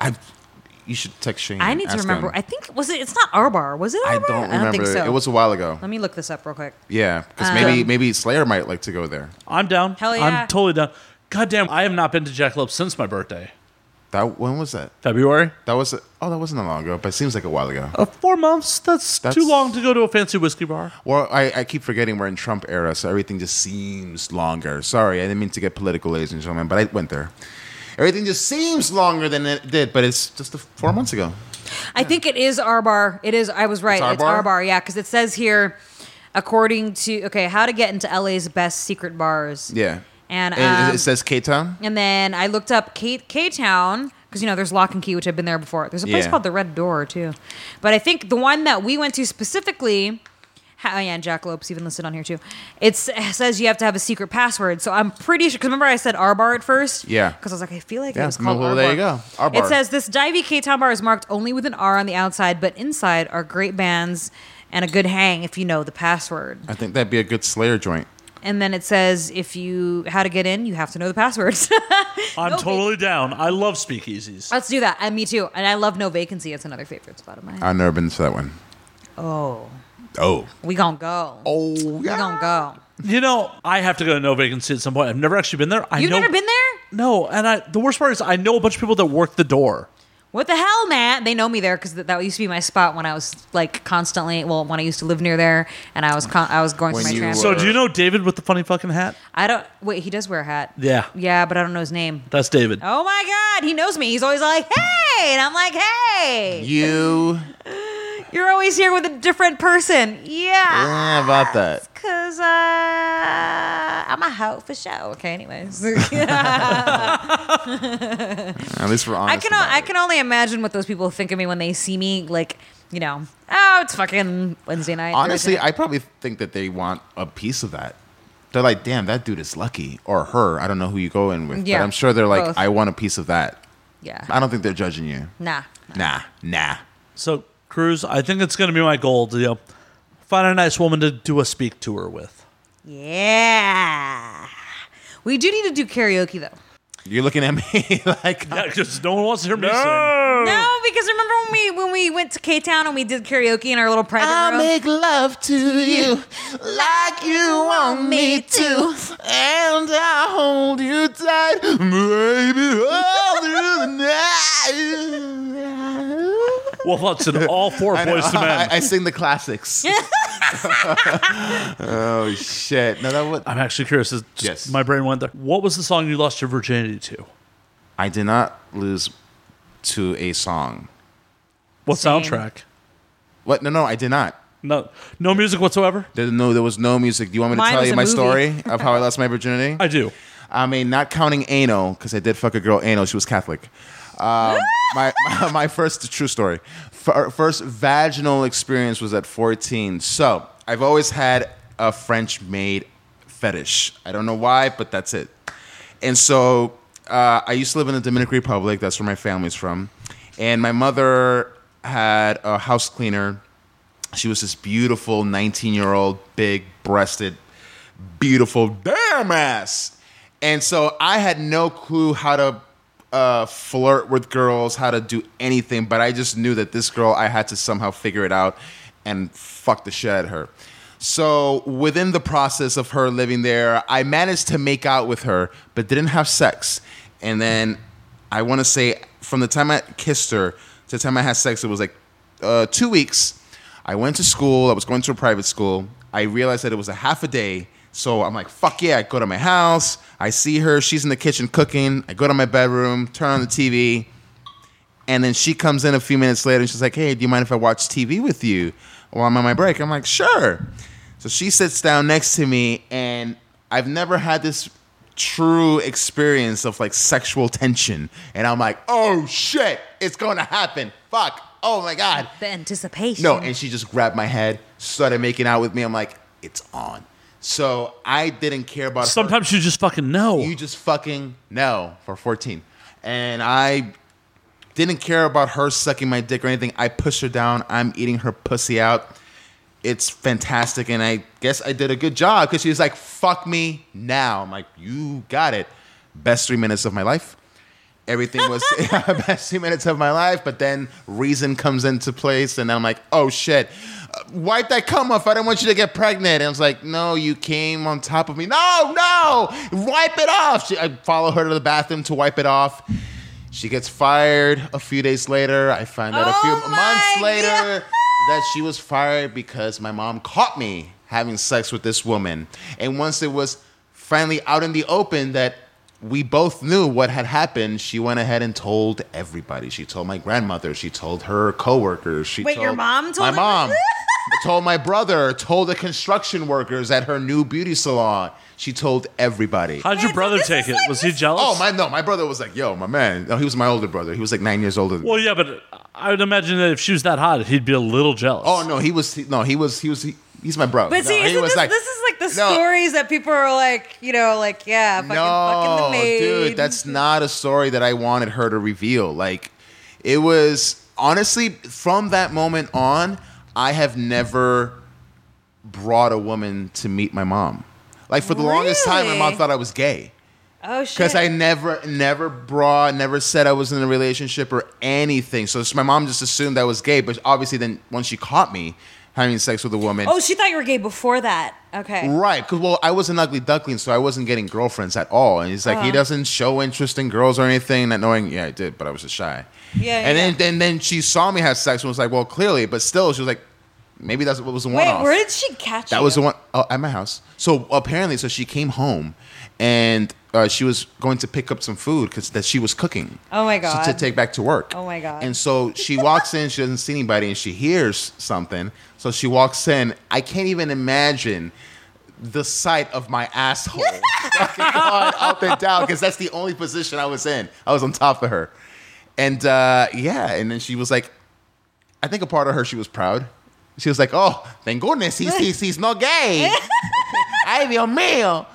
Speaker 4: I. You should text Shane.
Speaker 2: I
Speaker 4: and
Speaker 2: need to
Speaker 4: ask
Speaker 2: remember.
Speaker 4: him.
Speaker 2: I think was it? It's not R bar. Was it?
Speaker 4: I
Speaker 2: R bar?
Speaker 4: don't remember.
Speaker 2: I don't think so.
Speaker 4: It was a while ago.
Speaker 2: Let me Um, look this up real quick.
Speaker 4: Yeah, because maybe maybe Slayer might like to go there.
Speaker 1: I'm down.
Speaker 2: Hell yeah.
Speaker 1: I'm totally down. God damn, I have not been to Jackalope since my birthday.
Speaker 4: That when was that?
Speaker 1: February.
Speaker 4: That was oh, that wasn't that long ago, but it seems like a while ago.
Speaker 1: Uh, four months. That's,
Speaker 4: Oh. That's-
Speaker 1: too long to go to a fancy whiskey bar.
Speaker 4: Well, I, I keep forgetting we're in Trump era, so everything just seems longer. Sorry, I didn't mean to get political, ladies and gentlemen, but I went there. Everything just seems longer than it did, but it's just a, four months ago.
Speaker 2: I think it is R bar. It is. I was right.
Speaker 4: It's R
Speaker 2: It's
Speaker 4: bar?
Speaker 2: R bar. Yeah, because it says here, according to okay, how to get into LA's best secret bars.
Speaker 4: Yeah,
Speaker 2: And,
Speaker 4: it-
Speaker 2: um,
Speaker 4: it says K Town.
Speaker 2: And then I looked up K K Town because you know there's Lock and Key, which I've been there before. There's a place
Speaker 4: Yeah.
Speaker 2: called the Red Door too, but I think the one that we went to specifically. ha- Oh yeah, and Jack Lope's even listed on here too. It's, it says you have to have a secret password, so I'm pretty sure. Because remember, I said R bar at first.
Speaker 4: Yeah.
Speaker 2: Because I was like, I feel like it
Speaker 4: Yeah,
Speaker 2: was
Speaker 4: no,
Speaker 2: called
Speaker 4: well,
Speaker 2: R
Speaker 4: there you go. R bar.
Speaker 2: It says this divey K Town bar is marked only with an R on the outside, but inside are great bands and a good hang if you know the password.
Speaker 4: I think that'd be a good Slayer joint.
Speaker 2: And then it says if you how to get in, you have to know the passwords.
Speaker 1: I'm
Speaker 2: No
Speaker 1: totally down. I love speakeasies.
Speaker 2: Let's do that. And me too. And I love No Vacancy. It's another favorite spot of mine.
Speaker 4: I've never been to that one.
Speaker 2: oh,
Speaker 4: Oh,
Speaker 2: we gonna go.
Speaker 4: oh,
Speaker 2: we gonna go.
Speaker 1: You know, I have to go to No Vacancy at some point. I've never actually been there. I
Speaker 2: You've
Speaker 1: know,
Speaker 2: never been there?
Speaker 1: No, and I the worst part is I know a bunch of people that work the door.
Speaker 2: What the hell, Matt? They know me there because that used to be my spot when I was like constantly. Well, when I used to live near there, and I was con- I was going
Speaker 4: When
Speaker 2: through my
Speaker 4: you
Speaker 2: trans.
Speaker 4: were-
Speaker 1: So do you know David with the funny fucking hat?
Speaker 2: I don't. Wait, he does wear a hat.
Speaker 1: Yeah.
Speaker 2: Yeah, but I don't know his name.
Speaker 1: That's David.
Speaker 2: Oh my God, he knows me. He's always like, "Hey," and I'm like, "Hey."
Speaker 4: You
Speaker 2: You're always here with a different person. Yeah.
Speaker 4: eh, about that?
Speaker 2: Cause uh, I'm a hoe for show. Okay, anyways,
Speaker 4: At least we're
Speaker 2: I
Speaker 4: honest.
Speaker 2: can
Speaker 4: about
Speaker 2: I
Speaker 4: it.
Speaker 2: can only imagine what those people think of me when they see me. Like, you know, oh, it's fucking Wednesday night. Thursday
Speaker 4: Honestly,
Speaker 2: night."
Speaker 4: I probably think that they want a piece of that. They're like, damn, that dude is lucky, or her. I don't know who you go in with,
Speaker 2: Yeah,
Speaker 4: but I'm sure they're like,
Speaker 2: both.
Speaker 4: I want a piece of that.
Speaker 2: yeah,
Speaker 4: I don't think they're judging you.
Speaker 2: nah.
Speaker 4: Nah, nah.
Speaker 1: So Cruz, I think it's gonna be my goal to you know, find a nice woman to do a speak tour with.
Speaker 2: Yeah, we do need to do karaoke though.
Speaker 4: You're looking at me like,
Speaker 1: Yeah, because no one wants to hear me sing.
Speaker 2: No, because remember when we when we went to K Town and we did karaoke in our little private
Speaker 4: I
Speaker 2: room.
Speaker 4: make love to you like you want oh, me to, and I hold you tight, baby, all through the night.
Speaker 1: Well, let's in all four
Speaker 4: I know.
Speaker 1: boys to
Speaker 4: I,
Speaker 1: men.
Speaker 4: I sing the classics. oh shit! No, that would.
Speaker 1: I'm actually curious. It's just-
Speaker 4: Yes.
Speaker 1: My brain went there. What was the song you lost your virginity to?
Speaker 4: I did not lose to a song.
Speaker 1: What
Speaker 2: Same.
Speaker 1: soundtrack?
Speaker 4: What? No, no, I did not.
Speaker 1: No, no music whatsoever.
Speaker 4: There, no, there was no music. Do you want me to
Speaker 2: Mine
Speaker 4: tell
Speaker 2: was
Speaker 4: you
Speaker 2: a
Speaker 4: my
Speaker 2: movie.
Speaker 4: story of how I lost my virginity?
Speaker 1: I do.
Speaker 4: I mean, not counting anal, because I did fuck a girl anal. She was Catholic. Um, my, my my first true story, Fir- first vaginal experience was at 14. So I've always had a French maid fetish. I don't know why, but that's it. And so uh, I used to live in the Dominican Republic. That's where my family's from. And my mother had a house cleaner. She was this beautiful 19 year old, big breasted beautiful damn ass. And so I had no clue how to uh, flirt with girls, how to do anything, but I just knew that this girl, I had to somehow figure it out and fuck the shit out of her. So within the process of her living there, I managed to make out with her, but didn't have sex. And then I want to say from the time I kissed her to the time I had sex, it was like uh, two weeks. I went to school. I was going to a private school. I realized that it was a half a day. So I'm like, fuck yeah. I go to my house. I see her. She's in the kitchen cooking. I go to my bedroom, turn on the TV. And then she comes in a few minutes later and she's like, hey, do you mind if I watch TV with you while I'm on my break? I'm like, sure. So she sits down next to me, and I've never had this true experience of like sexual tension. And I'm like, oh shit, it's gonna happen. Fuck. Oh my God.
Speaker 2: The anticipation.
Speaker 4: No, and she just grabbed my head, started making out with me. I'm like, it's on. So I didn't care about her.
Speaker 1: Sometimes you just fucking know.
Speaker 4: You just fucking know for 14. And I didn't care about her sucking my dick or anything. I pushed her down. I'm eating her pussy out. It's fantastic. And I guess I did a good job because she was like, fuck me now. I'm like, you got it. Best three minutes of my life. Everything was best three minutes of my life, but then reason comes into place, and I'm like, oh shit, Uh, wipe that cum off. I don't want you to get pregnant. And I was like, no, you came on top of me. No, no, wipe it off. She, I follow her to the bathroom to wipe it off. She gets fired a few days later. I find out a few
Speaker 2: Oh my
Speaker 4: months later
Speaker 2: God.
Speaker 4: that she was fired because my mom caught me having sex with this woman. And once it was finally out in the open that we both knew what had happened, she went ahead and told everybody. She told my grandmother, she told her coworkers, she
Speaker 2: Wait,
Speaker 4: told
Speaker 2: your mom told
Speaker 4: my
Speaker 2: everybody?
Speaker 4: mom told my brother, told the construction workers at her new beauty salon. She told everybody.
Speaker 1: How did your
Speaker 2: It's-
Speaker 1: brother
Speaker 2: this
Speaker 1: take
Speaker 2: is
Speaker 1: it?
Speaker 2: like-
Speaker 1: was he jealous?
Speaker 4: Oh my no, my brother was like, "Yo, my man." No, he was my older brother. He was like nine years older. Than me.
Speaker 1: Well, yeah, but I would imagine that if she was that hot, he'd be a little jealous.
Speaker 4: Oh no, he was he- no, he was he was he, he's my bro.
Speaker 2: But
Speaker 4: no,
Speaker 2: see,
Speaker 4: he
Speaker 2: isn't
Speaker 4: was
Speaker 2: this,
Speaker 4: like
Speaker 2: this is like the
Speaker 4: No.
Speaker 2: stories that people are like, you know, like yeah, fucking, fucking the
Speaker 4: no,
Speaker 2: maid.
Speaker 4: dude, that's not a story that I wanted her to reveal. Like, it was honestly from that moment on, I have never brought a woman to meet my mom. Like for the longest time, my mom
Speaker 2: Really?
Speaker 4: thought I was gay.
Speaker 2: oh shit.
Speaker 4: Because I never, never brought, never said I was in a relationship or anything. So it's- my mom just assumed I was gay. But obviously, then once she caught me having sex with a woman.
Speaker 2: Oh, she thought you were gay before that. Okay.
Speaker 4: Right, because well, I was an ugly duckling, so I wasn't getting girlfriends at all. And he's like,
Speaker 2: Uh-huh.
Speaker 4: he doesn't show interest in girls or anything. Not knowing, yeah, I did, but I was just shy.
Speaker 2: Yeah,
Speaker 4: And
Speaker 2: yeah.
Speaker 4: then, then, then she saw me have sex and was like, well, clearly, but still, she was like, maybe that's what was the one.
Speaker 2: Wait, where did she catch
Speaker 4: That
Speaker 2: you?
Speaker 4: was the one oh, at my house. So apparently, so she came home and uh, she was going to pick up some food because that she was cooking.
Speaker 2: Oh my
Speaker 4: so- to
Speaker 2: God.
Speaker 4: take back to work.
Speaker 2: Oh my God.
Speaker 4: And so she walks in. She doesn't see anybody, and she hears something. So she walks in. I can't even imagine the sight of my asshole fucking going up and down because that's the only position I was in. I was on top of her, and uh, yeah, and then she was like, I think a part of her she was proud. She was like, "Oh, thank goodness he's he's, he's not gay." Ay, Dios mío.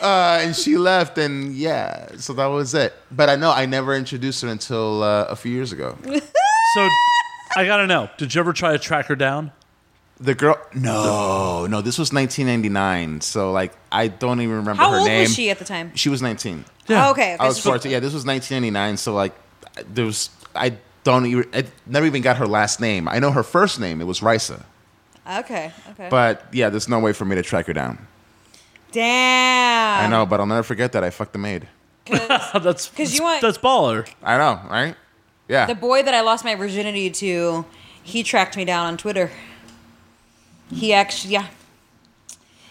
Speaker 4: uh, and she left, and yeah, so that was it. But I know I never introduced her until uh, a few years ago.
Speaker 1: So I gotta know. Did you ever try to track her down?
Speaker 4: The girl, no, no, this was 1999, so like I don't even remember
Speaker 2: How
Speaker 4: her
Speaker 2: old
Speaker 4: name.
Speaker 2: was she at the time?
Speaker 4: She was 19.
Speaker 1: Yeah.
Speaker 2: Oh, okay. okay.
Speaker 4: I was
Speaker 2: so-
Speaker 4: 14. Yeah, this was 1999, so like I- there was I don't even I never even got her last name. I know her first name. It was Risa,
Speaker 2: Okay. Okay.
Speaker 4: but yeah, there's no way for me to track her down.
Speaker 2: Damn.
Speaker 4: I know, but I'll never forget that I fucked the maid.
Speaker 1: that's
Speaker 2: 'Cause you want-
Speaker 1: that's baller.
Speaker 4: I know, right? Yeah.
Speaker 2: The boy that I lost my virginity to, he tracked me down on Twitter. He actually, yeah.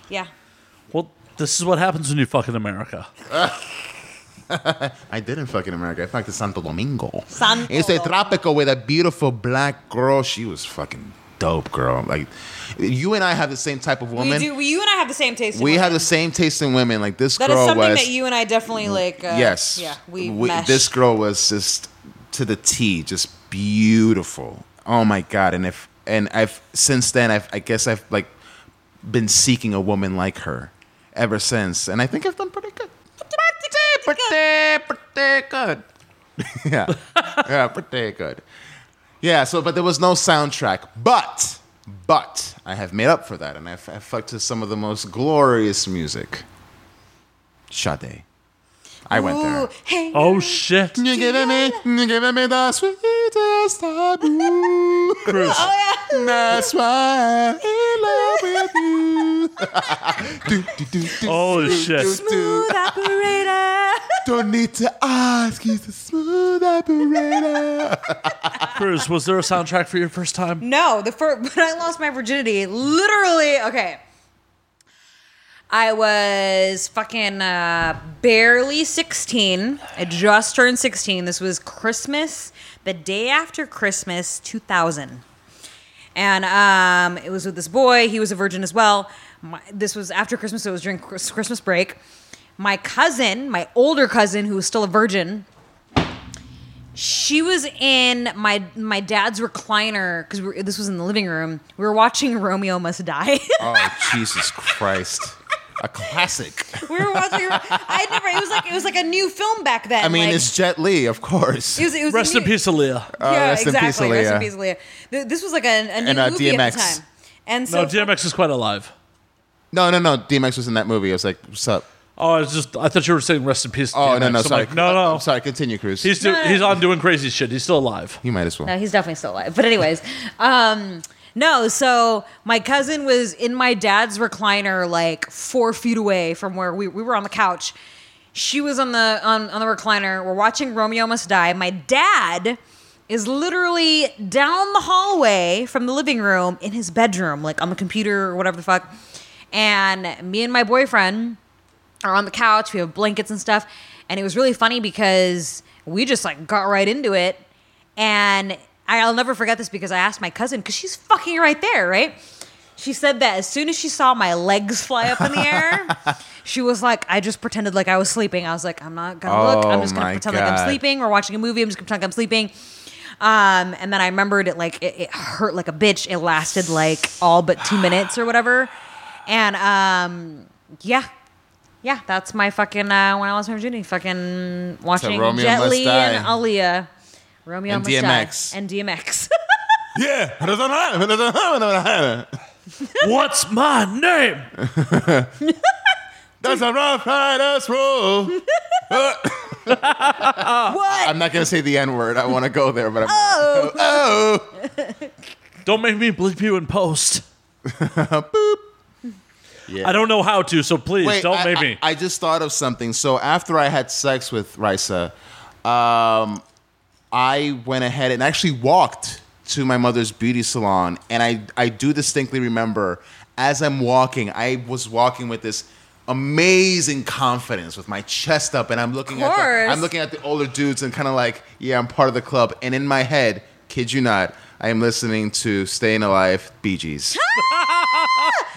Speaker 2: Yeah.
Speaker 1: Well, this is what happens when you fuck in America.
Speaker 4: I did in fucking America. I fucked in Santo Domingo.
Speaker 2: Santo
Speaker 4: It's a
Speaker 2: Domingo.
Speaker 4: tropical with a beautiful black girl. She was fucking dope, girl. Like, you and I have the same type of woman.
Speaker 2: we do. We, you and I have the same taste. in
Speaker 4: We
Speaker 2: women.
Speaker 4: have the same taste in women. Like this
Speaker 2: That is
Speaker 4: girl
Speaker 2: something
Speaker 4: was.
Speaker 2: that you and I definitely like. Uh,
Speaker 4: yes.
Speaker 2: Yeah. We,
Speaker 4: We-
Speaker 2: mesh.
Speaker 4: This girl was just to the T, just beautiful. Oh my god! And if and I've since then I've I guess I've like been seeking a woman like her ever since, and I think I've done pretty good. Pretty, pretty, pretty good. yeah, yeah, pretty good. Yeah. So, but there was no soundtrack, but. But I have made up for that, and I've, I've fucked to some of the most glorious music. Sade. I went there.
Speaker 2: Ooh, hey.
Speaker 1: Oh shit.
Speaker 4: You're giving me, you're giving me the sweetest taboo.
Speaker 1: Cruz.
Speaker 2: Oh yeah.
Speaker 4: That's why I'm in love with you. do, do, do, do,
Speaker 1: Holy
Speaker 4: do,
Speaker 1: shit.
Speaker 4: do, do.
Speaker 2: Smooth operator.
Speaker 4: Don't need to ask, he's a smooth operator.
Speaker 1: Cruz, was there a soundtrack for your first time?
Speaker 2: No, the first when I lost my virginity, literally, okay. I was fucking uh, barely 16. I just turned 16. This was Christmas, the day after Christmas 2000. And um, it was with this boy. He was a virgin as well. My, this was after Christmas, so it was during Chris- Christmas break. My cousin, my older cousin, who was still a virgin, she was in my my dad's recliner because this was in the living room. We were watching Romeo Must Die.
Speaker 4: Oh, Jesus Christ. A classic.
Speaker 2: we were watching. I never. It was like it was like a new film back then.
Speaker 4: I mean,
Speaker 2: like,
Speaker 4: it's Jet Li, of course.
Speaker 2: it was, it was a
Speaker 1: Rest in
Speaker 2: new-
Speaker 1: peace, Aaliyah.
Speaker 2: Yeah,
Speaker 4: rest in peace,
Speaker 2: exactly. Rest
Speaker 4: Aaliyah.
Speaker 2: in peace, Aaliyah. Th- This was like a, a new
Speaker 4: And, uh,
Speaker 2: movie at the
Speaker 4: DMX.
Speaker 2: time. And so
Speaker 1: No, DMX is quite alive.
Speaker 4: No, no, no. DMX was in that movie. I was like, what's up?
Speaker 1: Oh, I was just I thought you were saying rest in peace.
Speaker 4: Oh,
Speaker 1: DMX.
Speaker 4: no, no,
Speaker 1: I'm
Speaker 4: sorry.
Speaker 1: like, no, no.
Speaker 4: I'm sorry, continue, Cruz.
Speaker 1: He's do-
Speaker 2: No, no,
Speaker 1: he's
Speaker 2: no.
Speaker 1: on doing crazy shit. He's still alive.
Speaker 4: you might as well.
Speaker 2: No, he's definitely still alive. But anyways, um, no. So my cousin was in my dad's recliner, like four feet away from where we, we were on the couch. She was on the on, on the recliner. We're watching Romeo Must Die. My dad is literally down the hallway from the living room in his bedroom, like on the computer or whatever the fuck. And me and my boyfriend are on the couch. We have blankets and stuff. And it was really funny because we just like got right into it. And I'll never forget this because I asked my cousin because she's fucking right there, right? She said that as soon as she saw my legs fly up in the air, she was like, I just pretended like I was sleeping. I was like, I'm not gonna look. I'm
Speaker 4: Oh
Speaker 2: just gonna
Speaker 4: my
Speaker 2: pretend like I'm
Speaker 4: God.
Speaker 2: sleeping. We're watching a movie. I'm just gonna pretend like I'm sleeping. Um, and then I remembered it like it, it hurt like a bitch. It lasted like all but two minutes or whatever. And um, yeah, yeah, that's my fucking uh, when I lost my virginity. Fucking watching
Speaker 4: Romeo
Speaker 2: Jet
Speaker 4: Must
Speaker 2: Li
Speaker 4: Die.
Speaker 2: and Aaliyah, Romeo
Speaker 4: And
Speaker 2: Must
Speaker 4: DMX.
Speaker 2: Die, and DMX.
Speaker 4: Yeah.
Speaker 1: What's my name?
Speaker 4: That's a rough rider's rule.
Speaker 2: what?
Speaker 4: I'm not gonna say the N word. I want to go there, but I'm oh, oh.
Speaker 1: Don't make me bleep you in post. I don't know how to, so please
Speaker 4: Wait,
Speaker 1: don't
Speaker 4: I,
Speaker 1: make
Speaker 4: I-
Speaker 1: me.
Speaker 4: I, just thought of something. So after I had sex with Risa, um, I went ahead and actually walked to my mother's beauty salon, and I I do distinctly remember as I'm walking, I was walking with this amazing confidence with my chest up and I'm looking at the,
Speaker 2: course.
Speaker 4: I'm looking at the older dudes and kind of like yeah I'm part of the club and in my head kid you not I am listening to Staying Alive Bee Gees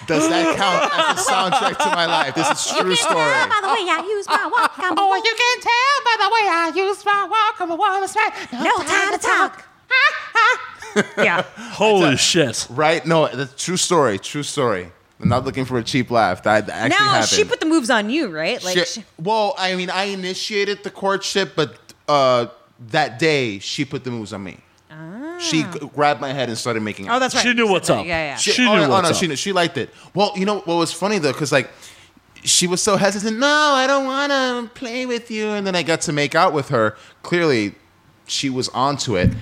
Speaker 4: does that count as a soundtrack to my life this is true story
Speaker 5: by the way I use my walk. I'm
Speaker 6: Oh, you can tell by the way I use my walk. I'm a woman's man.
Speaker 5: no
Speaker 6: No,
Speaker 5: time to talk.
Speaker 2: Yeah.
Speaker 1: Holy shit.
Speaker 4: right no that's true story true story I'm not looking for a cheap laugh that that actually
Speaker 2: now
Speaker 4: happened
Speaker 2: she put the moves on you, right? Like,
Speaker 4: She-
Speaker 2: she-
Speaker 4: well, I mean, I initiated the courtship, but uh, that day she put the moves on me. She g- grabbed my head and started making.
Speaker 2: Ah. oh, that's right.
Speaker 1: She knew
Speaker 2: You said
Speaker 1: what's
Speaker 2: that.
Speaker 1: up.
Speaker 2: Yeah, yeah.
Speaker 1: She- knew
Speaker 4: no,
Speaker 1: what's
Speaker 4: no,
Speaker 1: up.
Speaker 4: she knew. She liked it. Well, you know what was funny though, because like she was so hesitant. No, I don't want to play with you. And then I got to make out with her. Clearly, she was onto it.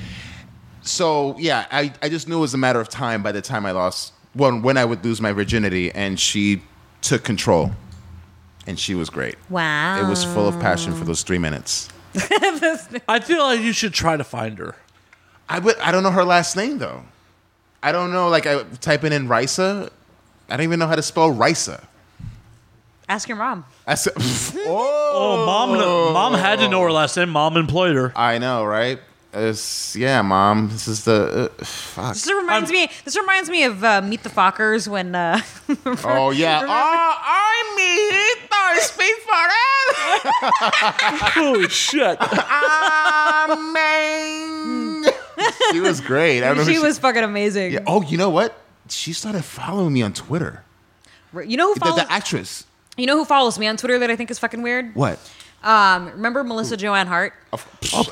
Speaker 4: So yeah, I, I just knew it was a matter of time. By the time I lost, when when I would lose my virginity, and she took control, and she was great.
Speaker 2: wow.
Speaker 4: It was full of passion for those three minutes.
Speaker 1: I feel like you should try to find her.
Speaker 4: I would. I don't know her last name though. I don't know. Like I typing in Risa, I don't even know how to spell Risa.
Speaker 2: Ask your mom.
Speaker 4: I said, oh,
Speaker 1: Oh, mom, mom had to know her last name. Mom employed her.
Speaker 4: I know, right? It's, yeah, mom. This is the uh, fuck.
Speaker 2: This reminds me. This reminds me of uh, Meet the Fockers when. Uh,
Speaker 4: Oh yeah. Oh, I'm mijito. Speak for him.
Speaker 1: Holy shit.
Speaker 4: Amen. she was great. I remember
Speaker 2: she was fucking amazing.
Speaker 4: Yeah. Oh, you know what? She started following me on Twitter.
Speaker 2: You know who
Speaker 4: The,
Speaker 2: follows?
Speaker 4: the actress.
Speaker 2: you know who follows me on Twitter that I think is fucking weird?
Speaker 4: What?
Speaker 2: Um, remember Melissa Joanne Hart?
Speaker 1: Of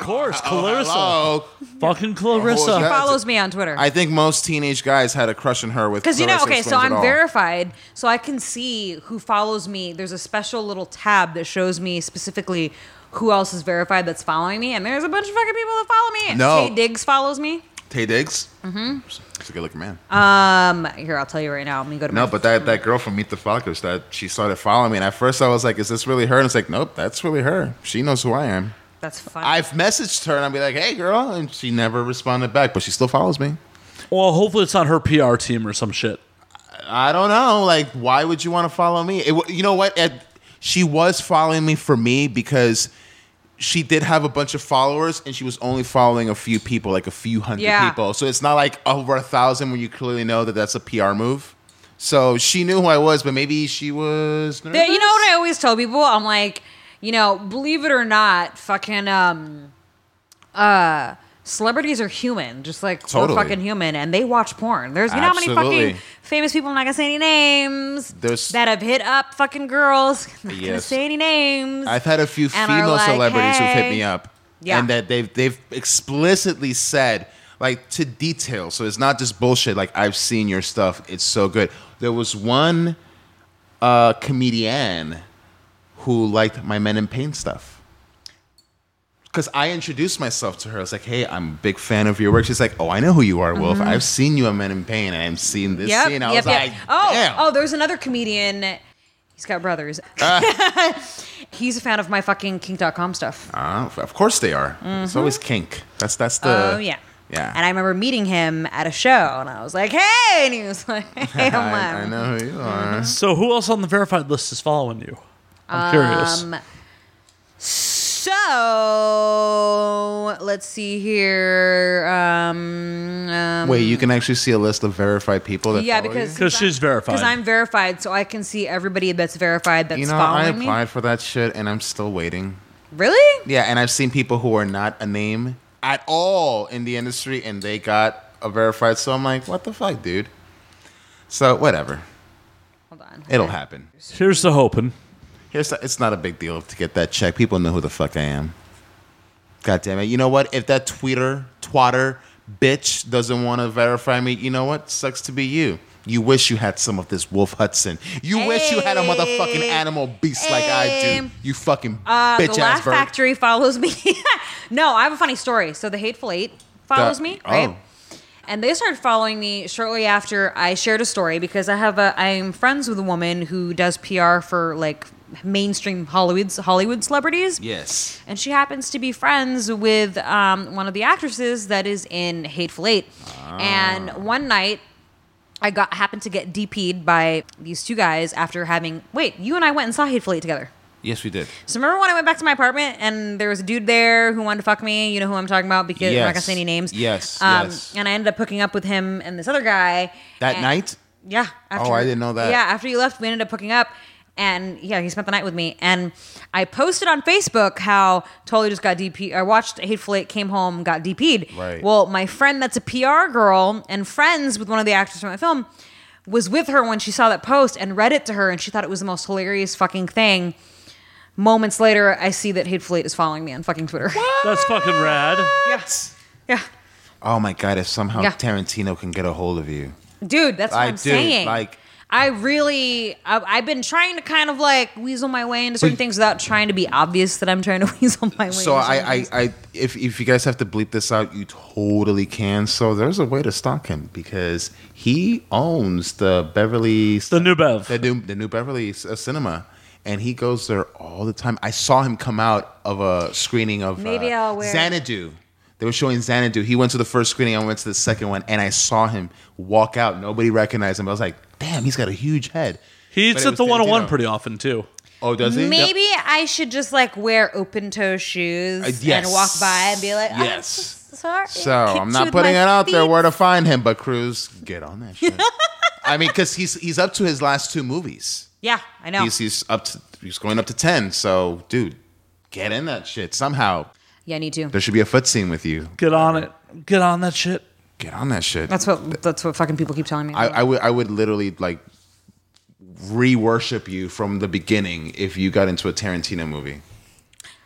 Speaker 1: course, Clarissa.
Speaker 4: Oh,
Speaker 1: Fucking Clarissa.
Speaker 4: yeah.
Speaker 2: follows me on Twitter.
Speaker 4: I think most teenage guys had a crush on her with
Speaker 2: Because you know,
Speaker 4: Clarissa
Speaker 2: okay, so
Speaker 4: Explains It
Speaker 2: I'm
Speaker 4: All.
Speaker 2: verified, so I can see who follows me. There's a special little tab that shows me specifically who else is verified that's following me, and there's a bunch of fucking people that follow me.
Speaker 4: No.
Speaker 2: Tay Diggs follows me.
Speaker 4: Tay Diggs. Mm-hmm. He's a good-looking man.
Speaker 2: Um, here I'll tell you right now. Let me go to
Speaker 4: no,
Speaker 2: my-
Speaker 4: but that, that girl from Meet the Fockers, that she started following me, and at first I was like, "Is this really her?" And it's like, "Nope, that's really her. She knows who I am."
Speaker 2: that's funny.
Speaker 4: I've messaged her and I'd be like, "Hey, girl," and she never responded back, but she still follows me.
Speaker 1: Well, hopefully it's not her PR team or some shit.
Speaker 4: I don't know. Like, why would you want to follow me? It, wa- you know what? At, she was following me for me because she did have a bunch of followers, and she was only following a few people, like a few hundred
Speaker 2: Yeah.
Speaker 4: people. So it's not like over a thousand when you clearly know that that's a PR move. So she knew who I was, but maybe she was.
Speaker 2: Th- you know
Speaker 4: nervous?
Speaker 2: what I always tell people? I'm like, you know, believe it or not, fucking um uh celebrities are human, just like
Speaker 4: Totally.
Speaker 2: we're fucking human and they watch porn. There's you know how many
Speaker 4: Absolutely.
Speaker 2: fucking famous people, I'm not gonna say any names
Speaker 4: There's-
Speaker 2: that have hit up fucking girls. I'm not gonna
Speaker 4: Yes.
Speaker 2: say any names.
Speaker 4: I've had a few
Speaker 2: and are
Speaker 4: female
Speaker 2: like,
Speaker 4: celebrities who've hit
Speaker 2: "Hey."
Speaker 4: me up,
Speaker 2: Yeah.
Speaker 4: and that they've they've explicitly said like to detail. So it's not just bullshit. Like I've seen your stuff; it's so good. There was one uh, comedian who liked my Men in Pain stuff because I introduced myself to her. I was like, "Hey, I'm a big fan of your work." She's like, "Oh, I know who you are, Wolf. I've seen you on Men in Pain, and I've seen this
Speaker 2: Mm-hmm. Yep,
Speaker 4: scene." I
Speaker 2: yep,
Speaker 4: was
Speaker 2: yep.
Speaker 4: like,
Speaker 2: oh,
Speaker 4: "Damn."
Speaker 2: oh, there's another comedian. He's got brothers.
Speaker 4: Ah.
Speaker 2: He's a fan of my fucking kink.com stuff.
Speaker 4: Uh, of course they are. It's always kink. That's that's the.
Speaker 2: Mm-hmm. Oh yeah.
Speaker 4: yeah.
Speaker 2: And I remember meeting him at a show, and I was like, "Hey!" And he was like, "Hey, I'm
Speaker 4: I, I
Speaker 2: like,
Speaker 4: know who you are.
Speaker 1: So who else on the verified list is following you? I'm curious.
Speaker 2: Um, so let's see here. Um, um,
Speaker 4: Wait, you can actually see a list of verified people that
Speaker 2: yeah,
Speaker 4: follow
Speaker 2: because
Speaker 1: Because she's verified.
Speaker 2: because I'm verified, so I can see everybody that's verified that's
Speaker 4: you, you know I
Speaker 2: following
Speaker 4: applied for that shit and I'm still waiting.
Speaker 2: me. Really?
Speaker 4: Yeah, and I've seen people who are not a name at all in the industry and they got a verified. So I'm like, what the fuck, dude? So whatever,
Speaker 2: Hold on.
Speaker 4: it'll happen.
Speaker 1: Here's the hoping.
Speaker 4: Here's the, it's not a big deal to get that check. People know who the fuck I am. God damn it! You know what? If that tweeter, twatter, bitch doesn't want to verify me, you know what? Sucks to be you. You wish you had some of this Wolf Hudson. You wish you had a motherfucking
Speaker 2: Hey.
Speaker 4: animal beast like I do.
Speaker 2: Hey.
Speaker 4: You fucking
Speaker 2: Uh,
Speaker 4: bitch
Speaker 2: the
Speaker 4: ass
Speaker 2: Laugh
Speaker 4: bird.
Speaker 2: Factory follows me. no, I have a funny story. So the Hateful Eight follows
Speaker 4: That-
Speaker 2: me,
Speaker 4: oh.
Speaker 2: right? and they started following me shortly after I shared a story because I have a I'm friends with a woman who does PR for like mainstream Hollywood Hollywood celebrities.
Speaker 4: Yes.
Speaker 2: And she happens to be friends with um, one of the actresses that is in Hateful Eight.
Speaker 4: Ah.
Speaker 2: And one night, I got happened to get DP'd by these two guys after having. Wait, you and I went and saw Hateful Eight together.
Speaker 4: Yes, we did.
Speaker 2: So remember when I went back to my apartment and there was a dude there who wanted to fuck me? You know who I'm talking about because I'm not gonna
Speaker 4: Yes.
Speaker 2: say any names. Um,
Speaker 4: Yes, yes.
Speaker 2: And I ended up hooking up with him and this other guy
Speaker 4: That
Speaker 2: and-
Speaker 4: night?
Speaker 2: Yeah.
Speaker 4: Oh, I didn't know that.
Speaker 2: Yeah, after you left, we ended up hooking up, and yeah, he spent the night with me. And I posted on Facebook how totally just got DP. I watched Hateful Eight, came home, got DP'd.
Speaker 4: Right.
Speaker 2: Well, my friend that's a PR girl and friends with one of the actors from my film was with her when she saw that post and read it to her, and she thought it was the most hilarious fucking thing. Moments later, I see that Hateful Eight is following me on fucking Twitter.
Speaker 1: That's fucking rad.
Speaker 2: Yes. Yeah.
Speaker 4: Oh my god! If somehow
Speaker 2: Yeah.
Speaker 4: Tarantino can get a hold of you,
Speaker 2: dude that's what
Speaker 4: Like,
Speaker 2: i'm
Speaker 4: dude,
Speaker 2: saying
Speaker 4: like-
Speaker 2: i really I, i've been trying to kind of like weasel my way into certain things without trying to be obvious that i'm trying to weasel my way
Speaker 4: so
Speaker 2: into
Speaker 4: I,
Speaker 2: certain
Speaker 4: I,
Speaker 2: things.
Speaker 4: I, if if you guys have to bleep this out, you totally can. So there's a way to stalk him because he owns the Beverly,
Speaker 1: The new Bev.
Speaker 4: the new, the new Beverly uh, Cinema, and he goes there all the time. I saw him come out of a screening of
Speaker 2: Maybe
Speaker 4: uh,
Speaker 2: I'll wear-
Speaker 4: Xanadu. They were showing Xanadu. He went to the first screening. I went to the second one, and I saw him walk out. Nobody recognized him. I was like, "Damn, he's got a huge head."
Speaker 1: He
Speaker 4: But
Speaker 1: eats
Speaker 4: it
Speaker 1: at
Speaker 4: was
Speaker 1: the 101
Speaker 4: Tarantino.
Speaker 1: pretty often too.
Speaker 4: Oh, does he? Yep.
Speaker 2: maybe i should just like wear open toe shoes
Speaker 4: Uh, yes.
Speaker 2: and walk by and be like oh,
Speaker 4: Yes.
Speaker 2: s- sorry
Speaker 4: So I'm not putting it out there where to find him, but Cruz, get on that shit. I mean, because he's he's up to his last two movies.
Speaker 2: yeah i know
Speaker 4: He's he's up to he's going up to ten. So dude, get in that shit somehow.
Speaker 2: yeah i need to
Speaker 4: There should be a foot scene with you.
Speaker 1: Get on it. Get on that shit.
Speaker 4: Get on that shit.
Speaker 2: that's what that's what fucking people keep telling me
Speaker 4: I, I would I would literally like re-worship you from the beginning if you got into a Tarantino movie.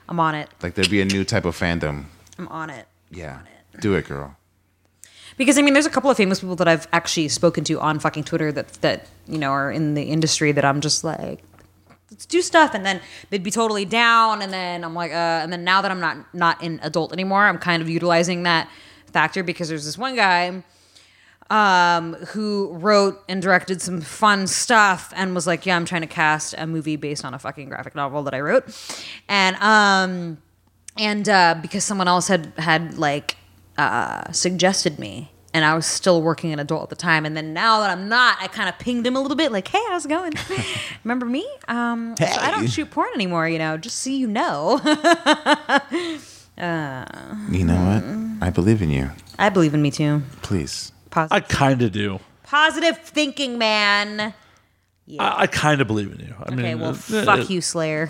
Speaker 2: i'm on it
Speaker 4: Like there'd be a new type of fandom.
Speaker 2: i'm on it
Speaker 4: Yeah, do it, girl.
Speaker 2: Because I mean, there's a couple of famous people that I've actually spoken to on fucking Twitter that that you know are in the industry that I'm just like, let's do stuff, and then they'd be totally down, and then I'm like, uh, and then now that I'm not not an adult anymore, I'm kind of utilizing that factor because there's this one guy um, who wrote and directed some fun stuff and was like, yeah, I'm trying to cast a movie based on a fucking graphic novel that I wrote, and um, and uh, because someone else had had like uh, suggested me and i was still working an adult at the time and then now that i'm not i kind of pinged him a little bit like hey how's it going remember me um, so i don't shoot porn anymore you know just so you know
Speaker 4: You know
Speaker 2: Mm.
Speaker 4: what? I believe in you.
Speaker 2: i believe in me too
Speaker 4: Please.
Speaker 1: I
Speaker 2: positive,
Speaker 1: kind of do.
Speaker 2: positive thinking man
Speaker 1: I, I kind of believe in you. I mean,
Speaker 2: okay well
Speaker 1: uh,
Speaker 2: fuck
Speaker 1: uh,
Speaker 2: you slayer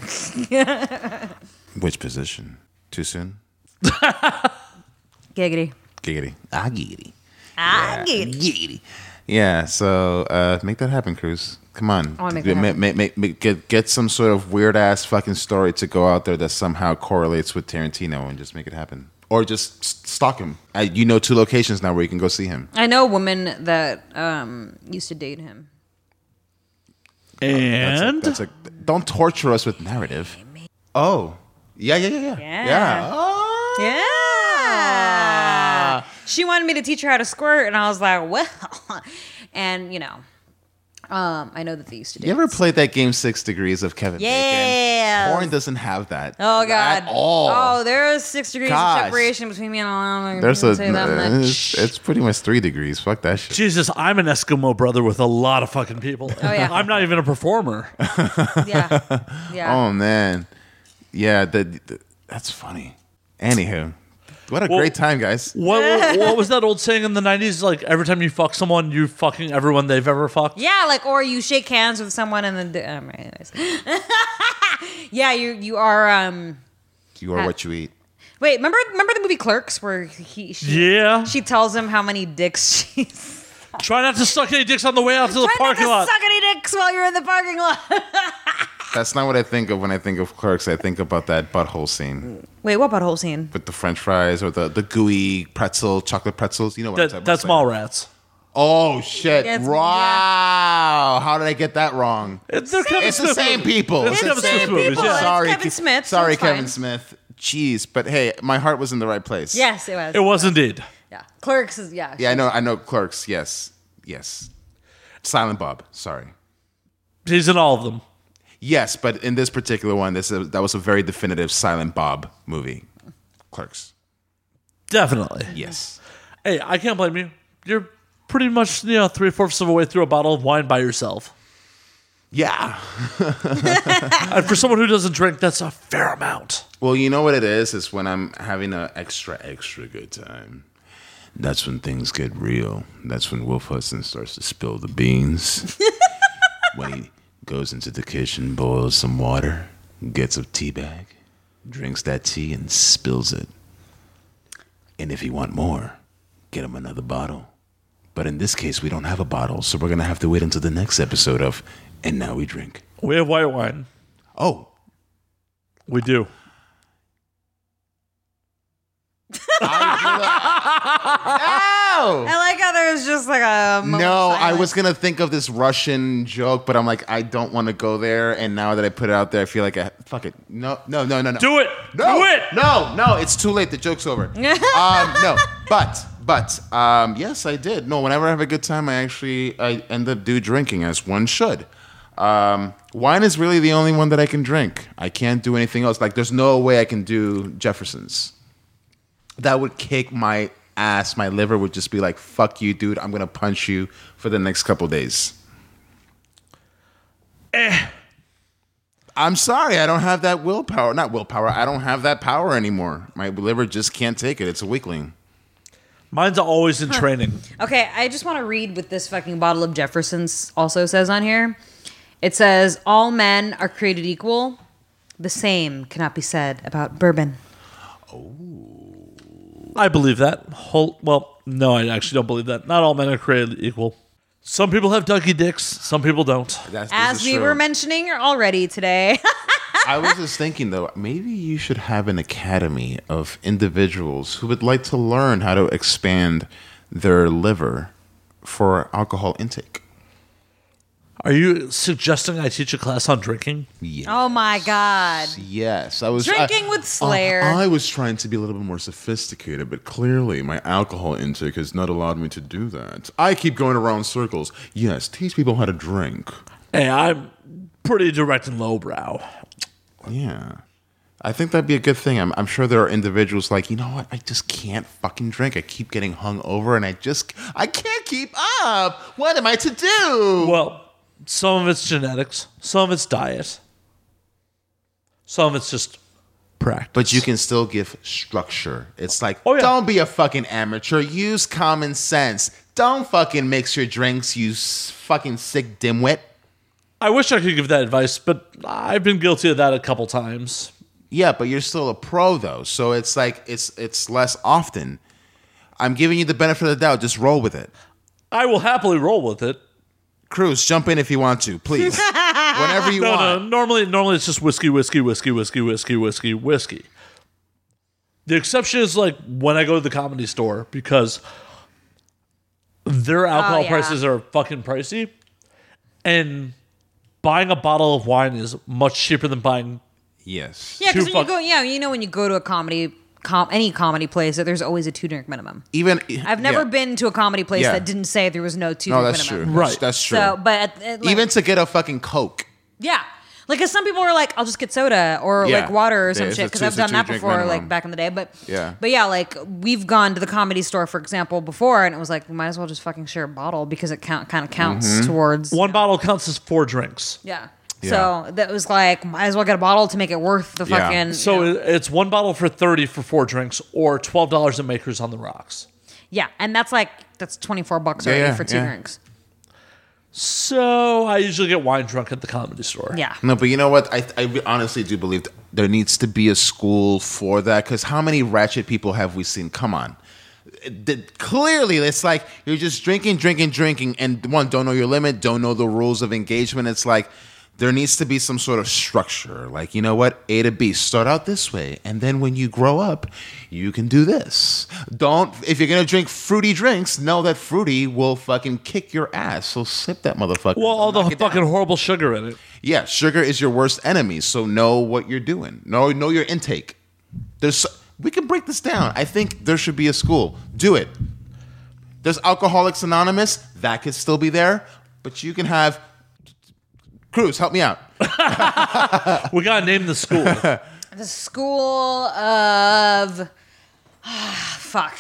Speaker 4: Which position? Too soon?
Speaker 2: giggity
Speaker 4: Giggity. Ah, giggity.
Speaker 2: ah giggity
Speaker 4: Giggity. Yeah, so uh, make that happen, Cruz. Come on.
Speaker 2: wanna make that
Speaker 4: Ma-
Speaker 2: happen.
Speaker 4: ma- ma- ma- get, get some sort of weird ass fucking story to go out there that somehow correlates with Tarantino and just make it happen. Or just s- stalk him. Uh, you know two locations now where you can go see him.
Speaker 2: i know a woman that um, used to date him
Speaker 4: That's a-
Speaker 1: And
Speaker 4: that's a, don't torture us with narrative. Oh. Yeah, yeah, yeah, yeah.
Speaker 2: Yeah.
Speaker 4: Oh.
Speaker 2: Yeah. She wanted me to teach her how to squirt, and I was like, well. And, you know, um, I know that they used to do
Speaker 4: You ever played that game Six Degrees of Kevin
Speaker 2: Yes.
Speaker 4: Bacon? Porn doesn't have that.
Speaker 2: Oh, God.
Speaker 4: At all.
Speaker 2: Oh, there is six degrees
Speaker 4: Gosh.
Speaker 2: of separation between me and Allah.
Speaker 4: There's a,
Speaker 2: I'll say that much.
Speaker 4: it's, it's pretty much three degrees. Fuck that shit.
Speaker 1: Jesus, I'm an Eskimo brother with a lot of fucking people. Oh,
Speaker 2: yeah.
Speaker 1: I'm not even a performer.
Speaker 2: Yeah. Yeah.
Speaker 4: Oh man, yeah, that that- that's funny. Anywho, what a
Speaker 1: Well-
Speaker 4: great time, guys.
Speaker 1: What, what, what was that old saying in the 90s? Like, every time you fuck someone, you fucking everyone they've ever fucked?
Speaker 2: Yeah, like, or you shake hands with someone and then, do- um, anyways. yeah, you you are. Um,
Speaker 4: You are what you eat.
Speaker 2: wait, remember remember the movie Clerks where he she,
Speaker 1: Yeah.
Speaker 2: she tells him how many dicks she's
Speaker 1: Try not to suck any dicks on the way out to the
Speaker 2: Try not
Speaker 1: parking
Speaker 2: to
Speaker 1: lot.
Speaker 2: Suck any dicks while you're in the parking lot.
Speaker 4: That's not what I think of when I think of clerks. I think about that butthole scene
Speaker 2: Wait, what about whole scene?
Speaker 4: with the French fries or the, the gooey pretzel, chocolate pretzels. You know what? I'm
Speaker 1: That,
Speaker 4: talking
Speaker 1: that's
Speaker 4: about.
Speaker 1: Mallrats.
Speaker 4: Oh shit!
Speaker 2: Yes,
Speaker 4: wow, how did I get that wrong?
Speaker 1: It's, they're Kevin
Speaker 4: It's the
Speaker 1: Smith
Speaker 4: same
Speaker 1: movies.
Speaker 4: people.
Speaker 1: It's
Speaker 2: the
Speaker 1: Kevin
Speaker 2: same
Speaker 1: Smith movies.
Speaker 2: people.
Speaker 1: yeah.
Speaker 2: It's
Speaker 4: Sorry,
Speaker 2: Kevin
Speaker 4: Ke-
Speaker 2: Smith, so
Speaker 4: Sorry,
Speaker 2: it's fine.
Speaker 4: Kevin Smith. Jeez, but hey, my heart was in the right place.
Speaker 2: Yes, it was.
Speaker 1: It was indeed.
Speaker 2: Yeah. Clerks is yeah.
Speaker 4: Yeah, I know. I know. Clerks. Yes. Yes. Silent Bob. Sorry.
Speaker 1: He's in all of them.
Speaker 4: Yes, but in this particular one, this is, that was a very definitive Silent Bob movie. Clerks.
Speaker 1: Definitely.
Speaker 4: Yes.
Speaker 1: Hey, I can't blame you. You're pretty much, you know, three fourths of a way through a bottle of wine by yourself.
Speaker 4: Yeah.
Speaker 1: And for someone who doesn't drink, that's a fair amount.
Speaker 4: Well, you know what it is? It's when I'm having an extra, extra good time. That's when things get real. That's when Wolf Hudson starts to spill the beans. when he goes into the kitchen, boils some water, gets a tea bag, drinks that tea, and spills it. And if you want more, get him another bottle. But in this case, we don't have a bottle, so we're going to have to wait until the next episode of And Now We Drink.
Speaker 1: We have white wine.
Speaker 4: Oh,
Speaker 1: We do.
Speaker 2: I like how there was just like a moment
Speaker 4: No,
Speaker 2: of
Speaker 4: I
Speaker 2: silence.
Speaker 4: was gonna think of this Russian joke, but I'm like, I don't want to go there. And now that I put it out there, I feel like I fuck it. No, no, no, no, no.
Speaker 1: Do it.
Speaker 4: No,
Speaker 1: Do it.
Speaker 4: No, no, it's too late. The joke's over. um, no, but but um, yes, I did. No, whenever I have a good time, I actually I end up do drinking as one should. Um, wine is really the only one that I can drink. I can't do anything else. Like, there's no way I can do Jefferson's. That would kick my ass. My liver would just be like, "Fuck you, dude. I'm gonna punch you for the next couple days." I'm sorry, I don't have that willpower. Not willpower. I don't have that power anymore. My liver just can't take it. It's a weakling.
Speaker 1: Mine's always in training.
Speaker 2: Okay, I just want to read what this fucking bottle of Jefferson's also says on here. It says, All men are created equal. The same cannot be said about bourbon.
Speaker 1: I believe that. Whole, well, no, I actually don't believe that. Not all men are created equal. Some people have donkey dicks, some people don't.
Speaker 4: That's, this
Speaker 2: As
Speaker 4: is
Speaker 2: we
Speaker 4: true.
Speaker 2: were mentioning already today.
Speaker 4: I was just thinking though, maybe you should have an academy of individuals who would like to learn how to expand their liver for alcohol intake.
Speaker 1: Are you suggesting I teach a class on drinking?
Speaker 2: oh my God.
Speaker 4: Yes, I was uh,
Speaker 2: Drinking
Speaker 4: I-
Speaker 2: with Slayer.
Speaker 4: I was trying to be a little bit more sophisticated, but clearly my alcohol intake has not allowed me to do that. I keep going around circles. Yes, teach people how to drink.
Speaker 1: Hey, I'm pretty direct and lowbrow.
Speaker 4: Yeah. I think that'd be a good thing. I'm, I'm sure there are individuals like, you know what? I just can't fucking drink. I keep getting hung over and I just, I can't keep up. What am I to do?
Speaker 1: Well, some of it's genetics, some of it's diet, some of it's just practice.
Speaker 4: but you can still give structure. It's like,
Speaker 1: Oh, yeah.
Speaker 4: don't be a fucking amateur. Use common sense. Don't fucking mix your drinks, you s- fucking sick dimwit.
Speaker 1: I wish I could give that advice, but I've been guilty of that a couple times.
Speaker 4: Yeah, but you're still a pro though, so it's like it's it's less often. I'm giving you the benefit of the doubt. Just roll with it.
Speaker 1: I will happily roll with it.
Speaker 4: Cruz, jump in if you want to, please. Whenever you
Speaker 1: No,
Speaker 4: want.
Speaker 1: no. Normally, normally it's just whiskey, whiskey, whiskey, whiskey, whiskey, whiskey, whiskey. The exception is like when I go to the comedy store because their alcohol
Speaker 2: yeah.
Speaker 1: prices are fucking pricey, and buying a bottle of wine is much cheaper than buying.
Speaker 4: Yes.
Speaker 2: Yeah,
Speaker 1: Two
Speaker 2: because when you
Speaker 1: fuck-
Speaker 2: go, yeah, you know when you go to a comedy, com- any comedy place, that there's always a two drink minimum.
Speaker 4: Even
Speaker 2: I've never
Speaker 4: yeah.
Speaker 2: been to a comedy place
Speaker 4: Yeah.
Speaker 2: that didn't say there was no two
Speaker 4: No,
Speaker 2: drink
Speaker 4: that's true.
Speaker 2: minimum.
Speaker 1: Right.
Speaker 4: That's, that's true.
Speaker 2: So, but at- at, like,
Speaker 4: Even to get a fucking Coke.
Speaker 2: yeah, like 'cause some people are like, I'll just get soda or
Speaker 4: Yeah.
Speaker 2: like water or
Speaker 4: Yeah,
Speaker 2: some
Speaker 4: it's
Speaker 2: shit
Speaker 4: a
Speaker 2: because
Speaker 4: two-
Speaker 2: I've
Speaker 4: it's a
Speaker 2: done that
Speaker 4: two-drink
Speaker 2: before, like
Speaker 4: minimum.
Speaker 2: back in the day. But
Speaker 4: Yeah.
Speaker 2: but yeah, like we've gone to the comedy store for example before, and it was like we might as well just fucking share a bottle because it count kind of counts towards
Speaker 1: One bottle counts as four drinks,
Speaker 2: yeah.
Speaker 4: Mm-hmm. Yeah.
Speaker 2: So that was like, might as well get a bottle to make it worth the
Speaker 4: Yeah.
Speaker 2: fucking. you
Speaker 1: so
Speaker 2: know.
Speaker 1: it- it's one bottle for thirty for four drinks, or twelve dollars at Makers on the Rocks.
Speaker 2: Yeah, and that's like that's twenty four bucks
Speaker 4: Yeah,
Speaker 2: already
Speaker 4: yeah,
Speaker 2: for two
Speaker 4: yeah.
Speaker 2: drinks.
Speaker 1: So I usually get wine drunk at the comedy store.
Speaker 2: Yeah,
Speaker 4: No, but you know what? I, I re- honestly do believe th- there needs to be a school for that because how many ratchet people have we seen? Come on. It- the- clearly, it's like you're just drinking, drinking, drinking, and one, don't know your limit, don't know the rules of engagement. It's like there needs to be some sort of structure. Like, you know what? A to B. Start out this way, and then when you grow up, you can do this. Don't, if you're going to drink fruity drinks, know that fruity will fucking kick your ass. So sip that motherfucker.
Speaker 1: Well, all the
Speaker 4: Knock it down.
Speaker 1: fucking horrible sugar in it.
Speaker 4: Yeah, sugar is your worst enemy, so know what you're doing. Know know your intake. There's we can break this down. I think there should be a school. Do it. There's Alcoholics Anonymous. That could still be there, but you can have. Cruz, help me out.
Speaker 1: We gotta name the school.
Speaker 2: The school of fuck.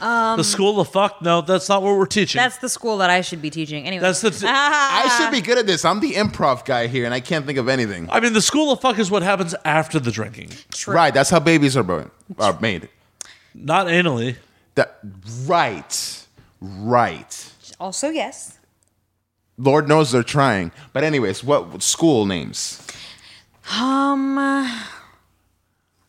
Speaker 4: Um,
Speaker 1: the school of fuck. No, that's not what we're teaching.
Speaker 2: That's the school that I should be teaching. Anyway,
Speaker 1: That's the.
Speaker 4: I should be good at this. I'm the improv guy here, and I can't think of anything.
Speaker 1: I mean, the school of fuck is what happens after the drinking,
Speaker 2: true.
Speaker 4: Right, that's how babies are born, are made.
Speaker 1: not anally.
Speaker 4: That right, right.
Speaker 2: Also, yes.
Speaker 4: Lord knows they're trying. But anyways, what school names?
Speaker 2: Um, uh,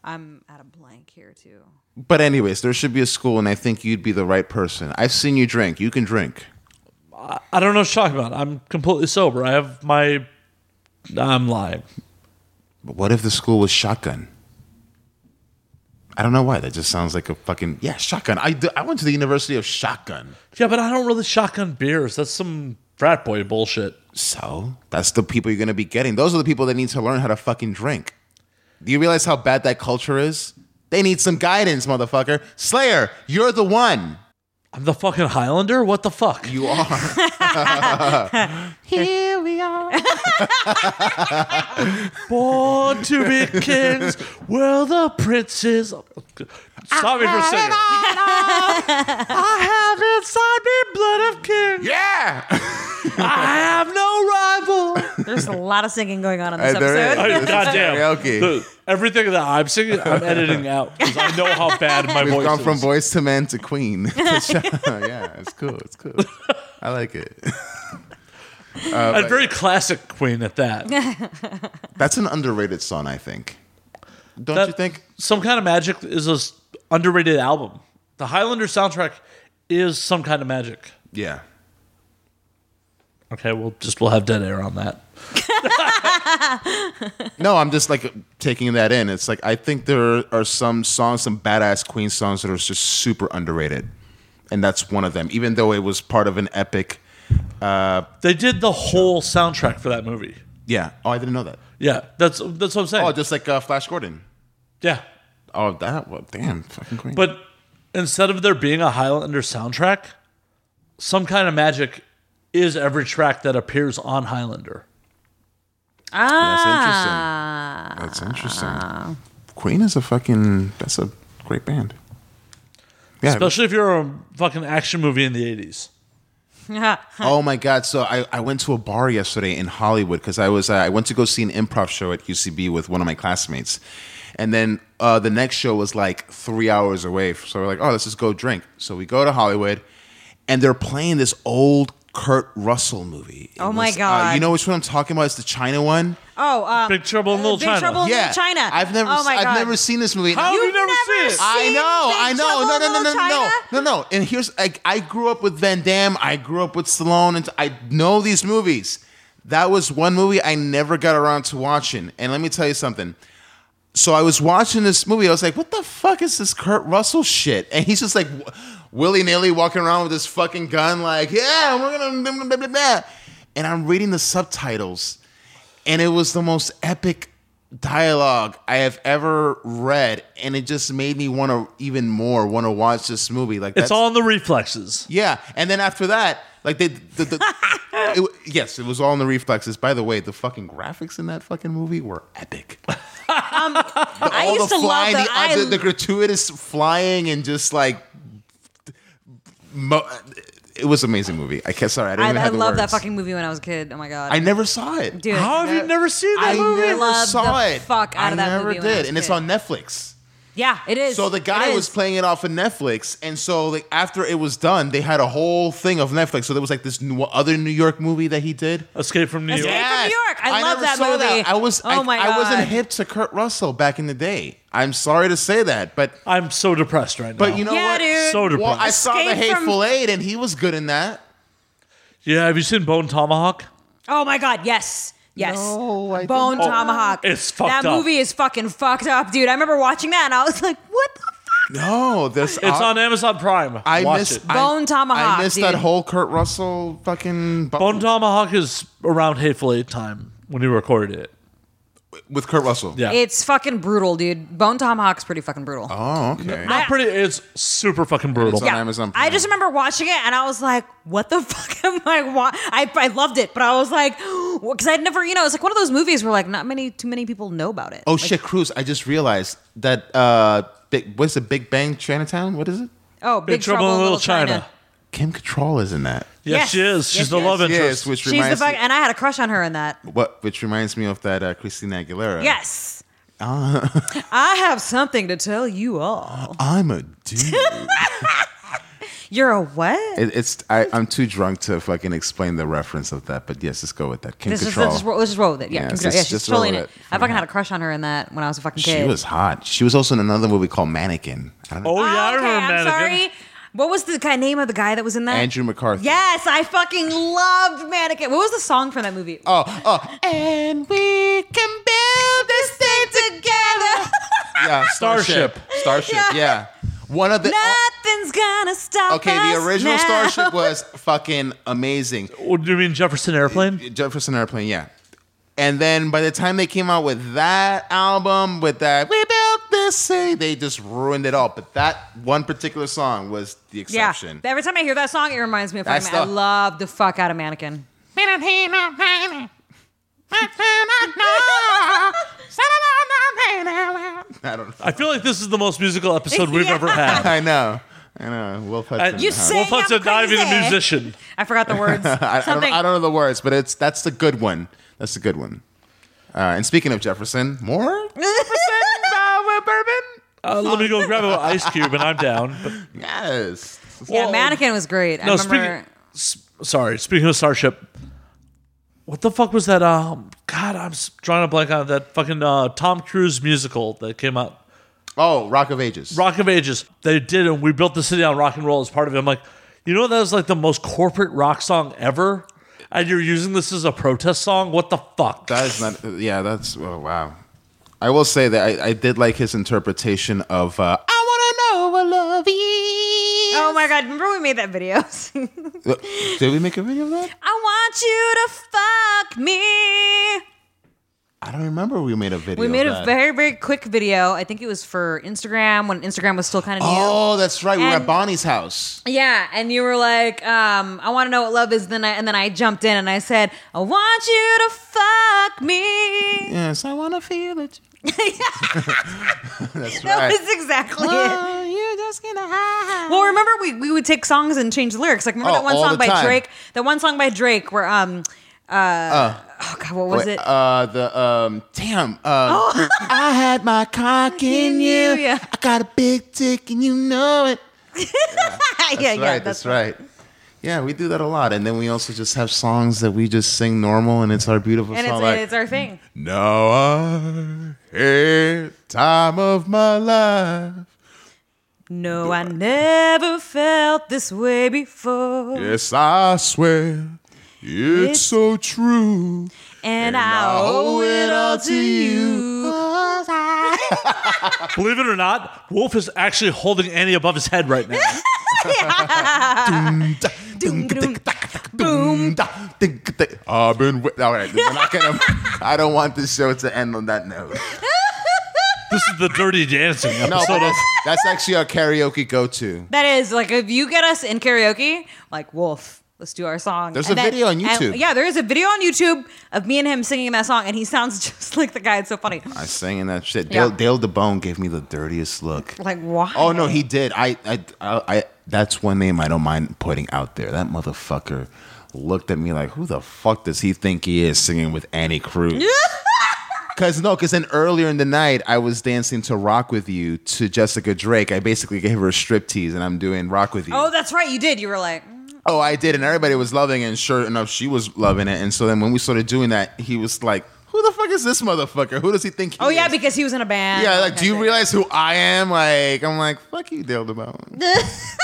Speaker 2: I'm at a blank here too.
Speaker 4: But anyways, there should be a school, and I think you'd be the right person. I've seen you drink. You can drink.
Speaker 1: I don't know what you're talking about. I'm completely sober. I have my. I'm lying.
Speaker 4: But what if the school was shotgun? I don't know why. That just sounds like a fucking yeah, shotgun. I, d- I went to the University of Shotgun.
Speaker 1: Yeah, but I don't really shotgun beers. That's some frat boy bullshit.
Speaker 4: So that's the people you're gonna be getting. Those are the people that need to learn how to fucking drink. Do you realize how bad that culture is? They need some guidance, motherfucker. Slayer, you're the one.
Speaker 1: I'm the fucking Highlander. What the fuck?
Speaker 4: You are.
Speaker 6: Here we are.
Speaker 1: Born to be kings, we're the princes. Stop me for singing. I have inside me blood of kings.
Speaker 4: yeah.
Speaker 1: I have no rival.
Speaker 2: There's a lot of singing going on in this
Speaker 4: There is.
Speaker 2: episode.
Speaker 4: This is
Speaker 1: Goddamn.
Speaker 4: karaoke.
Speaker 1: The- everything that I'm singing, I'm editing out because I know how bad my
Speaker 4: We've
Speaker 1: voice
Speaker 4: gone
Speaker 1: is.
Speaker 4: from boys to men to queen. yeah, it's cool. It's cool. I like it.
Speaker 1: A very classic Queen at that.
Speaker 4: That's an underrated song, I think. Don't
Speaker 1: That-
Speaker 4: you think?
Speaker 1: Some kind of magic is an underrated album. The Highlander soundtrack is some kind of magic.
Speaker 4: Yeah.
Speaker 1: Okay, we'll just we'll have dead air on that.
Speaker 4: No, I'm just like taking that in. It's like I think there are some songs, some badass Queen songs that are just super underrated, and that's one of them. Even though it was part of an epic.
Speaker 1: They did the whole soundtrack for that movie.
Speaker 4: Yeah. Oh, I didn't know that.
Speaker 1: Yeah, that's that's what I'm saying.
Speaker 4: Oh, just like uh, Flash Gordon.
Speaker 1: yeah,
Speaker 4: Oh, that. Well, damn, fucking Queen.
Speaker 1: but instead of there being a Highlander soundtrack, some kind of magic is every track that appears on Highlander.
Speaker 4: that's interesting. That's interesting. Queen is a fucking. That's a great band. Yeah.
Speaker 1: Especially if you're a fucking action movie in the 80s.
Speaker 4: Oh my god! So I, I went to a bar yesterday in Hollywood because I was uh, I went to go see an improv show at UCB with one of my classmates, and then uh, the next show was like three hours away. So we're like, oh, let's just go drink. So we go to Hollywood, and they're playing this old Kurt Russell movie. It
Speaker 2: Oh my
Speaker 4: was, uh,
Speaker 2: God.
Speaker 4: you know which one I'm talking about? It's the China one.
Speaker 2: Oh, um,
Speaker 1: Big Trouble in Little
Speaker 2: Big
Speaker 1: China.
Speaker 2: Trouble in Little
Speaker 4: yeah,
Speaker 2: Oh, China.
Speaker 4: I've never
Speaker 2: Oh my
Speaker 4: I've
Speaker 2: God.
Speaker 4: never seen this movie.
Speaker 1: How have
Speaker 2: You've
Speaker 1: you never seen
Speaker 2: never
Speaker 1: it?
Speaker 4: I
Speaker 2: seen
Speaker 4: know,
Speaker 2: Big
Speaker 4: I know.
Speaker 2: Trouble
Speaker 4: No,
Speaker 2: in
Speaker 4: no, no, no,
Speaker 2: Little
Speaker 4: no,
Speaker 2: China?
Speaker 4: no, no. And here's I, I grew up with Van Damme. I grew up with Stallone, and I know these movies. That was one movie I never got around to watching. And let me tell you something. So I was watching this movie. I was like, "What the fuck is this Kurt Russell shit?" And he's just like willy nilly walking around with his fucking gun, like, "Yeah, we're gonna." Blah, blah, blah, blah, blah." And I'm reading the subtitles, and it was the most epic dialogue I have ever read, and it just made me want to even more want to watch this movie. Like
Speaker 1: It's
Speaker 4: that's,
Speaker 1: all in the reflexes.
Speaker 4: yeah. And then after that, like they, the, the, it, yes, it was all in the reflexes. By the way, the fucking graphics in that fucking movie were epic.
Speaker 2: Um, I used to love
Speaker 4: flying, the, uh,
Speaker 2: the, I,
Speaker 4: the, the gratuitous flying, and just like, mo- it was an amazing movie. I can't. Sorry, I didn't
Speaker 2: I,
Speaker 4: even
Speaker 2: I
Speaker 4: have the
Speaker 2: love that
Speaker 4: words.
Speaker 2: fucking movie when I was a kid. Oh my god,
Speaker 4: I never saw it.
Speaker 2: dude.
Speaker 1: How have you never seen that
Speaker 4: I
Speaker 1: movie?
Speaker 4: never
Speaker 2: loved
Speaker 4: saw
Speaker 2: the
Speaker 4: it.
Speaker 2: fuck out
Speaker 4: I
Speaker 2: of that
Speaker 4: never
Speaker 2: movie when I
Speaker 4: did,
Speaker 2: was a
Speaker 4: and it's
Speaker 2: kid.
Speaker 4: on Netflix.
Speaker 2: Yeah, it is.
Speaker 4: So the guy
Speaker 2: It
Speaker 4: was
Speaker 2: is.
Speaker 4: playing it off of Netflix, and so like after it was done, they had a whole thing of Netflix. So there was like this new, other New York movie that he did.
Speaker 1: Escape from New
Speaker 2: Escape-
Speaker 1: York.
Speaker 2: from New York. I love
Speaker 4: never
Speaker 2: that
Speaker 4: saw
Speaker 2: movie.
Speaker 4: I was
Speaker 2: Oh
Speaker 4: I,
Speaker 2: my
Speaker 4: I wasn't
Speaker 2: God.
Speaker 4: hip to Kurt Russell back in the day. I'm sorry to say that, but
Speaker 1: I'm so depressed right now.
Speaker 4: but you know
Speaker 2: Yeah,
Speaker 4: what?
Speaker 2: dude.
Speaker 1: so depressed.
Speaker 4: Well, I saw the
Speaker 2: Escape from-
Speaker 4: Hateful Eight, and he was good in that.
Speaker 1: yeah, have you seen Bone Tomahawk?
Speaker 2: Oh my god, yes. Yes.
Speaker 4: No, I
Speaker 2: Bone
Speaker 4: didn't.
Speaker 2: Tomahawk.
Speaker 1: It's fucked
Speaker 2: That
Speaker 1: up.
Speaker 2: movie is fucking fucked up, dude. I remember watching that and I was like, what the fuck?
Speaker 4: No, this
Speaker 1: It's on Amazon Prime.
Speaker 4: I
Speaker 1: Watch
Speaker 4: missed
Speaker 1: it.
Speaker 4: I-
Speaker 2: Bone Tomahawk,
Speaker 4: I missed
Speaker 2: dude.
Speaker 4: that whole Kurt Russell fucking
Speaker 1: Bone Tomahawk is around Hateful Eight time when he recorded it.
Speaker 4: with Kurt Russell.
Speaker 1: Yeah.
Speaker 2: It's fucking brutal, dude. Bone Tomahawk's pretty fucking brutal.
Speaker 4: Oh, okay.
Speaker 1: Not pretty. It's super fucking brutal.
Speaker 4: on Amazon
Speaker 2: I
Speaker 4: Prime.
Speaker 2: just remember watching it and I was like, what the fuck am I watching? I, I loved it, but I was like, because I'd never, you know, it's like one of those movies where like not many, too many people know about it.
Speaker 4: oh shit, Cruz! I just realized that. Uh, big, what's the Big Bang Chinatown? What is it?
Speaker 2: Oh, Big, Trouble, in Little China.
Speaker 4: Kim Cattrall is in that.
Speaker 1: Yes,
Speaker 2: Yes.
Speaker 1: she is. She's
Speaker 2: Yes,
Speaker 1: the
Speaker 2: she
Speaker 1: love
Speaker 2: is.
Speaker 1: interest.
Speaker 4: Yes, which
Speaker 2: She's the
Speaker 4: reminds
Speaker 2: fuck,
Speaker 4: me,
Speaker 2: and I had a crush on her in that.
Speaker 4: what which reminds me of that uh, Christina Aguilera.
Speaker 2: Yes.
Speaker 4: Ah.
Speaker 2: I have something to tell you all.
Speaker 4: I'm a dude.
Speaker 2: You're a what?
Speaker 4: It- it's I, I'm too drunk to fucking explain the reference of that, but yes, let's go with that. Kim
Speaker 2: This is,
Speaker 4: Cattrall.
Speaker 2: let's, just roll, let's just roll with it. Yeah,
Speaker 4: Yeah,
Speaker 2: Kim
Speaker 4: it's
Speaker 2: Cattrall.
Speaker 4: just-
Speaker 2: yeah she's
Speaker 4: just
Speaker 2: totally in
Speaker 4: roll
Speaker 2: it.
Speaker 4: with it.
Speaker 2: I fucking had a crush on her in that when I was a fucking kid.
Speaker 4: she was hot. She was also in another movie called Mannequin. I don't know.
Speaker 1: oh yeah, I
Speaker 2: okay,
Speaker 1: remember
Speaker 2: I'm
Speaker 1: Mannequin.
Speaker 2: sorry. What was the guy name of the guy that was in that?
Speaker 4: Andrew McCarthy.
Speaker 2: Yes, I fucking loved Mannequin. What was the song from that movie?
Speaker 4: Oh, oh,
Speaker 6: And we can build this thing together.
Speaker 2: Oh,
Speaker 4: yeah.
Speaker 1: Starship.
Speaker 4: Starship. Yeah. One of the.
Speaker 2: Nothing's gonna stop
Speaker 4: okay, the
Speaker 2: us
Speaker 4: original
Speaker 2: now.
Speaker 4: Starship was fucking amazing.
Speaker 1: What, do you mean Jefferson Airplane?
Speaker 4: Jefferson Airplane, yeah. And then by the time they came out with that album, with that we built this city, they just ruined it all. But that one particular song was the
Speaker 2: Yeah.
Speaker 4: exception.
Speaker 2: Every time I hear that song, it reminds me of
Speaker 4: That's
Speaker 2: fucking. I
Speaker 4: the-
Speaker 2: love the fuck out of Mannequin.
Speaker 4: I don't know.
Speaker 1: I feel like this is the most musical episode we've
Speaker 2: Yeah.
Speaker 1: ever had.
Speaker 4: I know. I know. Wolf Hudson.
Speaker 1: You
Speaker 4: huh?
Speaker 2: say-
Speaker 1: Wolf
Speaker 2: Saying
Speaker 1: Hudson
Speaker 2: I'm
Speaker 1: not even a
Speaker 2: crazy.
Speaker 1: musician.
Speaker 2: I forgot the words.
Speaker 4: I, I, don't,
Speaker 2: Something.
Speaker 4: I don't know the words, but it's that's the good one. That's the good one. Uh, and speaking of Jefferson, more uh, with bourbon.
Speaker 1: Uh, let me go grab an ice cube, and I'm down. But,
Speaker 4: Yes.
Speaker 2: yeah,
Speaker 1: Well,
Speaker 2: Mannequin was great. I
Speaker 1: no,
Speaker 2: remember.
Speaker 1: speaking. S- sorry, speaking of Starship, what the fuck was that? Um, God, I'm s- drawing a blank on that fucking uh, Tom Cruise musical that came out.
Speaker 4: Oh, Rock of Ages.
Speaker 1: Rock of Ages. They did, and we built the city on rock and roll as part of it. I'm like, you know, that was like the most corporate rock song ever, and you're using this as a protest song. What the fuck?
Speaker 4: That is not. Yeah, that's. Oh, wow. I will say that I, I did like his interpretation of uh,
Speaker 6: I wanna know what love is.
Speaker 2: oh my god! Remember we made that video?
Speaker 4: Uh, Did we make a video of that?
Speaker 2: I want you to fuck me.
Speaker 4: I don't remember we made a video.
Speaker 2: We made
Speaker 4: of
Speaker 2: a
Speaker 4: that.
Speaker 2: very very quick video. I think it was for Instagram when Instagram was still kind of new.
Speaker 4: Oh, that's right. We were
Speaker 2: And-
Speaker 4: at Bonnie's house.
Speaker 2: Yeah, and you were like, um, I want to know what love is. Then I, and then I jumped in and I said, I want you to fuck me.
Speaker 4: Yes, I wanna feel it. that's
Speaker 2: That
Speaker 4: right.
Speaker 2: was exactly it.
Speaker 6: Oh, you just gonna hide.
Speaker 2: Well, remember we, we would take songs and change the lyrics. Like remember
Speaker 4: Oh,
Speaker 2: that one
Speaker 4: all
Speaker 2: song
Speaker 4: the
Speaker 2: by
Speaker 4: time.
Speaker 2: Drake. That one song by Drake where um uh, oh god, what was
Speaker 4: Wait,
Speaker 2: it? Oh.
Speaker 4: Uh, the um, damn. Uh, I had my cock in you.
Speaker 2: you, yeah.
Speaker 4: I got a big dick and you know it.
Speaker 2: yeah,
Speaker 4: That's right. That's, right. Yeah, we do that a lot, and then we also just have songs that we just sing normal, and it's our beautiful
Speaker 2: And
Speaker 4: song.
Speaker 2: it's,
Speaker 4: like,
Speaker 2: it's our thing.
Speaker 4: Now I hate time of my life.
Speaker 2: No, I never felt this way before.
Speaker 4: Yes, I swear it's,
Speaker 2: It's-
Speaker 4: so true.
Speaker 2: and I owe it all to you.
Speaker 1: Believe it or not, Wolf is actually holding Annie above his head right now.
Speaker 4: Boom, boom. I've been. Wi- all right, we're not gonna. I don't want this show to end on that note.
Speaker 1: this is the Dirty Dancing
Speaker 4: No,
Speaker 1: episode
Speaker 4: but
Speaker 1: of
Speaker 4: that's, that's actually our karaoke go-to.
Speaker 2: That is like if you get us in karaoke, like Wolf, let's do our song.
Speaker 4: There's
Speaker 2: And
Speaker 4: a video on
Speaker 2: and-
Speaker 4: YouTube.
Speaker 2: yeah, there is a video on YouTube of me and him singing that song, and he sounds just like the guy. It's so funny.
Speaker 4: I sang in that shit.
Speaker 2: Yeah.
Speaker 4: Dale, Dale DeBone gave me the dirtiest look.
Speaker 2: Like why?
Speaker 4: Oh no, he did. I, I, I, I. That's one name I don't mind putting out there. That motherfucker looked at me like, "Who the fuck does he think he is singing with Annie Cruz?" Cause no, cause then earlier in the night I was dancing to "Rock with You" to Jessica Drake. I basically gave her a striptease, and I'm doing "Rock with You."
Speaker 2: Oh, that's right. You did. You were like,
Speaker 4: Oh, I did, and everybody was loving it. And sure enough, she was loving it. And so then when we started doing that, he was like, "Who the fuck is this motherfucker? Who does he think?" He
Speaker 2: oh yeah,
Speaker 4: is?"
Speaker 2: because he was in a band.
Speaker 4: yeah. Like,
Speaker 2: Okay,
Speaker 4: do you
Speaker 2: so-
Speaker 4: realize who I am? Like, I'm like, "Fuck you, Dale DeBone."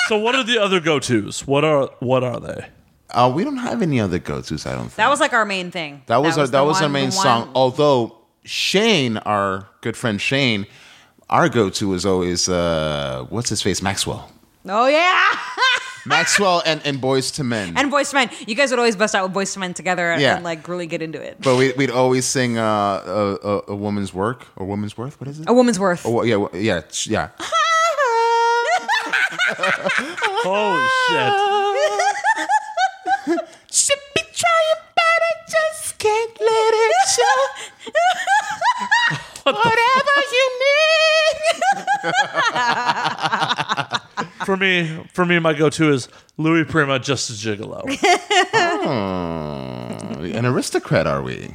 Speaker 1: So what are the other go-tos? What are what are they?
Speaker 4: Uh, we don't have any other go-tos. I don't think
Speaker 2: That was like our main thing.
Speaker 4: that was, our that
Speaker 2: the
Speaker 4: was our
Speaker 2: one-
Speaker 4: main
Speaker 2: the one-
Speaker 4: song. Although Shane, our good friend Shane, our go-to is always uh, what's his face Maxwell.
Speaker 2: Oh yeah.
Speaker 4: Maxwell and, and Boys to Men.
Speaker 2: and Voice to Men. You guys would always bust out with Voice to Men together and,
Speaker 4: Yeah.
Speaker 2: and, like really get into it.
Speaker 4: but we, we'd always sing uh, a, a, a woman's work or woman's worth. What is it?
Speaker 2: A woman's worth.
Speaker 4: Oh, yeah, wo- yeah, sh- yeah.
Speaker 1: Holy shit.
Speaker 4: Should be trying, but I just can't let it show.
Speaker 6: Whatever you need.
Speaker 1: For me, for me, my go-to is Louis Prima, just a gigolo.
Speaker 4: An aristocrat, are we?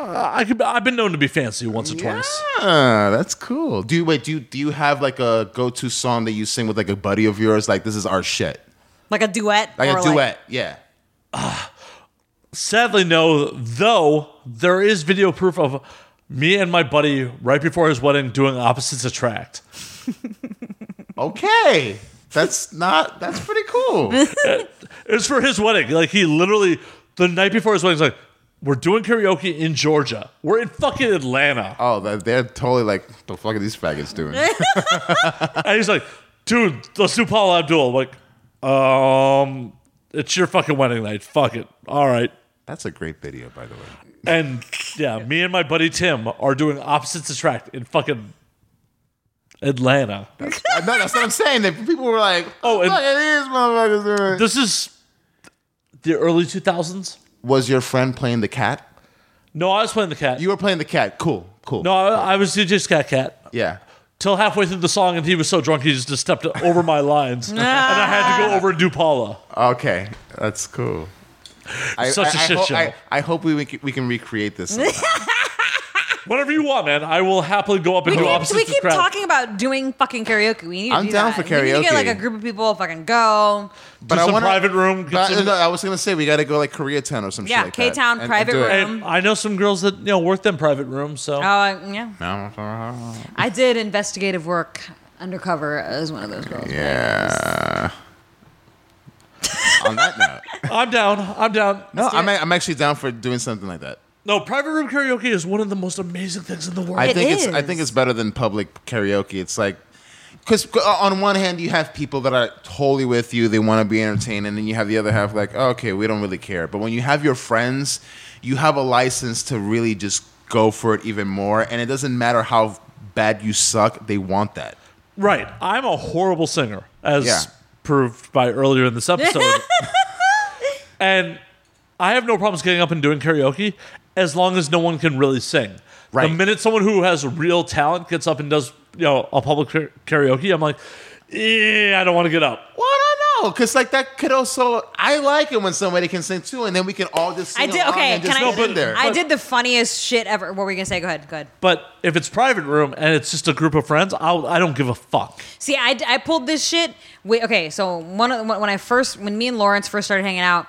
Speaker 1: I could, I've been known to be fancy once or twice.
Speaker 4: Ah, that's cool. Do you wait? Do you do you have like a go-to song that you sing with like a buddy of yours? Like this is our shit.
Speaker 2: Like a duet.
Speaker 4: Like
Speaker 2: or
Speaker 4: a duet. yeah.
Speaker 1: Sadly, no. Though there is video proof of me and my buddy right before his wedding doing opposites attract.
Speaker 4: Okay. That's not. That's pretty cool.
Speaker 1: It was for his wedding. Like he literally the night before his wedding was like, "We're doing karaoke in Georgia. We're in fucking Atlanta."
Speaker 4: Oh, they're- they're totally like the fuck are these faggots doing?
Speaker 1: And he's like, "Dude, let's do Paul Abdul." I'm like, um, it's your fucking wedding night. Fuck it. All right.
Speaker 4: That's a great video, by the way.
Speaker 1: And yeah, me and my buddy Tim are doing opposites attract in fucking Atlanta.
Speaker 4: Uh, no, that's what I'm saying. That people were like,
Speaker 1: Oh,
Speaker 4: "Oh,
Speaker 1: and-
Speaker 4: look at these motherfuckers doing."
Speaker 1: This is the early 2000s.
Speaker 4: Was your friend playing the cat?
Speaker 1: No, I was playing the cat.
Speaker 4: You were playing the cat. Cool, cool.
Speaker 1: no, I, I was DJ Scat Cat.
Speaker 4: yeah.
Speaker 1: Till halfway through the song, and he was so drunk he just stepped over my lines, and I had to go over and do Paula.
Speaker 4: Okay, that's cool. I,
Speaker 1: Such a
Speaker 4: I- I
Speaker 1: shit
Speaker 4: ho-
Speaker 1: show.
Speaker 4: I, I hope we we can, we can recreate this. sometime.
Speaker 1: Whatever you want, man. I will happily go up and
Speaker 2: We
Speaker 1: do
Speaker 2: keep,
Speaker 1: opposite
Speaker 2: we keep
Speaker 1: crowd.
Speaker 2: talking about doing fucking karaoke. We need to
Speaker 4: I'm
Speaker 2: do
Speaker 4: down
Speaker 2: that.
Speaker 4: for
Speaker 2: We need to get
Speaker 4: karaoke.
Speaker 2: like a group of people fucking go.
Speaker 4: but
Speaker 1: some
Speaker 4: I wanna,
Speaker 1: private room, get
Speaker 4: But,
Speaker 1: some-
Speaker 4: no, I was gonna say we got to go like Koreatown or some
Speaker 2: Yeah,
Speaker 4: shit. like
Speaker 2: K-Town,
Speaker 4: that, and-
Speaker 2: private
Speaker 4: and do it.
Speaker 2: room.
Speaker 1: And I know some girls that you know work them private rooms. So
Speaker 2: Uh, yeah.
Speaker 4: No,
Speaker 2: I did investigative work undercover as one of those girls.
Speaker 4: Yeah. On that note,
Speaker 1: I'm down. I'm down.
Speaker 4: no, I'm, I'm actually down for doing something like that.
Speaker 1: No, private room karaoke is one of the most amazing things in the world.
Speaker 4: I
Speaker 2: It
Speaker 4: think it's I
Speaker 2: is.
Speaker 4: think it's better than public karaoke. It's like because on one hand you have people that are totally with you, they want to be entertained, and then you have the other half like, "Oh, okay, we don't really care. But when you have your friends, you have a license to really just go for it even more, and it doesn't matter how bad you suck, they want that.
Speaker 1: Right. I'm a horrible singer, as
Speaker 4: Yeah.
Speaker 1: proved by earlier in this episode. and I have no problems getting up and doing karaoke as long as no one can really sing.
Speaker 4: Right.
Speaker 1: The minute someone who has real talent gets up and does, you know, a public kar- karaoke, I'm like, yeah, I don't want to get up.
Speaker 4: Well, I don't know, cause like that could also I like it when somebody can sing too, and then we can all just
Speaker 2: I
Speaker 4: sing
Speaker 2: did.
Speaker 4: along
Speaker 2: Okay,
Speaker 4: and
Speaker 2: can
Speaker 4: just
Speaker 2: I?
Speaker 4: get in there.
Speaker 2: I did the funniest shit ever. What were we gonna say? Go ahead. Go ahead.
Speaker 1: But if it's private room and it's just a group of friends, I'll, I don't give a fuck.
Speaker 2: See, I, I pulled this shit. Wait, okay, so one of, when I first when me and Lawrence first started hanging out,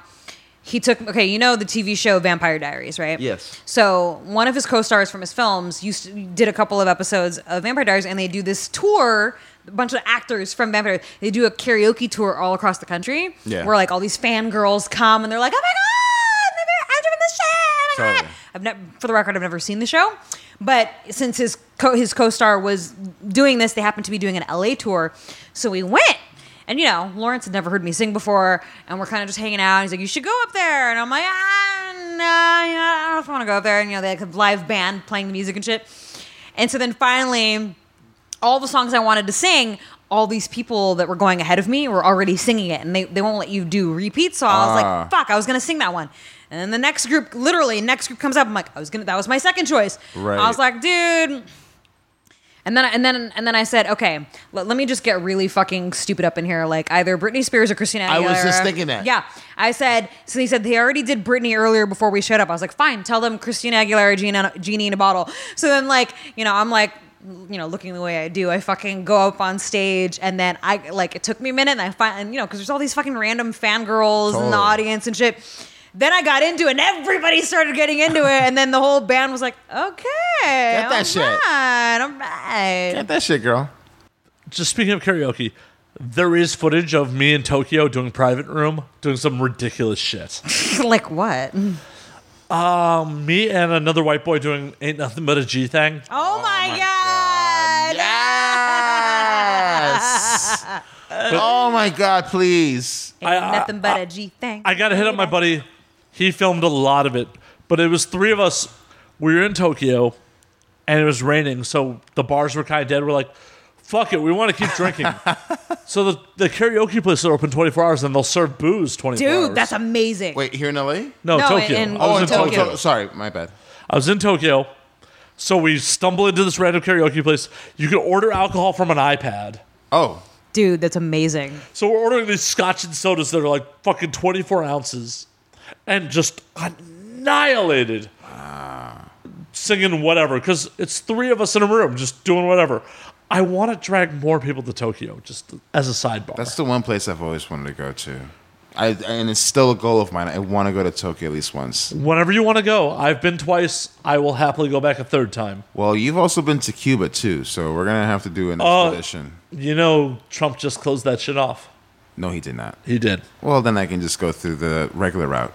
Speaker 2: he took okay, you know the TV show Vampire Diaries, right?
Speaker 4: Yes.
Speaker 2: So one of his co-stars from his films used to, did a couple of episodes of Vampire Diaries, and they do this tour. A bunch of actors from Vampire. Diaries. They do a karaoke tour all across the country,
Speaker 4: Yeah.
Speaker 2: where like all these fangirls come and they're like, "Oh my god, I'm doing this shit! Oh my god!"
Speaker 4: Totally.
Speaker 2: I've never, for the record, I've never seen the show, but since his co- his co-star was doing this, they happened to be doing an LA tour, so we went. And you know, Lawrence had never heard me sing before, and we're kind of just hanging out. He's like, "You should go up there," and I'm like, "Ah, no, you know, I don't know if I want to go up there." And you know, they had a live band playing the music and shit. And so then finally, all the songs I wanted to sing, all these people that were going ahead of me were already singing it, and they, they won't let you do repeats. So I was
Speaker 4: Ah.
Speaker 2: like, fuck, I was gonna sing that one. And then the next group, literally, next group comes up. I'm like, I was gonna, that was my second choice.
Speaker 4: Right.
Speaker 2: I was like, dude. And then, I- and then, and then I said, okay, let, let me just get really fucking stupid up in here, like either Britney Spears or Christina.
Speaker 4: I was
Speaker 2: Aguilera.
Speaker 4: just thinking that.
Speaker 2: Yeah, I said. So he said they already did Britney earlier before we showed up. I was like, fine, tell them Christina Aguilera, Gina, Genie in a bottle. So then, like, you know, I'm like, you know, looking the way I do, I fucking go up on stage, and then I like it took me a minute, and I find, and, you know, because there's all these fucking random fangirls in
Speaker 4: Totally.
Speaker 2: the audience and shit. Then I got into it, and everybody started getting into it, and then the whole band was like, okay,
Speaker 4: that
Speaker 2: all
Speaker 4: shit.
Speaker 2: right, all right.
Speaker 4: Get that shit, girl.
Speaker 1: just speaking of karaoke, there is footage of me in Tokyo doing private room, doing some ridiculous shit.
Speaker 2: like what? Oh
Speaker 1: me and another white boy doing ain't nothing but a G thing.
Speaker 2: Oh, my, god.
Speaker 4: Yes. oh my God, please.
Speaker 1: I-
Speaker 2: Nothing but a G thing.
Speaker 1: I got to hit up my buddy. He filmed a lot of it, but it was three of us. We were in Tokyo, and it was raining, so the bars were kind of dead. We're like, "Fuck it, we want to keep drinking." so the, the karaoke places are open 24 hours, and they'll serve booze 24 hours.
Speaker 2: Dude, that's amazing.
Speaker 4: Wait, here in Oh, LA?
Speaker 1: no,
Speaker 2: No,
Speaker 1: Tokyo.
Speaker 2: in- oh,
Speaker 1: I was
Speaker 2: in
Speaker 1: in Tokyo.
Speaker 2: Tokyo.
Speaker 4: sorry, my bad.
Speaker 1: I was in Tokyo, so we stumble into this random karaoke place. You can order alcohol from an iPad.
Speaker 4: Oh,
Speaker 2: Dude, that's amazing.
Speaker 1: So we're ordering these scotch and sodas that are like fucking 24 ounces and just annihilated. Singing whatever, because it's three of us in a room just doing whatever. I want to drag more people to Tokyo just as a sidebar.
Speaker 4: that's the one place I've always wanted to go to. I, and it's still a goal of mine. I want to go to Tokyo at least once.
Speaker 1: Whenever you want to go, I've been twice. I will happily go back a third time.
Speaker 4: Well, you've also been to Cuba too, so we're gonna have to do an
Speaker 1: Uh,
Speaker 4: expedition.
Speaker 1: You know, Trump just closed that shit off.
Speaker 4: no, he did not.
Speaker 1: He did.
Speaker 4: Well, then I can just go through the regular route.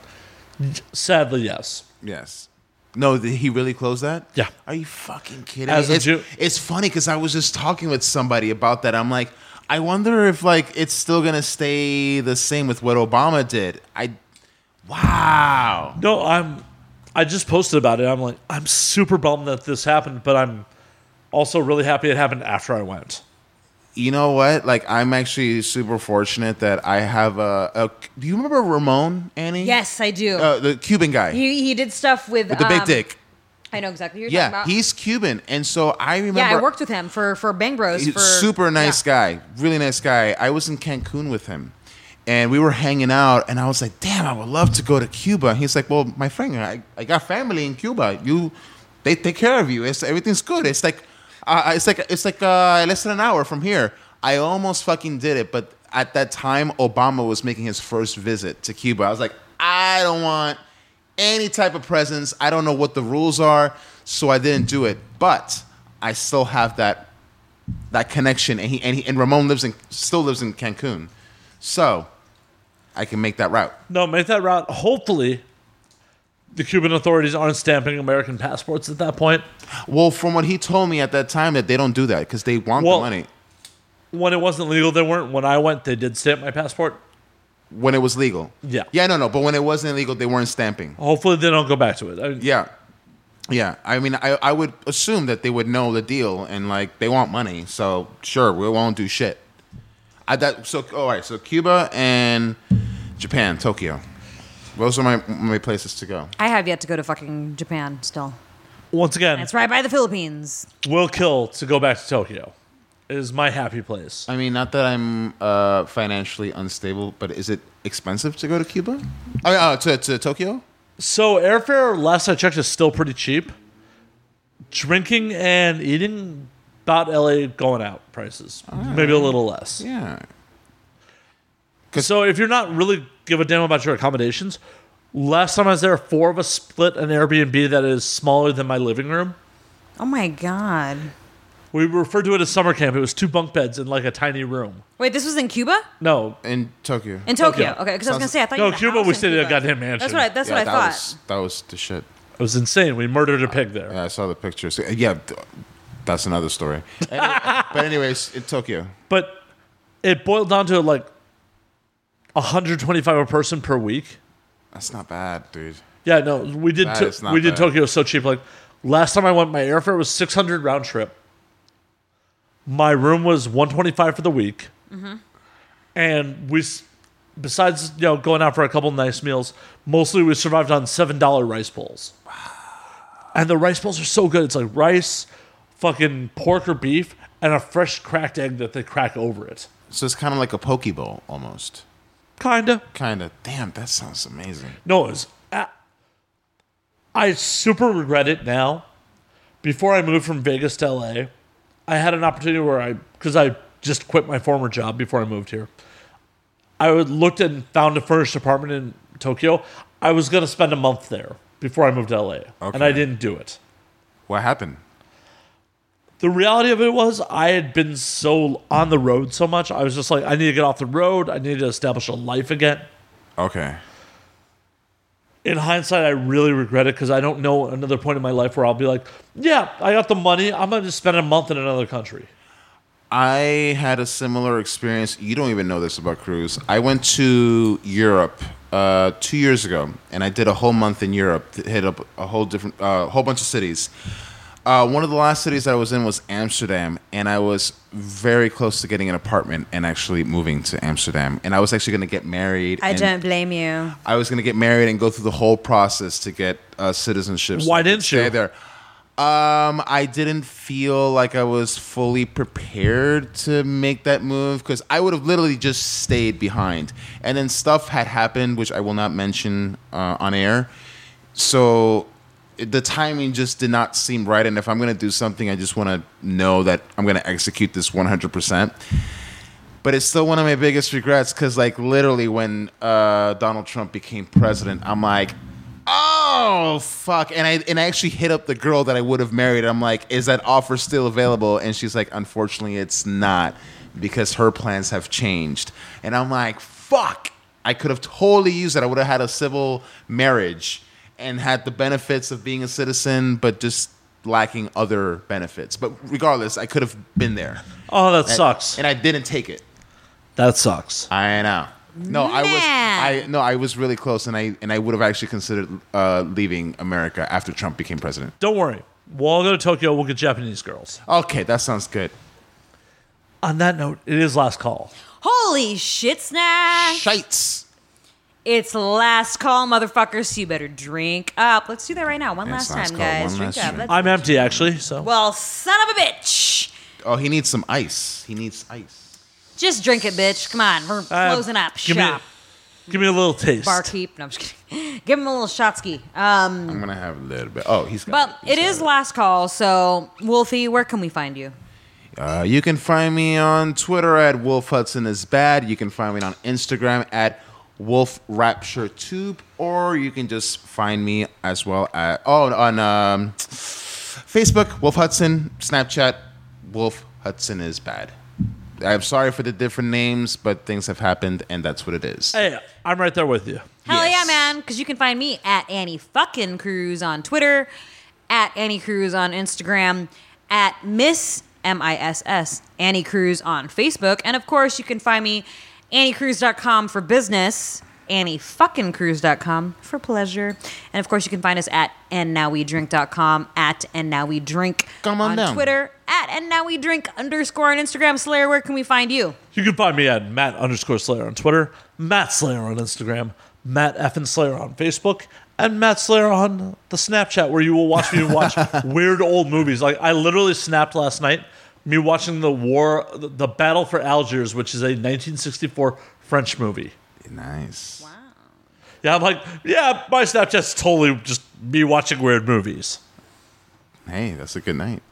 Speaker 1: Sadly, yes.
Speaker 4: Yes. No, th- he really closed that?
Speaker 1: Yeah.
Speaker 4: Are you fucking kidding
Speaker 1: As
Speaker 4: me?
Speaker 1: a
Speaker 4: it's,
Speaker 1: Jew-
Speaker 4: it's funny because I was just talking with somebody about that. I'm like, I wonder if like it's still gonna stay the same with what Obama did. I Wow.
Speaker 1: No, I'm. I just posted about it. I'm like, I'm super bummed that this happened, but I'm also really happy it happened after I went.
Speaker 4: You know what? Like I'm actually super fortunate that I have a, a do you remember Ramon, Annie?
Speaker 2: Yes, I do.
Speaker 4: Uh, the Cuban guy.
Speaker 2: he, he did stuff with,
Speaker 4: with the big
Speaker 2: um,
Speaker 4: dick.
Speaker 2: I know exactly what you're talking
Speaker 4: Yeah,
Speaker 2: about.
Speaker 4: he's Cuban. And so I remember
Speaker 2: yeah, I worked with him for, for Bang Bros.
Speaker 4: He's
Speaker 2: For,
Speaker 4: super nice
Speaker 2: yeah.
Speaker 4: guy, really nice guy. I was in Cancun with him, and we were hanging out, and I was like, "Damn, I would love to go to Cuba." He's like, "Well, my friend, I, I got family in Cuba. You, they take care of you. It's everything's good. It's like, uh, it's like it's like uh, less than an hour from here." I almost fucking did it, but at that time, Obama was making his first visit to Cuba. I was like, "I don't want any type of presence. I don't know what the rules are, so I didn't do it." But I still have that that connection and he and, he, and Ramon lives in still lives in Cancun. So I can make that route.
Speaker 1: No, make that route. Hopefully, the Cuban authorities aren't stamping American passports at that point.
Speaker 4: Well, from what he told me at that time that they don't do that because they want
Speaker 1: Well-
Speaker 4: the money.
Speaker 1: When it wasn't legal, they weren't. When I went, they did stamp my passport.
Speaker 4: When it was legal.
Speaker 1: Yeah.
Speaker 4: Yeah, no, no. But when it wasn't illegal, they weren't stamping.
Speaker 1: Hopefully, they don't go back to it. I-
Speaker 4: Yeah. Yeah. I mean I, I would assume that they would know the deal and like they want money, so sure, we won't do shit. I that so all right, so Cuba and Japan, Tokyo. Those are my my places to go.
Speaker 2: I have yet to go to fucking Japan still.
Speaker 1: Once again,
Speaker 2: It's right by the Philippines.
Speaker 1: will kill to go back to Tokyo. It is my happy place.
Speaker 4: I mean, not that I'm uh, financially unstable, but is it expensive to go to Cuba? Oh, yeah, uh, to, to Tokyo?
Speaker 1: So airfare, last I checked, is still pretty cheap. Drinking and eating, about LA going out prices, maybe a little less.
Speaker 4: Yeah.
Speaker 1: So if you're not really give a damn about your accommodations, last time I was there, four of us split an Airbnb that is smaller than my living room.
Speaker 2: Oh my god.
Speaker 1: We referred to it as summer camp. It was two bunk beds in like a tiny room.
Speaker 2: Wait, this was in Cuba?
Speaker 1: No,
Speaker 4: In Tokyo.
Speaker 2: In Tokyo.
Speaker 1: Tokyo.
Speaker 2: Okay, because I was gonna say I thought
Speaker 1: No,
Speaker 2: you had a
Speaker 1: Cuba,
Speaker 2: house
Speaker 1: we
Speaker 2: in
Speaker 1: stayed in a
Speaker 2: Cuba.
Speaker 1: goddamn mansion.
Speaker 2: That's what I, that's
Speaker 4: Oh, yeah,
Speaker 2: what I
Speaker 4: that
Speaker 2: thought.
Speaker 4: Was, that was the shit.
Speaker 1: it was insane. We murdered a pig there.
Speaker 4: Yeah, I saw the pictures. Uh, Yeah, th- that's another story. Anyway, but, anyways, in Tokyo.
Speaker 1: But it boiled down to like 125 a person per week.
Speaker 4: That's not bad, dude.
Speaker 1: Yeah, no, we did.
Speaker 4: That
Speaker 1: To-
Speaker 4: is not
Speaker 1: we did
Speaker 4: bad.
Speaker 1: Tokyo so cheap. Like last time I went, my airfare was six hundred round trip. My room was one twenty five for the week,
Speaker 4: Mm-hmm.
Speaker 1: and we, s- besides you know going out for a couple nice meals, mostly we survived on seven dollar rice bowls. And the rice bowls are so good. It's like rice, fucking pork or beef, and a fresh cracked egg that they crack over it.
Speaker 4: So it's kind of like a poke bowl almost.
Speaker 1: Kinda.
Speaker 4: Kind of. Damn, that sounds amazing.
Speaker 1: No, it was. I, I super regret it now. Before I moved from Vegas to LA, I had an opportunity where I, because I just quit my former job before I moved here. I would looked and found a furnished apartment in Tokyo. I was going to spend a month there before I moved to LA, and I
Speaker 4: Okay.
Speaker 1: didn't do it.
Speaker 4: What happened?
Speaker 1: The reality of it was, I had been so on the road so much. I was just like, I need to get off the road. I need to establish a life again.
Speaker 4: Okay.
Speaker 1: in hindsight, I really regret it because I don't know another point in my life where I'll be like, yeah, I got the money. I'm going to spend a month in another country.
Speaker 4: I had a similar experience. You don't even know this about cruise. I went to Europe uh, two years ago, and I did a whole month in Europe. Hit up a whole different, uh, whole bunch of cities. Uh, one of the last cities I was in was Amsterdam, and I was very close to getting an apartment and actually moving to Amsterdam. And I was actually going to get married.
Speaker 5: I
Speaker 4: and
Speaker 5: don't blame you.
Speaker 4: I was going to get married and go through the whole process to get uh, citizenship. so
Speaker 1: Why
Speaker 4: I could
Speaker 1: didn't
Speaker 4: stay
Speaker 1: you?
Speaker 4: there? Um, I didn't feel like I was fully prepared to make that move because I would have literally just stayed behind. And then stuff had happened, which I will not mention uh, on air. So it- the timing just did not seem right. And if I'm going to do something, I just want to know that I'm going to execute this 100% but it's still one of my biggest regrets because like literally when uh, donald trump became president i'm like oh fuck and i and i actually hit up the girl that i would have married i'm like is that offer still available and she's like unfortunately it's not because her plans have changed and i'm like fuck i could have totally used it i would have had a civil marriage and had the benefits of being a citizen but just lacking other benefits but regardless i could have been there
Speaker 1: Oh, that sucks.
Speaker 4: and i didn't take it
Speaker 1: That sucks.
Speaker 4: I know. No, I was
Speaker 5: Man.
Speaker 4: I no, I was really close, and I and I would have actually considered uh, leaving America after Trump became president.
Speaker 1: Don't worry. We'll all go to Tokyo. We'll get Japanese girls.
Speaker 4: Okay, that sounds good.
Speaker 1: On that note, it is last call.
Speaker 2: Holy shit, snack!
Speaker 4: Shites.
Speaker 2: It's last call, motherfuckers. So you better drink up. Let's do that right now. One
Speaker 4: Yeah, it's
Speaker 2: last
Speaker 4: last
Speaker 2: time,
Speaker 4: call.
Speaker 2: guys.
Speaker 4: One
Speaker 2: drink
Speaker 4: last
Speaker 2: up.
Speaker 4: drink.
Speaker 2: Let's-
Speaker 1: I'm empty, actually. So
Speaker 2: well, son of a bitch.
Speaker 4: Oh, he needs some ice. He needs ice.
Speaker 2: Just drink it, bitch. Come on. We're
Speaker 1: Uh,
Speaker 2: closing up
Speaker 1: Give
Speaker 2: shop.
Speaker 1: Me, give me a little taste.
Speaker 2: Barkeep. No, I'm just kidding. Give him a little shotski. Um,
Speaker 4: I'm gonna have a little bit. Oh, he's. Got
Speaker 2: but it
Speaker 4: he's
Speaker 2: is
Speaker 4: got
Speaker 2: last call. So, Wolfie, where can we find you?
Speaker 4: Uh, you can find me on Twitter at Wolf Hudson is bad. You can find me on Instagram at Wolf Rapture Tube, or you can just find me as well at oh on um, Facebook Wolf Hudson, Snapchat Wolf Hudson is bad. I'm sorry for the different names, but things have happened, and that's what it is.
Speaker 1: Hey, I'm right there with you.
Speaker 2: Hell yeah,
Speaker 4: Yes.
Speaker 2: man. Because you can find me at Annie fucking Cruz on Twitter, at Annie Cruz on Instagram, at Miss M I S S Annie Cruz on Facebook. And of course, you can find me AnnieCruz.com for business, Annie fucking Cruz.com for pleasure. And of course, you can find us at AndNowWeDrink.com, at And Now We Drink
Speaker 4: Come on down.
Speaker 2: Twitter, at And Now We Drink underscore on Instagram. Slayer, where can we find you?
Speaker 1: You can find me at Matt underscore Slayer on Twitter, Matt Slayer on Instagram, Matt Effin Slayer on Facebook, and Matt Slayer on the Snapchat, where you will watch me watch weird old movies. Like I literally snapped last night me watching the war, the Battle for Algiers, which is a 1964 French movie.
Speaker 4: Nice.
Speaker 1: Yeah, I'm like, yeah, my Snapchat's totally just me watching weird movies.
Speaker 4: Hey, that's a good night.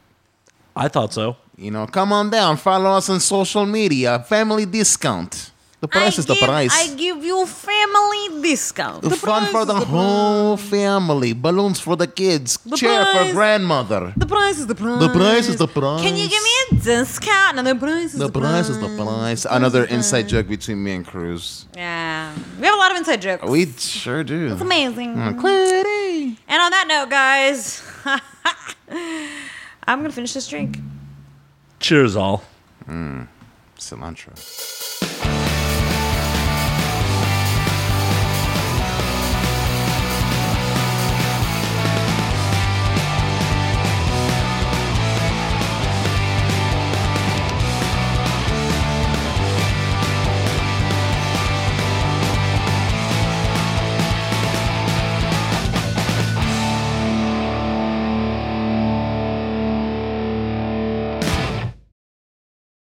Speaker 1: I thought so.
Speaker 4: You know, come on down. Follow us on social media. Family discount. The price
Speaker 2: I
Speaker 4: is the
Speaker 2: give-
Speaker 4: price.
Speaker 2: I give you family discount.
Speaker 4: fun for the whole family. Balloons for the kids. Chair
Speaker 2: prize.
Speaker 4: for grandmother.
Speaker 2: The price is the price.
Speaker 4: The price is the price.
Speaker 2: Can you give me a discount? And the price is the,
Speaker 4: The price is the price. Another inside joke between me and Cruz.
Speaker 2: Yeah. We have a lot of inside jokes.
Speaker 4: We sure do.
Speaker 5: Amazing.
Speaker 2: and on that note, guys, I'm going to finish this drink.
Speaker 1: Cheers, all.
Speaker 4: Cilantro.